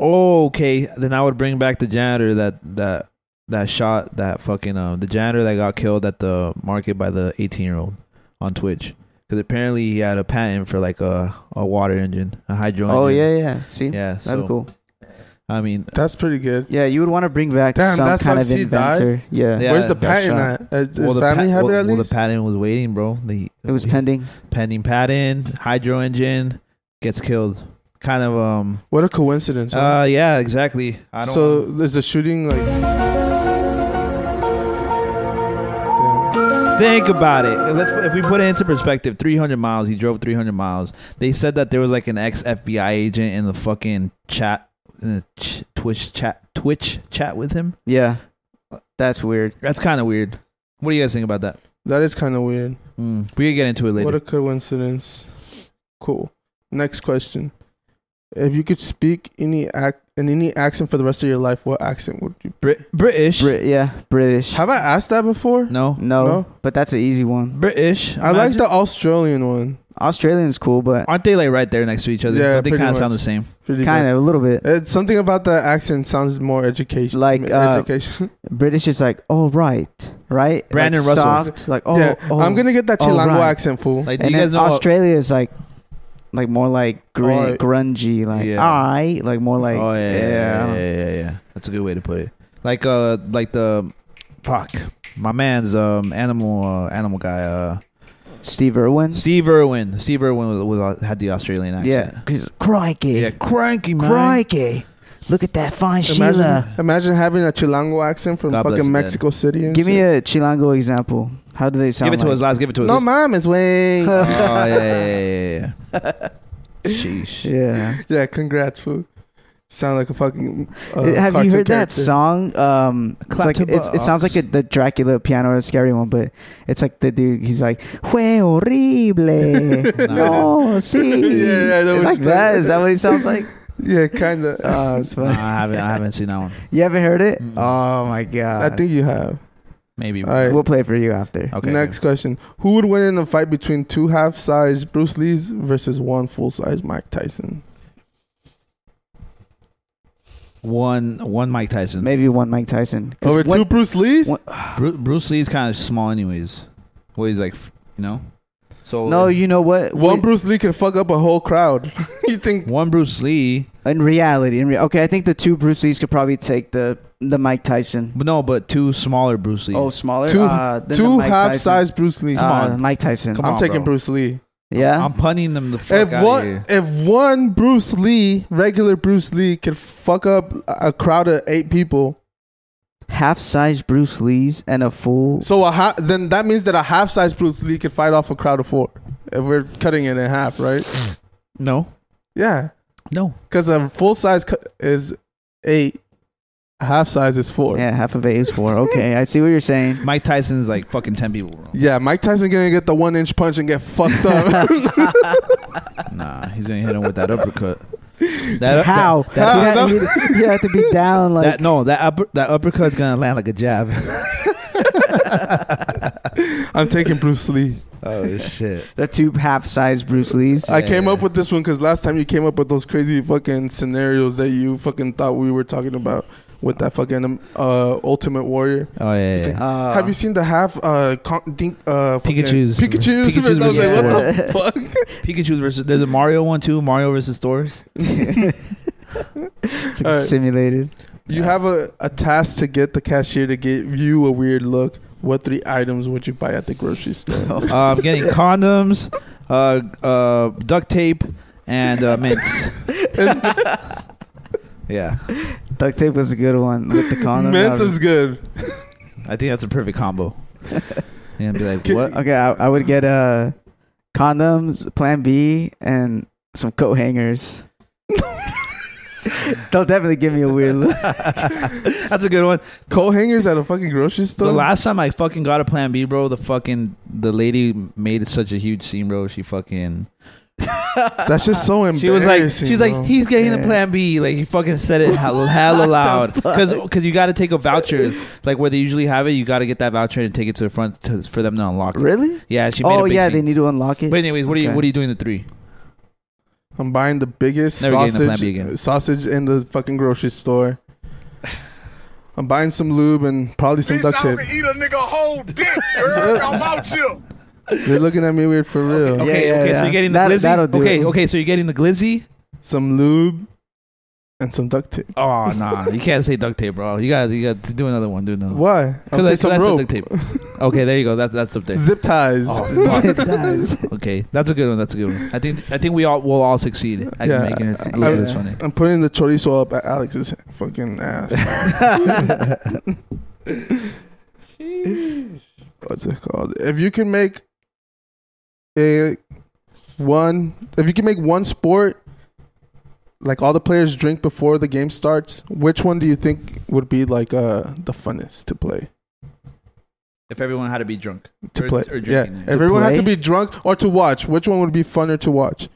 Speaker 2: Oh, okay. Then I would bring back the janitor that that that shot that fucking um the janitor that got killed at the market by the 18 year old on Twitch because apparently he had a patent for like a a water engine, a hydro.
Speaker 3: Oh
Speaker 2: engine.
Speaker 3: yeah, yeah. See,
Speaker 2: yeah.
Speaker 3: that'd
Speaker 2: so,
Speaker 3: be cool.
Speaker 2: I mean,
Speaker 1: That's pretty good.
Speaker 3: Yeah, you would want to bring back
Speaker 1: Damn,
Speaker 3: some
Speaker 1: that
Speaker 3: kind of
Speaker 1: sucks he died.
Speaker 3: inventor. Yeah.
Speaker 2: Yeah,
Speaker 1: Where's the
Speaker 2: that's
Speaker 1: patent
Speaker 3: shot.
Speaker 1: at? Does does
Speaker 2: well, the
Speaker 1: family
Speaker 2: pat-
Speaker 1: have
Speaker 2: well,
Speaker 1: it at
Speaker 2: well,
Speaker 1: least?
Speaker 2: the patent was waiting, bro. The
Speaker 3: it was pending.
Speaker 2: pending patent, hydro engine gets killed. Kind of um.
Speaker 1: what a coincidence. huh?
Speaker 2: Uh, yeah, exactly. I don't.
Speaker 1: so is the shooting like? Damn.
Speaker 2: Think about it. Let's put- if we put it into perspective, 300 miles. He drove 300 miles. They said that there was like an ex FBI agent in the fucking chat, in the ch- Twitch chat, Twitch chat with him.
Speaker 3: Yeah, that's weird.
Speaker 2: That's kind of weird. What do you guys think about that?
Speaker 1: That is kind of weird.
Speaker 2: Mm, we can get into it
Speaker 1: What
Speaker 2: later.
Speaker 1: a coincidence. Cool. Next question. If you could speak any ac- in any accent for the rest of your life, what accent would you?
Speaker 2: Brit- British?
Speaker 3: Brit, yeah, British.
Speaker 1: Have I asked that before?
Speaker 2: no,
Speaker 3: no,
Speaker 1: No?
Speaker 3: but that's an easy one.
Speaker 2: British.
Speaker 1: I like
Speaker 2: Imagine-
Speaker 1: the Australian one.
Speaker 3: Australian's cool, but
Speaker 2: Aren't they like right there next to each other?
Speaker 1: Yeah,
Speaker 2: Don't they
Speaker 1: pretty
Speaker 2: kind of sound the
Speaker 1: much.
Speaker 2: same.
Speaker 1: Pretty
Speaker 3: kind of a little bit.
Speaker 2: Uh,
Speaker 1: good. It's something about the accent sounds more education.
Speaker 3: Like, uh,
Speaker 1: education.
Speaker 3: British is like, oh right, right.
Speaker 2: Brandon
Speaker 3: like,
Speaker 2: Russell.
Speaker 3: soft, like oh,
Speaker 1: yeah,
Speaker 3: oh.
Speaker 1: I'm gonna get that
Speaker 3: oh,
Speaker 1: Chilango
Speaker 3: right.
Speaker 1: accent, fool.
Speaker 2: Like, do
Speaker 3: And
Speaker 2: you guys
Speaker 3: then
Speaker 2: know? Oh,
Speaker 3: Australia is like, like more like gr-
Speaker 1: Alright.
Speaker 3: grungy, like
Speaker 2: Yeah.
Speaker 3: alright, like more like
Speaker 2: oh yeah, yeah,
Speaker 3: I
Speaker 2: yeah,
Speaker 3: don't-
Speaker 2: yeah, yeah, yeah. That's a good way to put it. Like uh, like the fuck, my man's um animal uh, animal guy uh.
Speaker 3: Steve Irwin.
Speaker 2: Steve Irwin. Steve Irwin was, was, had the Australian accent.
Speaker 3: Yeah, 'Cause crikey,
Speaker 2: Yeah, cranky man.
Speaker 3: crikey, look at that fine
Speaker 1: Imagine,
Speaker 3: Sheila.
Speaker 1: imagine having a Chilango accent from
Speaker 2: God bless you,
Speaker 1: fucking
Speaker 2: man.
Speaker 1: Mexico City. And
Speaker 3: Give me
Speaker 1: shit.
Speaker 3: a Chilango example. How do they sound?
Speaker 2: Give it to
Speaker 3: like?
Speaker 2: us last. Give it to us.
Speaker 1: no, mom is way.
Speaker 2: oh yeah, yeah, yeah, yeah. Sheesh.
Speaker 3: Yeah.
Speaker 1: yeah, congrats, fool. Sound like a fucking. Uh,
Speaker 3: Have you
Speaker 1: cartoon
Speaker 3: heard that
Speaker 1: character.
Speaker 3: song? Um, it's
Speaker 2: Clap
Speaker 3: like-
Speaker 2: to
Speaker 3: it's- it sounds like
Speaker 2: box.
Speaker 3: a, the Dracula piano, a scary one, but it's like the dude. He's like, "Fue horrible, no, sí,
Speaker 1: Yeah, yeah, I know what
Speaker 3: like
Speaker 1: you
Speaker 3: that.
Speaker 1: mean.
Speaker 3: Is that what he sounds like?
Speaker 1: Yeah, kind of.
Speaker 3: Oh, it's
Speaker 2: No, I
Speaker 3: funny.
Speaker 2: haven't. I haven't seen that one.
Speaker 3: You haven't heard it?
Speaker 2: Mm.
Speaker 3: Oh my god!
Speaker 1: I think you have.
Speaker 2: Maybe.
Speaker 1: All right.
Speaker 3: we'll play it for you after.
Speaker 2: Okay.
Speaker 1: Next question: Who would win in a fight between two half-size Bruce Lees versus one full-size Mike Tyson?
Speaker 2: One. One Mike Tyson.
Speaker 3: Maybe one Mike Tyson. 'Cause
Speaker 1: Over
Speaker 3: what-
Speaker 1: two Bruce Lees?
Speaker 3: what-
Speaker 2: Bruce, Bruce Lee's kind of small, anyways. Well, he's like, f- you know. So
Speaker 3: No, you know what?
Speaker 1: One
Speaker 3: What-
Speaker 1: Bruce Lee can fuck up a whole crowd. you think?
Speaker 2: one Bruce Lee.
Speaker 3: in reality, in re- okay, I think the two Bruce Lees could probably take the the Mike Tyson.
Speaker 2: But no, but two smaller Bruce Lee.
Speaker 3: Oh, smaller.
Speaker 1: Two,
Speaker 3: uh, then the
Speaker 1: two
Speaker 3: Mike Tyson.
Speaker 1: half-size Bruce Lee.
Speaker 3: Uh,
Speaker 2: on.
Speaker 3: Mike Tyson.
Speaker 2: Come
Speaker 1: I'm
Speaker 2: on,
Speaker 1: taking
Speaker 2: bro.
Speaker 1: Bruce Lee.
Speaker 3: yeah.
Speaker 2: I'm punning them the fuck
Speaker 1: If
Speaker 2: out of
Speaker 1: one,
Speaker 2: here.
Speaker 1: if one Bruce Lee, regular Bruce Lee, can fuck up a a crowd of eight people,
Speaker 3: half-sized Bruce Lee's and a full.
Speaker 1: So a ha- then that means that a half size Bruce Lee could fight off a crowd of four. If we're cutting it in half, right?
Speaker 2: No.
Speaker 1: Yeah.
Speaker 2: No.
Speaker 1: Because a full size cu- is eight, half size is four.
Speaker 3: Yeah, half of it is four. Okay, I see what you're saying.
Speaker 2: Mike Tyson's like fucking ten people.
Speaker 1: Yeah, Mike Tyson gonna get the one inch punch and get fucked up.
Speaker 2: Nah, he's gonna hit him with that uppercut. That
Speaker 3: How?
Speaker 2: That, that-
Speaker 3: you, have, you- you have to be down like
Speaker 2: that- no, that upper, that uppercut's gonna land like a jab.
Speaker 1: I'm taking Bruce Lee.
Speaker 2: oh shit!
Speaker 3: the two half-sized Bruce Lee's.
Speaker 1: I came up with this one because last time you came up with those crazy fucking scenarios that you fucking thought we were talking about with that fucking um, uh, Ultimate Warrior.
Speaker 2: Oh yeah. yeah, yeah.
Speaker 3: Uh,
Speaker 1: Have you seen the half uh, con- dink, uh fucking-
Speaker 2: Pikachu's-
Speaker 1: Pikachu's?
Speaker 2: Pikachu's
Speaker 1: I was like,
Speaker 2: versus
Speaker 1: what the fuck?
Speaker 2: Pikachu versus there's a Mario one too. Mario versus Thor's.
Speaker 3: it's
Speaker 1: All right.
Speaker 3: simulated.
Speaker 1: You have a, a task to get the cashier to give you a weird look. What three items would you buy at the grocery store?
Speaker 2: Uh, I'm getting condoms, uh, uh, duct tape, and uh, mints. yeah,
Speaker 3: Duct tape was a good one with the condom.
Speaker 1: Mints is good.
Speaker 2: I think that's a perfect combo. And be like,
Speaker 1: Can-
Speaker 2: what?
Speaker 3: Okay, I, I would get uh condoms, Plan B, and some coat hangers. They'll definitely give me a weird look.
Speaker 2: That's a good one.
Speaker 1: Coat hangers at a fucking grocery store.
Speaker 2: The last time I fucking got a plan B, bro, the fucking the lady made such a huge scene, bro. She fucking
Speaker 1: That's just so embarrassing.
Speaker 2: she was like she was
Speaker 1: bro.
Speaker 2: like he's getting the
Speaker 3: Yeah.
Speaker 2: plan B. Like he fucking said it hell- hella loud because because you got to take a voucher like where they usually have it. You got to get that voucher and take it to the front to, for them to unlock. It.
Speaker 3: Really?
Speaker 2: Yeah, she made
Speaker 3: Oh
Speaker 2: a big
Speaker 3: yeah,
Speaker 2: scene.
Speaker 3: they need to unlock it.
Speaker 2: But anyways, what are you
Speaker 3: Okay.
Speaker 2: what are you doing the three?
Speaker 1: I'm buying the biggest
Speaker 2: Never getting a Plan
Speaker 1: sausage,
Speaker 2: B again.
Speaker 1: sausage in the fucking grocery store. I'm buying some lube and probably some
Speaker 8: Bitch,
Speaker 1: duct
Speaker 8: I
Speaker 1: tape.
Speaker 8: would eat a nigga whole dick, girl. I'm out you.
Speaker 1: They're looking at me weird for real.
Speaker 2: Okay,
Speaker 3: yeah,
Speaker 2: okay, so
Speaker 3: yeah.
Speaker 2: you're getting the
Speaker 3: That-
Speaker 2: glizzy.
Speaker 3: that'll do
Speaker 2: okay,
Speaker 3: it.
Speaker 2: okay, so you're getting the glizzy.
Speaker 1: Some lube and some duct tape.
Speaker 2: Oh nah, you can't say duct tape, bro. You got to you got to do another one. Do another. one.
Speaker 1: Why? I'll
Speaker 2: Cause Oh. I-
Speaker 1: get some
Speaker 2: cause I said
Speaker 1: rope.
Speaker 2: duct tape. Oh, Okay, there you go. That, that's up there.
Speaker 1: Zip ties.
Speaker 2: Okay, that's a good one. That's a good one. I think I think we all will all succeed at
Speaker 1: Yeah,
Speaker 2: making it
Speaker 1: I-
Speaker 2: look
Speaker 1: I-
Speaker 2: this funny.
Speaker 1: I'm putting the chorizo up at Alex's fucking ass. What's it called? If you can make a one, if you can make one sport like all the players drink before the game starts, which one do you think would be like uh the funnest to play?
Speaker 2: If everyone had to be drunk
Speaker 1: To
Speaker 2: Or-
Speaker 1: play,
Speaker 2: or
Speaker 1: yeah.
Speaker 2: drinking, yeah.
Speaker 1: Everyone had to
Speaker 3: play?
Speaker 1: be drunk or to watch. Which one would be funner to watch?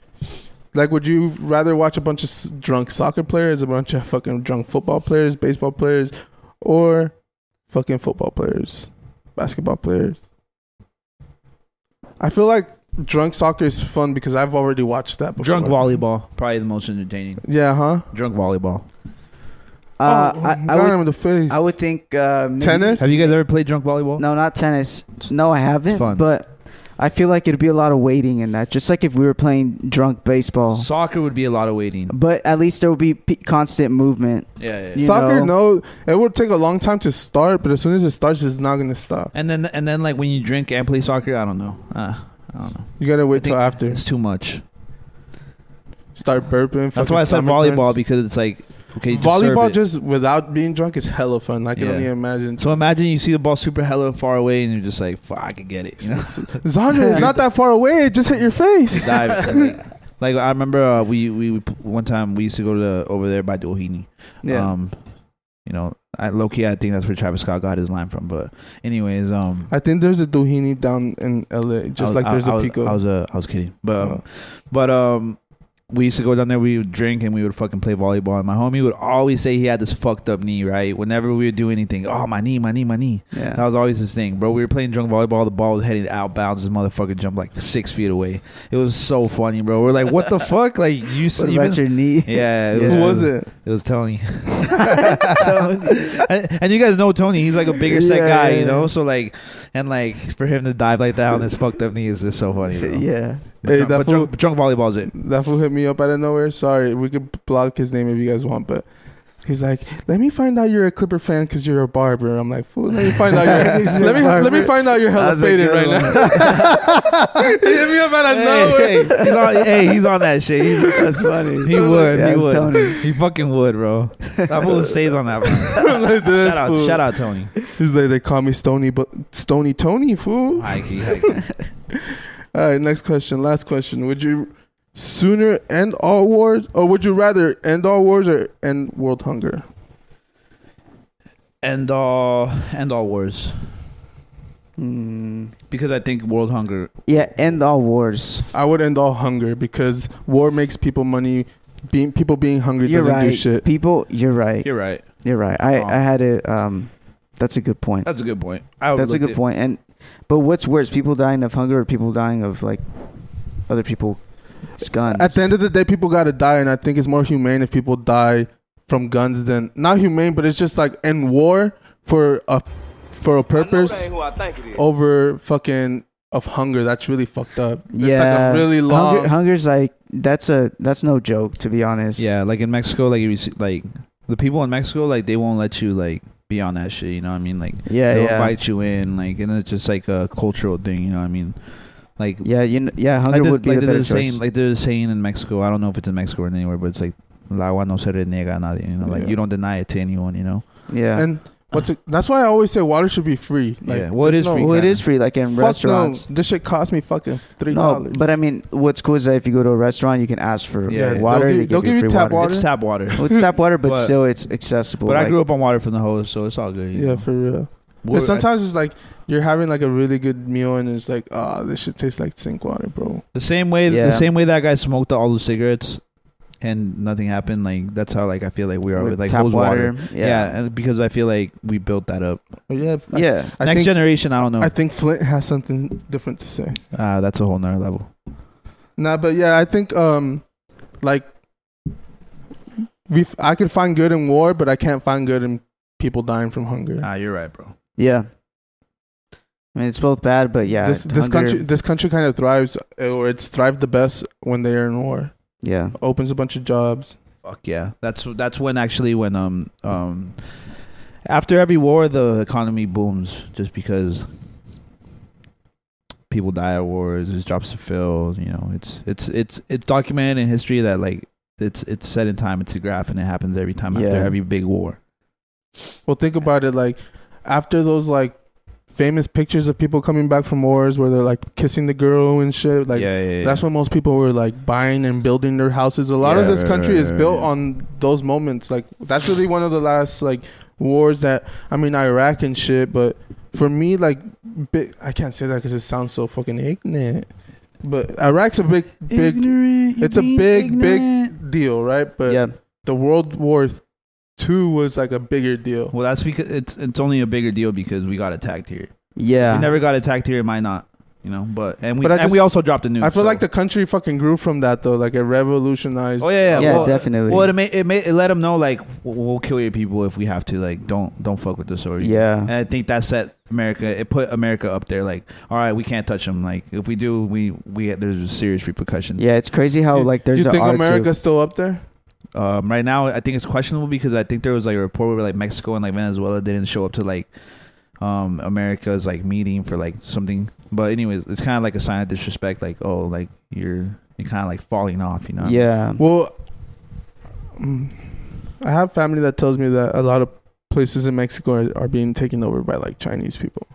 Speaker 1: Like, would you rather watch a bunch of s- drunk soccer players, a bunch of fucking drunk football players, baseball players, or fucking football players, basketball players? I feel like drunk soccer is fun because I've already watched that. Before.
Speaker 2: drunk volleyball, probably the most entertaining.
Speaker 1: Yeah, huh?
Speaker 2: Drunk volleyball.
Speaker 3: Uh,
Speaker 1: oh,
Speaker 3: I, I
Speaker 1: got him
Speaker 3: would.
Speaker 1: in the face.
Speaker 3: I would think uh, maybe-
Speaker 1: tennis.
Speaker 2: Have you guys ever played drunk volleyball?
Speaker 3: No, not tennis. No, I haven't.
Speaker 2: It's fun.
Speaker 3: But I feel like it'd be a lot of waiting in that. Just like if we were playing drunk baseball.
Speaker 2: Soccer would be a lot of waiting.
Speaker 3: But at least there would be p- constant movement.
Speaker 2: Yeah, yeah.
Speaker 3: you
Speaker 1: soccer?
Speaker 3: know?
Speaker 1: No, it would take a long time to start, but as soon as it starts, it's not gonna stop.
Speaker 2: And then and then like when you drink and play soccer, I don't know. Uh, I don't know.
Speaker 1: You gotta
Speaker 2: I
Speaker 1: wait till
Speaker 2: think
Speaker 1: after.
Speaker 2: It's too much.
Speaker 1: Start burping.
Speaker 2: That's
Speaker 1: fucking
Speaker 2: why I said
Speaker 1: stomach
Speaker 2: volleyball
Speaker 1: burns.
Speaker 2: because it's like okay, just serve
Speaker 1: volleyball
Speaker 2: it.
Speaker 1: just without being drunk is hella fun. I can
Speaker 2: Yeah.
Speaker 1: only imagine.
Speaker 2: So imagine you see the ball super hella far away and you're just like, fuck, I can get it. You know?
Speaker 1: Zandra, it's not that far away. It just hit your face.
Speaker 2: dive. like, like, I remember uh, we, we we one time we used to go to over there by Doheny.
Speaker 3: Yeah.
Speaker 2: Um, you know, I low key I think that's where Travis Scott got his line from. But anyways, um,
Speaker 1: I think there's a Doheny down in LA, just
Speaker 2: I was-
Speaker 1: like there's
Speaker 2: I,
Speaker 1: a
Speaker 2: I was,
Speaker 1: Pico.
Speaker 2: I was uh, I was kidding, but um, but um. We used to go down there. We would drink and we would fucking play volleyball. And my homie would always say he had this fucked up knee. Right, whenever we would do anything, oh my knee, my knee, my knee.
Speaker 3: Yeah.
Speaker 2: That was always his thing, bro. We were playing drunk volleyball. The ball was headed out bounds. This motherfucker jumped like six feet away. It was so funny, bro. We're like, what the fuck? Like you,
Speaker 3: What
Speaker 2: you
Speaker 3: about your knee?
Speaker 2: yeah. It
Speaker 1: Who was it?
Speaker 2: It was Tony. and, and you guys know Tony. He's like a bigger set
Speaker 3: Yeah,
Speaker 2: guy,
Speaker 3: yeah,
Speaker 2: you know.
Speaker 3: yeah.
Speaker 2: So like, and like for him to dive like that on his fucked up knee is just so funny. Bro.
Speaker 3: yeah.
Speaker 2: But,
Speaker 1: Hey,
Speaker 2: drunk,
Speaker 1: that
Speaker 2: but
Speaker 1: fool,
Speaker 2: drunk, but drunk volleyball is it.
Speaker 1: that fool hit me up out of nowhere. Sorry, we could block his name if you guys want, but He's like, let me find out you're a Clipper fan because you're a barber. I'm like, fool, let me find out. You're, let me let me find out you're hella
Speaker 2: That's a
Speaker 1: faded
Speaker 2: good
Speaker 1: right
Speaker 2: one.
Speaker 1: now. he hit me up out of nowhere.
Speaker 2: Hey, hey, he's on, hey, he's on that shit. He's-
Speaker 3: That's funny.
Speaker 2: he would.
Speaker 3: That's
Speaker 2: he would.
Speaker 3: Tony.
Speaker 2: He fucking would, bro. That fool stays on that. Bro.
Speaker 1: I'm like this.
Speaker 2: Shout out,
Speaker 1: fool.
Speaker 2: shout out, Tony.
Speaker 1: He's like, they call me Stony, but Stony Tony, fool.
Speaker 2: Hikey, hikey.
Speaker 1: All right, next question. Last question. Would you sooner end all wars, or would you rather end all wars or end world hunger?
Speaker 2: End all, end all wars.
Speaker 3: Mm.
Speaker 2: Because I think world hunger.
Speaker 3: Yeah, end all wars.
Speaker 1: I would end all hunger because war makes people money. Being people being hungry
Speaker 3: You're
Speaker 1: doesn't
Speaker 3: right.
Speaker 1: do shit.
Speaker 3: People, you're right.
Speaker 2: You're right.
Speaker 3: You're right. I,
Speaker 2: Um,
Speaker 3: I had a um, that's a good point.
Speaker 2: That's a good point. I
Speaker 3: That's a good
Speaker 2: point.
Speaker 3: point. And but what's worse, people dying of hunger or people dying of like other people guns?
Speaker 1: At the end of the day, people gotta die, and I think it's more humane if people die from guns than not humane, but it's just like in war for a for a purpose
Speaker 10: who I think it is.
Speaker 1: over fucking of hunger. That's really fucked up. It's
Speaker 3: yeah,
Speaker 1: like a really long.
Speaker 3: Hunger, hunger's like that's a that's no joke to be honest.
Speaker 2: Yeah, like in Mexico, like you see, like the people in Mexico, like they won't let you like be on that shit. You know what I mean? Like
Speaker 3: yeah,
Speaker 2: they'll
Speaker 3: yeah,
Speaker 2: invite you in, like and it's just like a cultural thing. You know what I mean? Like
Speaker 3: yeah. You know, yeah, hunger
Speaker 2: like, there's-
Speaker 3: would be
Speaker 2: like
Speaker 3: the
Speaker 2: there's
Speaker 3: better
Speaker 2: a saying,
Speaker 3: choice.
Speaker 2: like there's a saying in Mexico. I don't know if it's in Mexico or anywhere, but it's like "La agua no se reniega a nadie." You know, like
Speaker 1: Yeah.
Speaker 2: you don't deny it to anyone. You know?
Speaker 3: yeah,
Speaker 1: And what's it, that's why I always say water should be free. Like,
Speaker 2: yeah. Well, it
Speaker 1: there's
Speaker 2: is
Speaker 1: no-
Speaker 2: free.
Speaker 3: well, it
Speaker 2: kinda.
Speaker 3: is free like in
Speaker 1: Fuck
Speaker 3: restaurants.
Speaker 1: No, this shit cost me fucking three
Speaker 3: No,
Speaker 1: dollars.
Speaker 3: but I mean, what's cool is that if you go to a restaurant, you can ask for
Speaker 2: Yeah,
Speaker 3: like,
Speaker 2: they'll
Speaker 3: water.
Speaker 1: give-
Speaker 3: they
Speaker 1: they'll give you
Speaker 3: free
Speaker 1: tap water.
Speaker 2: It's tap water.
Speaker 3: Well, it's tap water, but,
Speaker 2: But-
Speaker 3: still it's accessible.
Speaker 2: but I
Speaker 3: like-
Speaker 2: grew up on water from the hose, so it's all good. you
Speaker 1: yeah,
Speaker 2: know?
Speaker 1: for real.
Speaker 2: We're-
Speaker 1: But sometimes it's like you're having like a really good meal and it's like, ah, this shit tastes like sink water, bro.
Speaker 2: The same way,
Speaker 3: Yeah.
Speaker 2: the same way that guy smoked all the cigarettes, and nothing happened. Like that's how like I feel like we are with, like
Speaker 3: tap
Speaker 2: hose water. Yeah.
Speaker 3: Yeah.
Speaker 2: and because I feel like we built that up.
Speaker 1: But yeah, I,
Speaker 3: Yeah.
Speaker 1: I
Speaker 2: Next
Speaker 1: think,
Speaker 2: generation, I don't know.
Speaker 1: I think Flint has something different to say.
Speaker 2: uh, that's a whole nother level.
Speaker 1: Nah, but yeah, I think um, like we, I could find good in war, but I can't find good in people dying from hunger.
Speaker 2: Ah, you're right, bro.
Speaker 3: Yeah. I mean, it's both bad, but yeah.
Speaker 1: this this
Speaker 3: hunger-
Speaker 1: country, this country kind of thrives, or it's thrived the best when they are in war.
Speaker 3: Yeah.
Speaker 1: Opens a bunch of jobs.
Speaker 2: Fuck yeah. That's that's when actually when um um after every war the economy booms just because people die at wars, there's jobs to fill, you know, it's it's it's it's documented in history that like it's it's set in time, it's a graph and it happens every time after
Speaker 3: Yeah.
Speaker 2: every big war.
Speaker 1: Well, think about it. Like after those like famous pictures of people coming back from wars where they're like kissing the girl and shit. Like
Speaker 2: yeah, yeah, yeah.
Speaker 1: that's when most people were like buying and building their houses. A lot of
Speaker 2: Yeah,
Speaker 1: this
Speaker 2: right,
Speaker 1: country
Speaker 2: right,
Speaker 1: is
Speaker 2: right,
Speaker 1: built
Speaker 2: right.
Speaker 1: on those moments. Like that's really one of the last like wars that I mean Iraq and shit. But for me, like bi- I can't say that because it sounds so fucking ignorant. But Iraq's a big, big
Speaker 2: ignorant.
Speaker 1: it's a big, big- deal, right? But
Speaker 3: yeah.
Speaker 1: the World War Two was like a bigger deal.
Speaker 2: Well, that's because it's it's only a bigger deal because we got attacked here.
Speaker 3: Yeah.
Speaker 2: We never got attacked here, it might not, you know, but and we
Speaker 1: But I
Speaker 2: and
Speaker 1: just-
Speaker 2: we also dropped the news.
Speaker 1: I feel
Speaker 2: so-
Speaker 1: like the country fucking grew from that though. Like it revolutionized.
Speaker 2: Oh yeah, yeah,
Speaker 3: Yeah,
Speaker 2: well,
Speaker 3: definitely.
Speaker 2: Well, it made, it made it let them know like we'll, we'll kill your people if we have to. Like don't don't fuck with us or And
Speaker 3: yeah.
Speaker 2: I think that set America. It put America up there. Like all right, we can't touch them. Like if we do, we we there's serious repercussions.
Speaker 3: Yeah. It's crazy how,
Speaker 1: You-
Speaker 3: like, there's
Speaker 1: you
Speaker 3: a
Speaker 1: think
Speaker 3: R2.
Speaker 1: America's still up there?
Speaker 2: Um, right now, I think it's questionable because I think there was like a report where like Mexico and like Venezuela didn't show up to like um America's like meeting for like something. But anyways, it's kind of like a sign of disrespect. Like oh, like you're you're kind of like falling off. You know?
Speaker 3: Yeah.
Speaker 1: Well, mm, I have family that tells me that a lot of places in Mexico are, are being taken over by like Chinese people.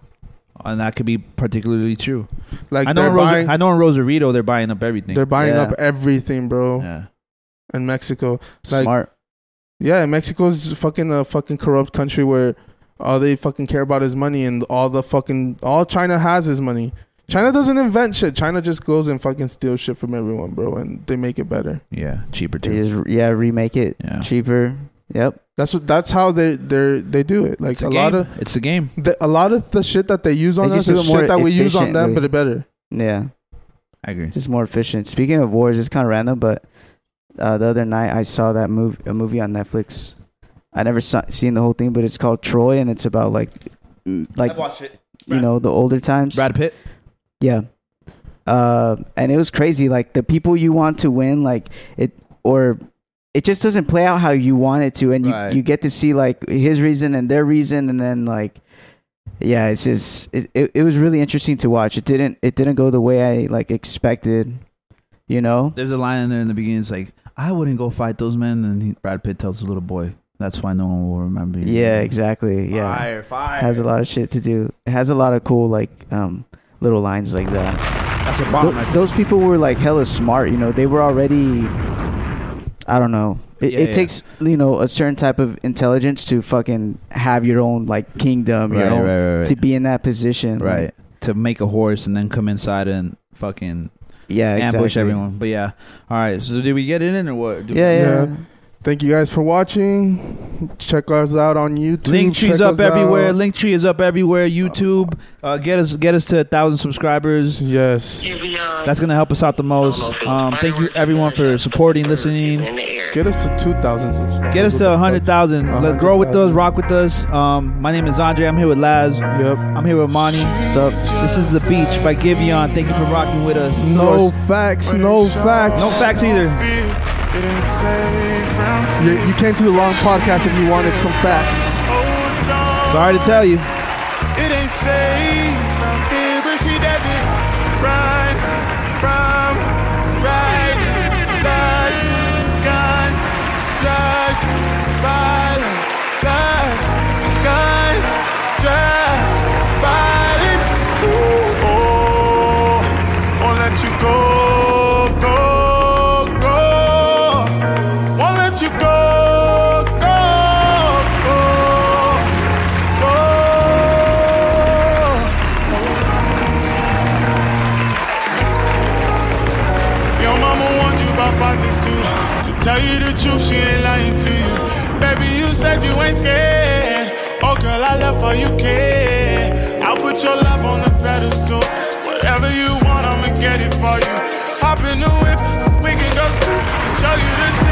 Speaker 2: And that could be particularly true.
Speaker 1: Like
Speaker 2: I know,
Speaker 1: they're
Speaker 2: in Rosa-
Speaker 1: buying,
Speaker 2: I know in Rosarito they're buying up everything.
Speaker 1: they're buying
Speaker 3: Yeah.
Speaker 1: up everything, bro,
Speaker 2: yeah.
Speaker 1: in Mexico. Like,
Speaker 3: Smart.
Speaker 1: Yeah, Mexico's fucking a fucking corrupt country where all they fucking care about is money, and all the fucking all China has is money. China doesn't invent shit. China just goes and fucking steals shit from everyone, bro, and they make it better.
Speaker 2: yeah, cheaper
Speaker 3: They
Speaker 2: too.
Speaker 3: just, yeah, remake it
Speaker 2: Yeah,
Speaker 3: cheaper. Yep.
Speaker 1: That's what. That's how they they they do it. Like
Speaker 2: it's
Speaker 1: a, lot of
Speaker 2: it's a game.
Speaker 1: the, a lot of the shit that they use on
Speaker 3: They
Speaker 1: us
Speaker 3: just do
Speaker 1: is
Speaker 3: it more
Speaker 1: shit that we use on them,
Speaker 3: efficiently.
Speaker 1: but better.
Speaker 3: Yeah.
Speaker 2: I agree.
Speaker 3: Just more efficient. Speaking of wars, it's kind of random, but uh, the other night I saw that movie, a movie on Netflix. I never saw, seen the whole thing, but it's called Troy, and it's about like, mm, like you know, the older times.
Speaker 2: Brad Pitt.
Speaker 3: Yeah. Uh, and it was crazy. Like the people you want to win, like it, or it just doesn't play out how you want it to, and you
Speaker 2: Right.
Speaker 3: you get to see like his reason and their reason, and then like yeah, it's just it, it, it was really interesting to watch. It didn't it didn't go the way I like expected, you know.
Speaker 2: There's a line in there in the beginning. It's like, I wouldn't go fight those men. And he, Brad Pitt tells the little boy, "That's why no one will remember you."
Speaker 3: Yeah, exactly. Yeah,
Speaker 2: Fire, fire.
Speaker 3: has a lot of shit to do. It has a lot of cool like um little lines like that.
Speaker 2: That's a bomb.
Speaker 3: Tho-
Speaker 2: right there.
Speaker 3: those people were like hella smart, you know. They were already, I don't know. It,
Speaker 2: Yeah,
Speaker 3: it
Speaker 2: yeah.
Speaker 3: takes you know a certain type of intelligence to fucking have your own like kingdom, you
Speaker 2: Right,
Speaker 3: know,
Speaker 2: right, right, right.
Speaker 3: to be in that position. like-
Speaker 2: right to make a horse and then come inside and fucking
Speaker 3: yeah. Exactly.
Speaker 2: ambush everyone. But yeah, all right. So did we get it in or what? Did we-
Speaker 3: Yeah. Yeah.
Speaker 1: Yeah. Thank you guys for watching. Check us out on YouTube.
Speaker 2: Link tree's
Speaker 1: Check
Speaker 2: up
Speaker 1: us
Speaker 2: everywhere.
Speaker 1: out.
Speaker 2: Link tree is up everywhere. YouTube, uh, get us get us to a thousand subscribers.
Speaker 1: yes.
Speaker 2: That's gonna help us out the most. Um, thank you everyone for supporting, listening.
Speaker 1: Get us to 2,000 subscribers.
Speaker 2: Get us to hundred thousand. Let grow with us,
Speaker 1: 100,000.
Speaker 2: rock with us. Um, my name is Andre. I'm here with Laz.
Speaker 1: Yep.
Speaker 2: I'm here with Monty.
Speaker 3: So
Speaker 2: This is the beach by Giveon. Thank you for rocking with us. This is
Speaker 1: No
Speaker 2: ours.
Speaker 1: facts. No facts.
Speaker 2: no facts either.
Speaker 1: You, you came to the wrong podcast if you wanted some facts.
Speaker 2: Sorry to tell you.
Speaker 5: It ain't safe out here, but she does it right from right. Lust, guns, drugs, violence. Lust, guns, drugs, violence. Ooh, oh, won't let you go, go, go. Won't let you go, go, go. Your mama warned you about foxes too. To tell you the truth, she ain't lying to you. Baby, you said you ain't scared. Oh, girl, I love for you care. I'll put your love on the pedestal. Whatever you want, I'ma get it for you. Hop in the whip, we can go school. Show you the city.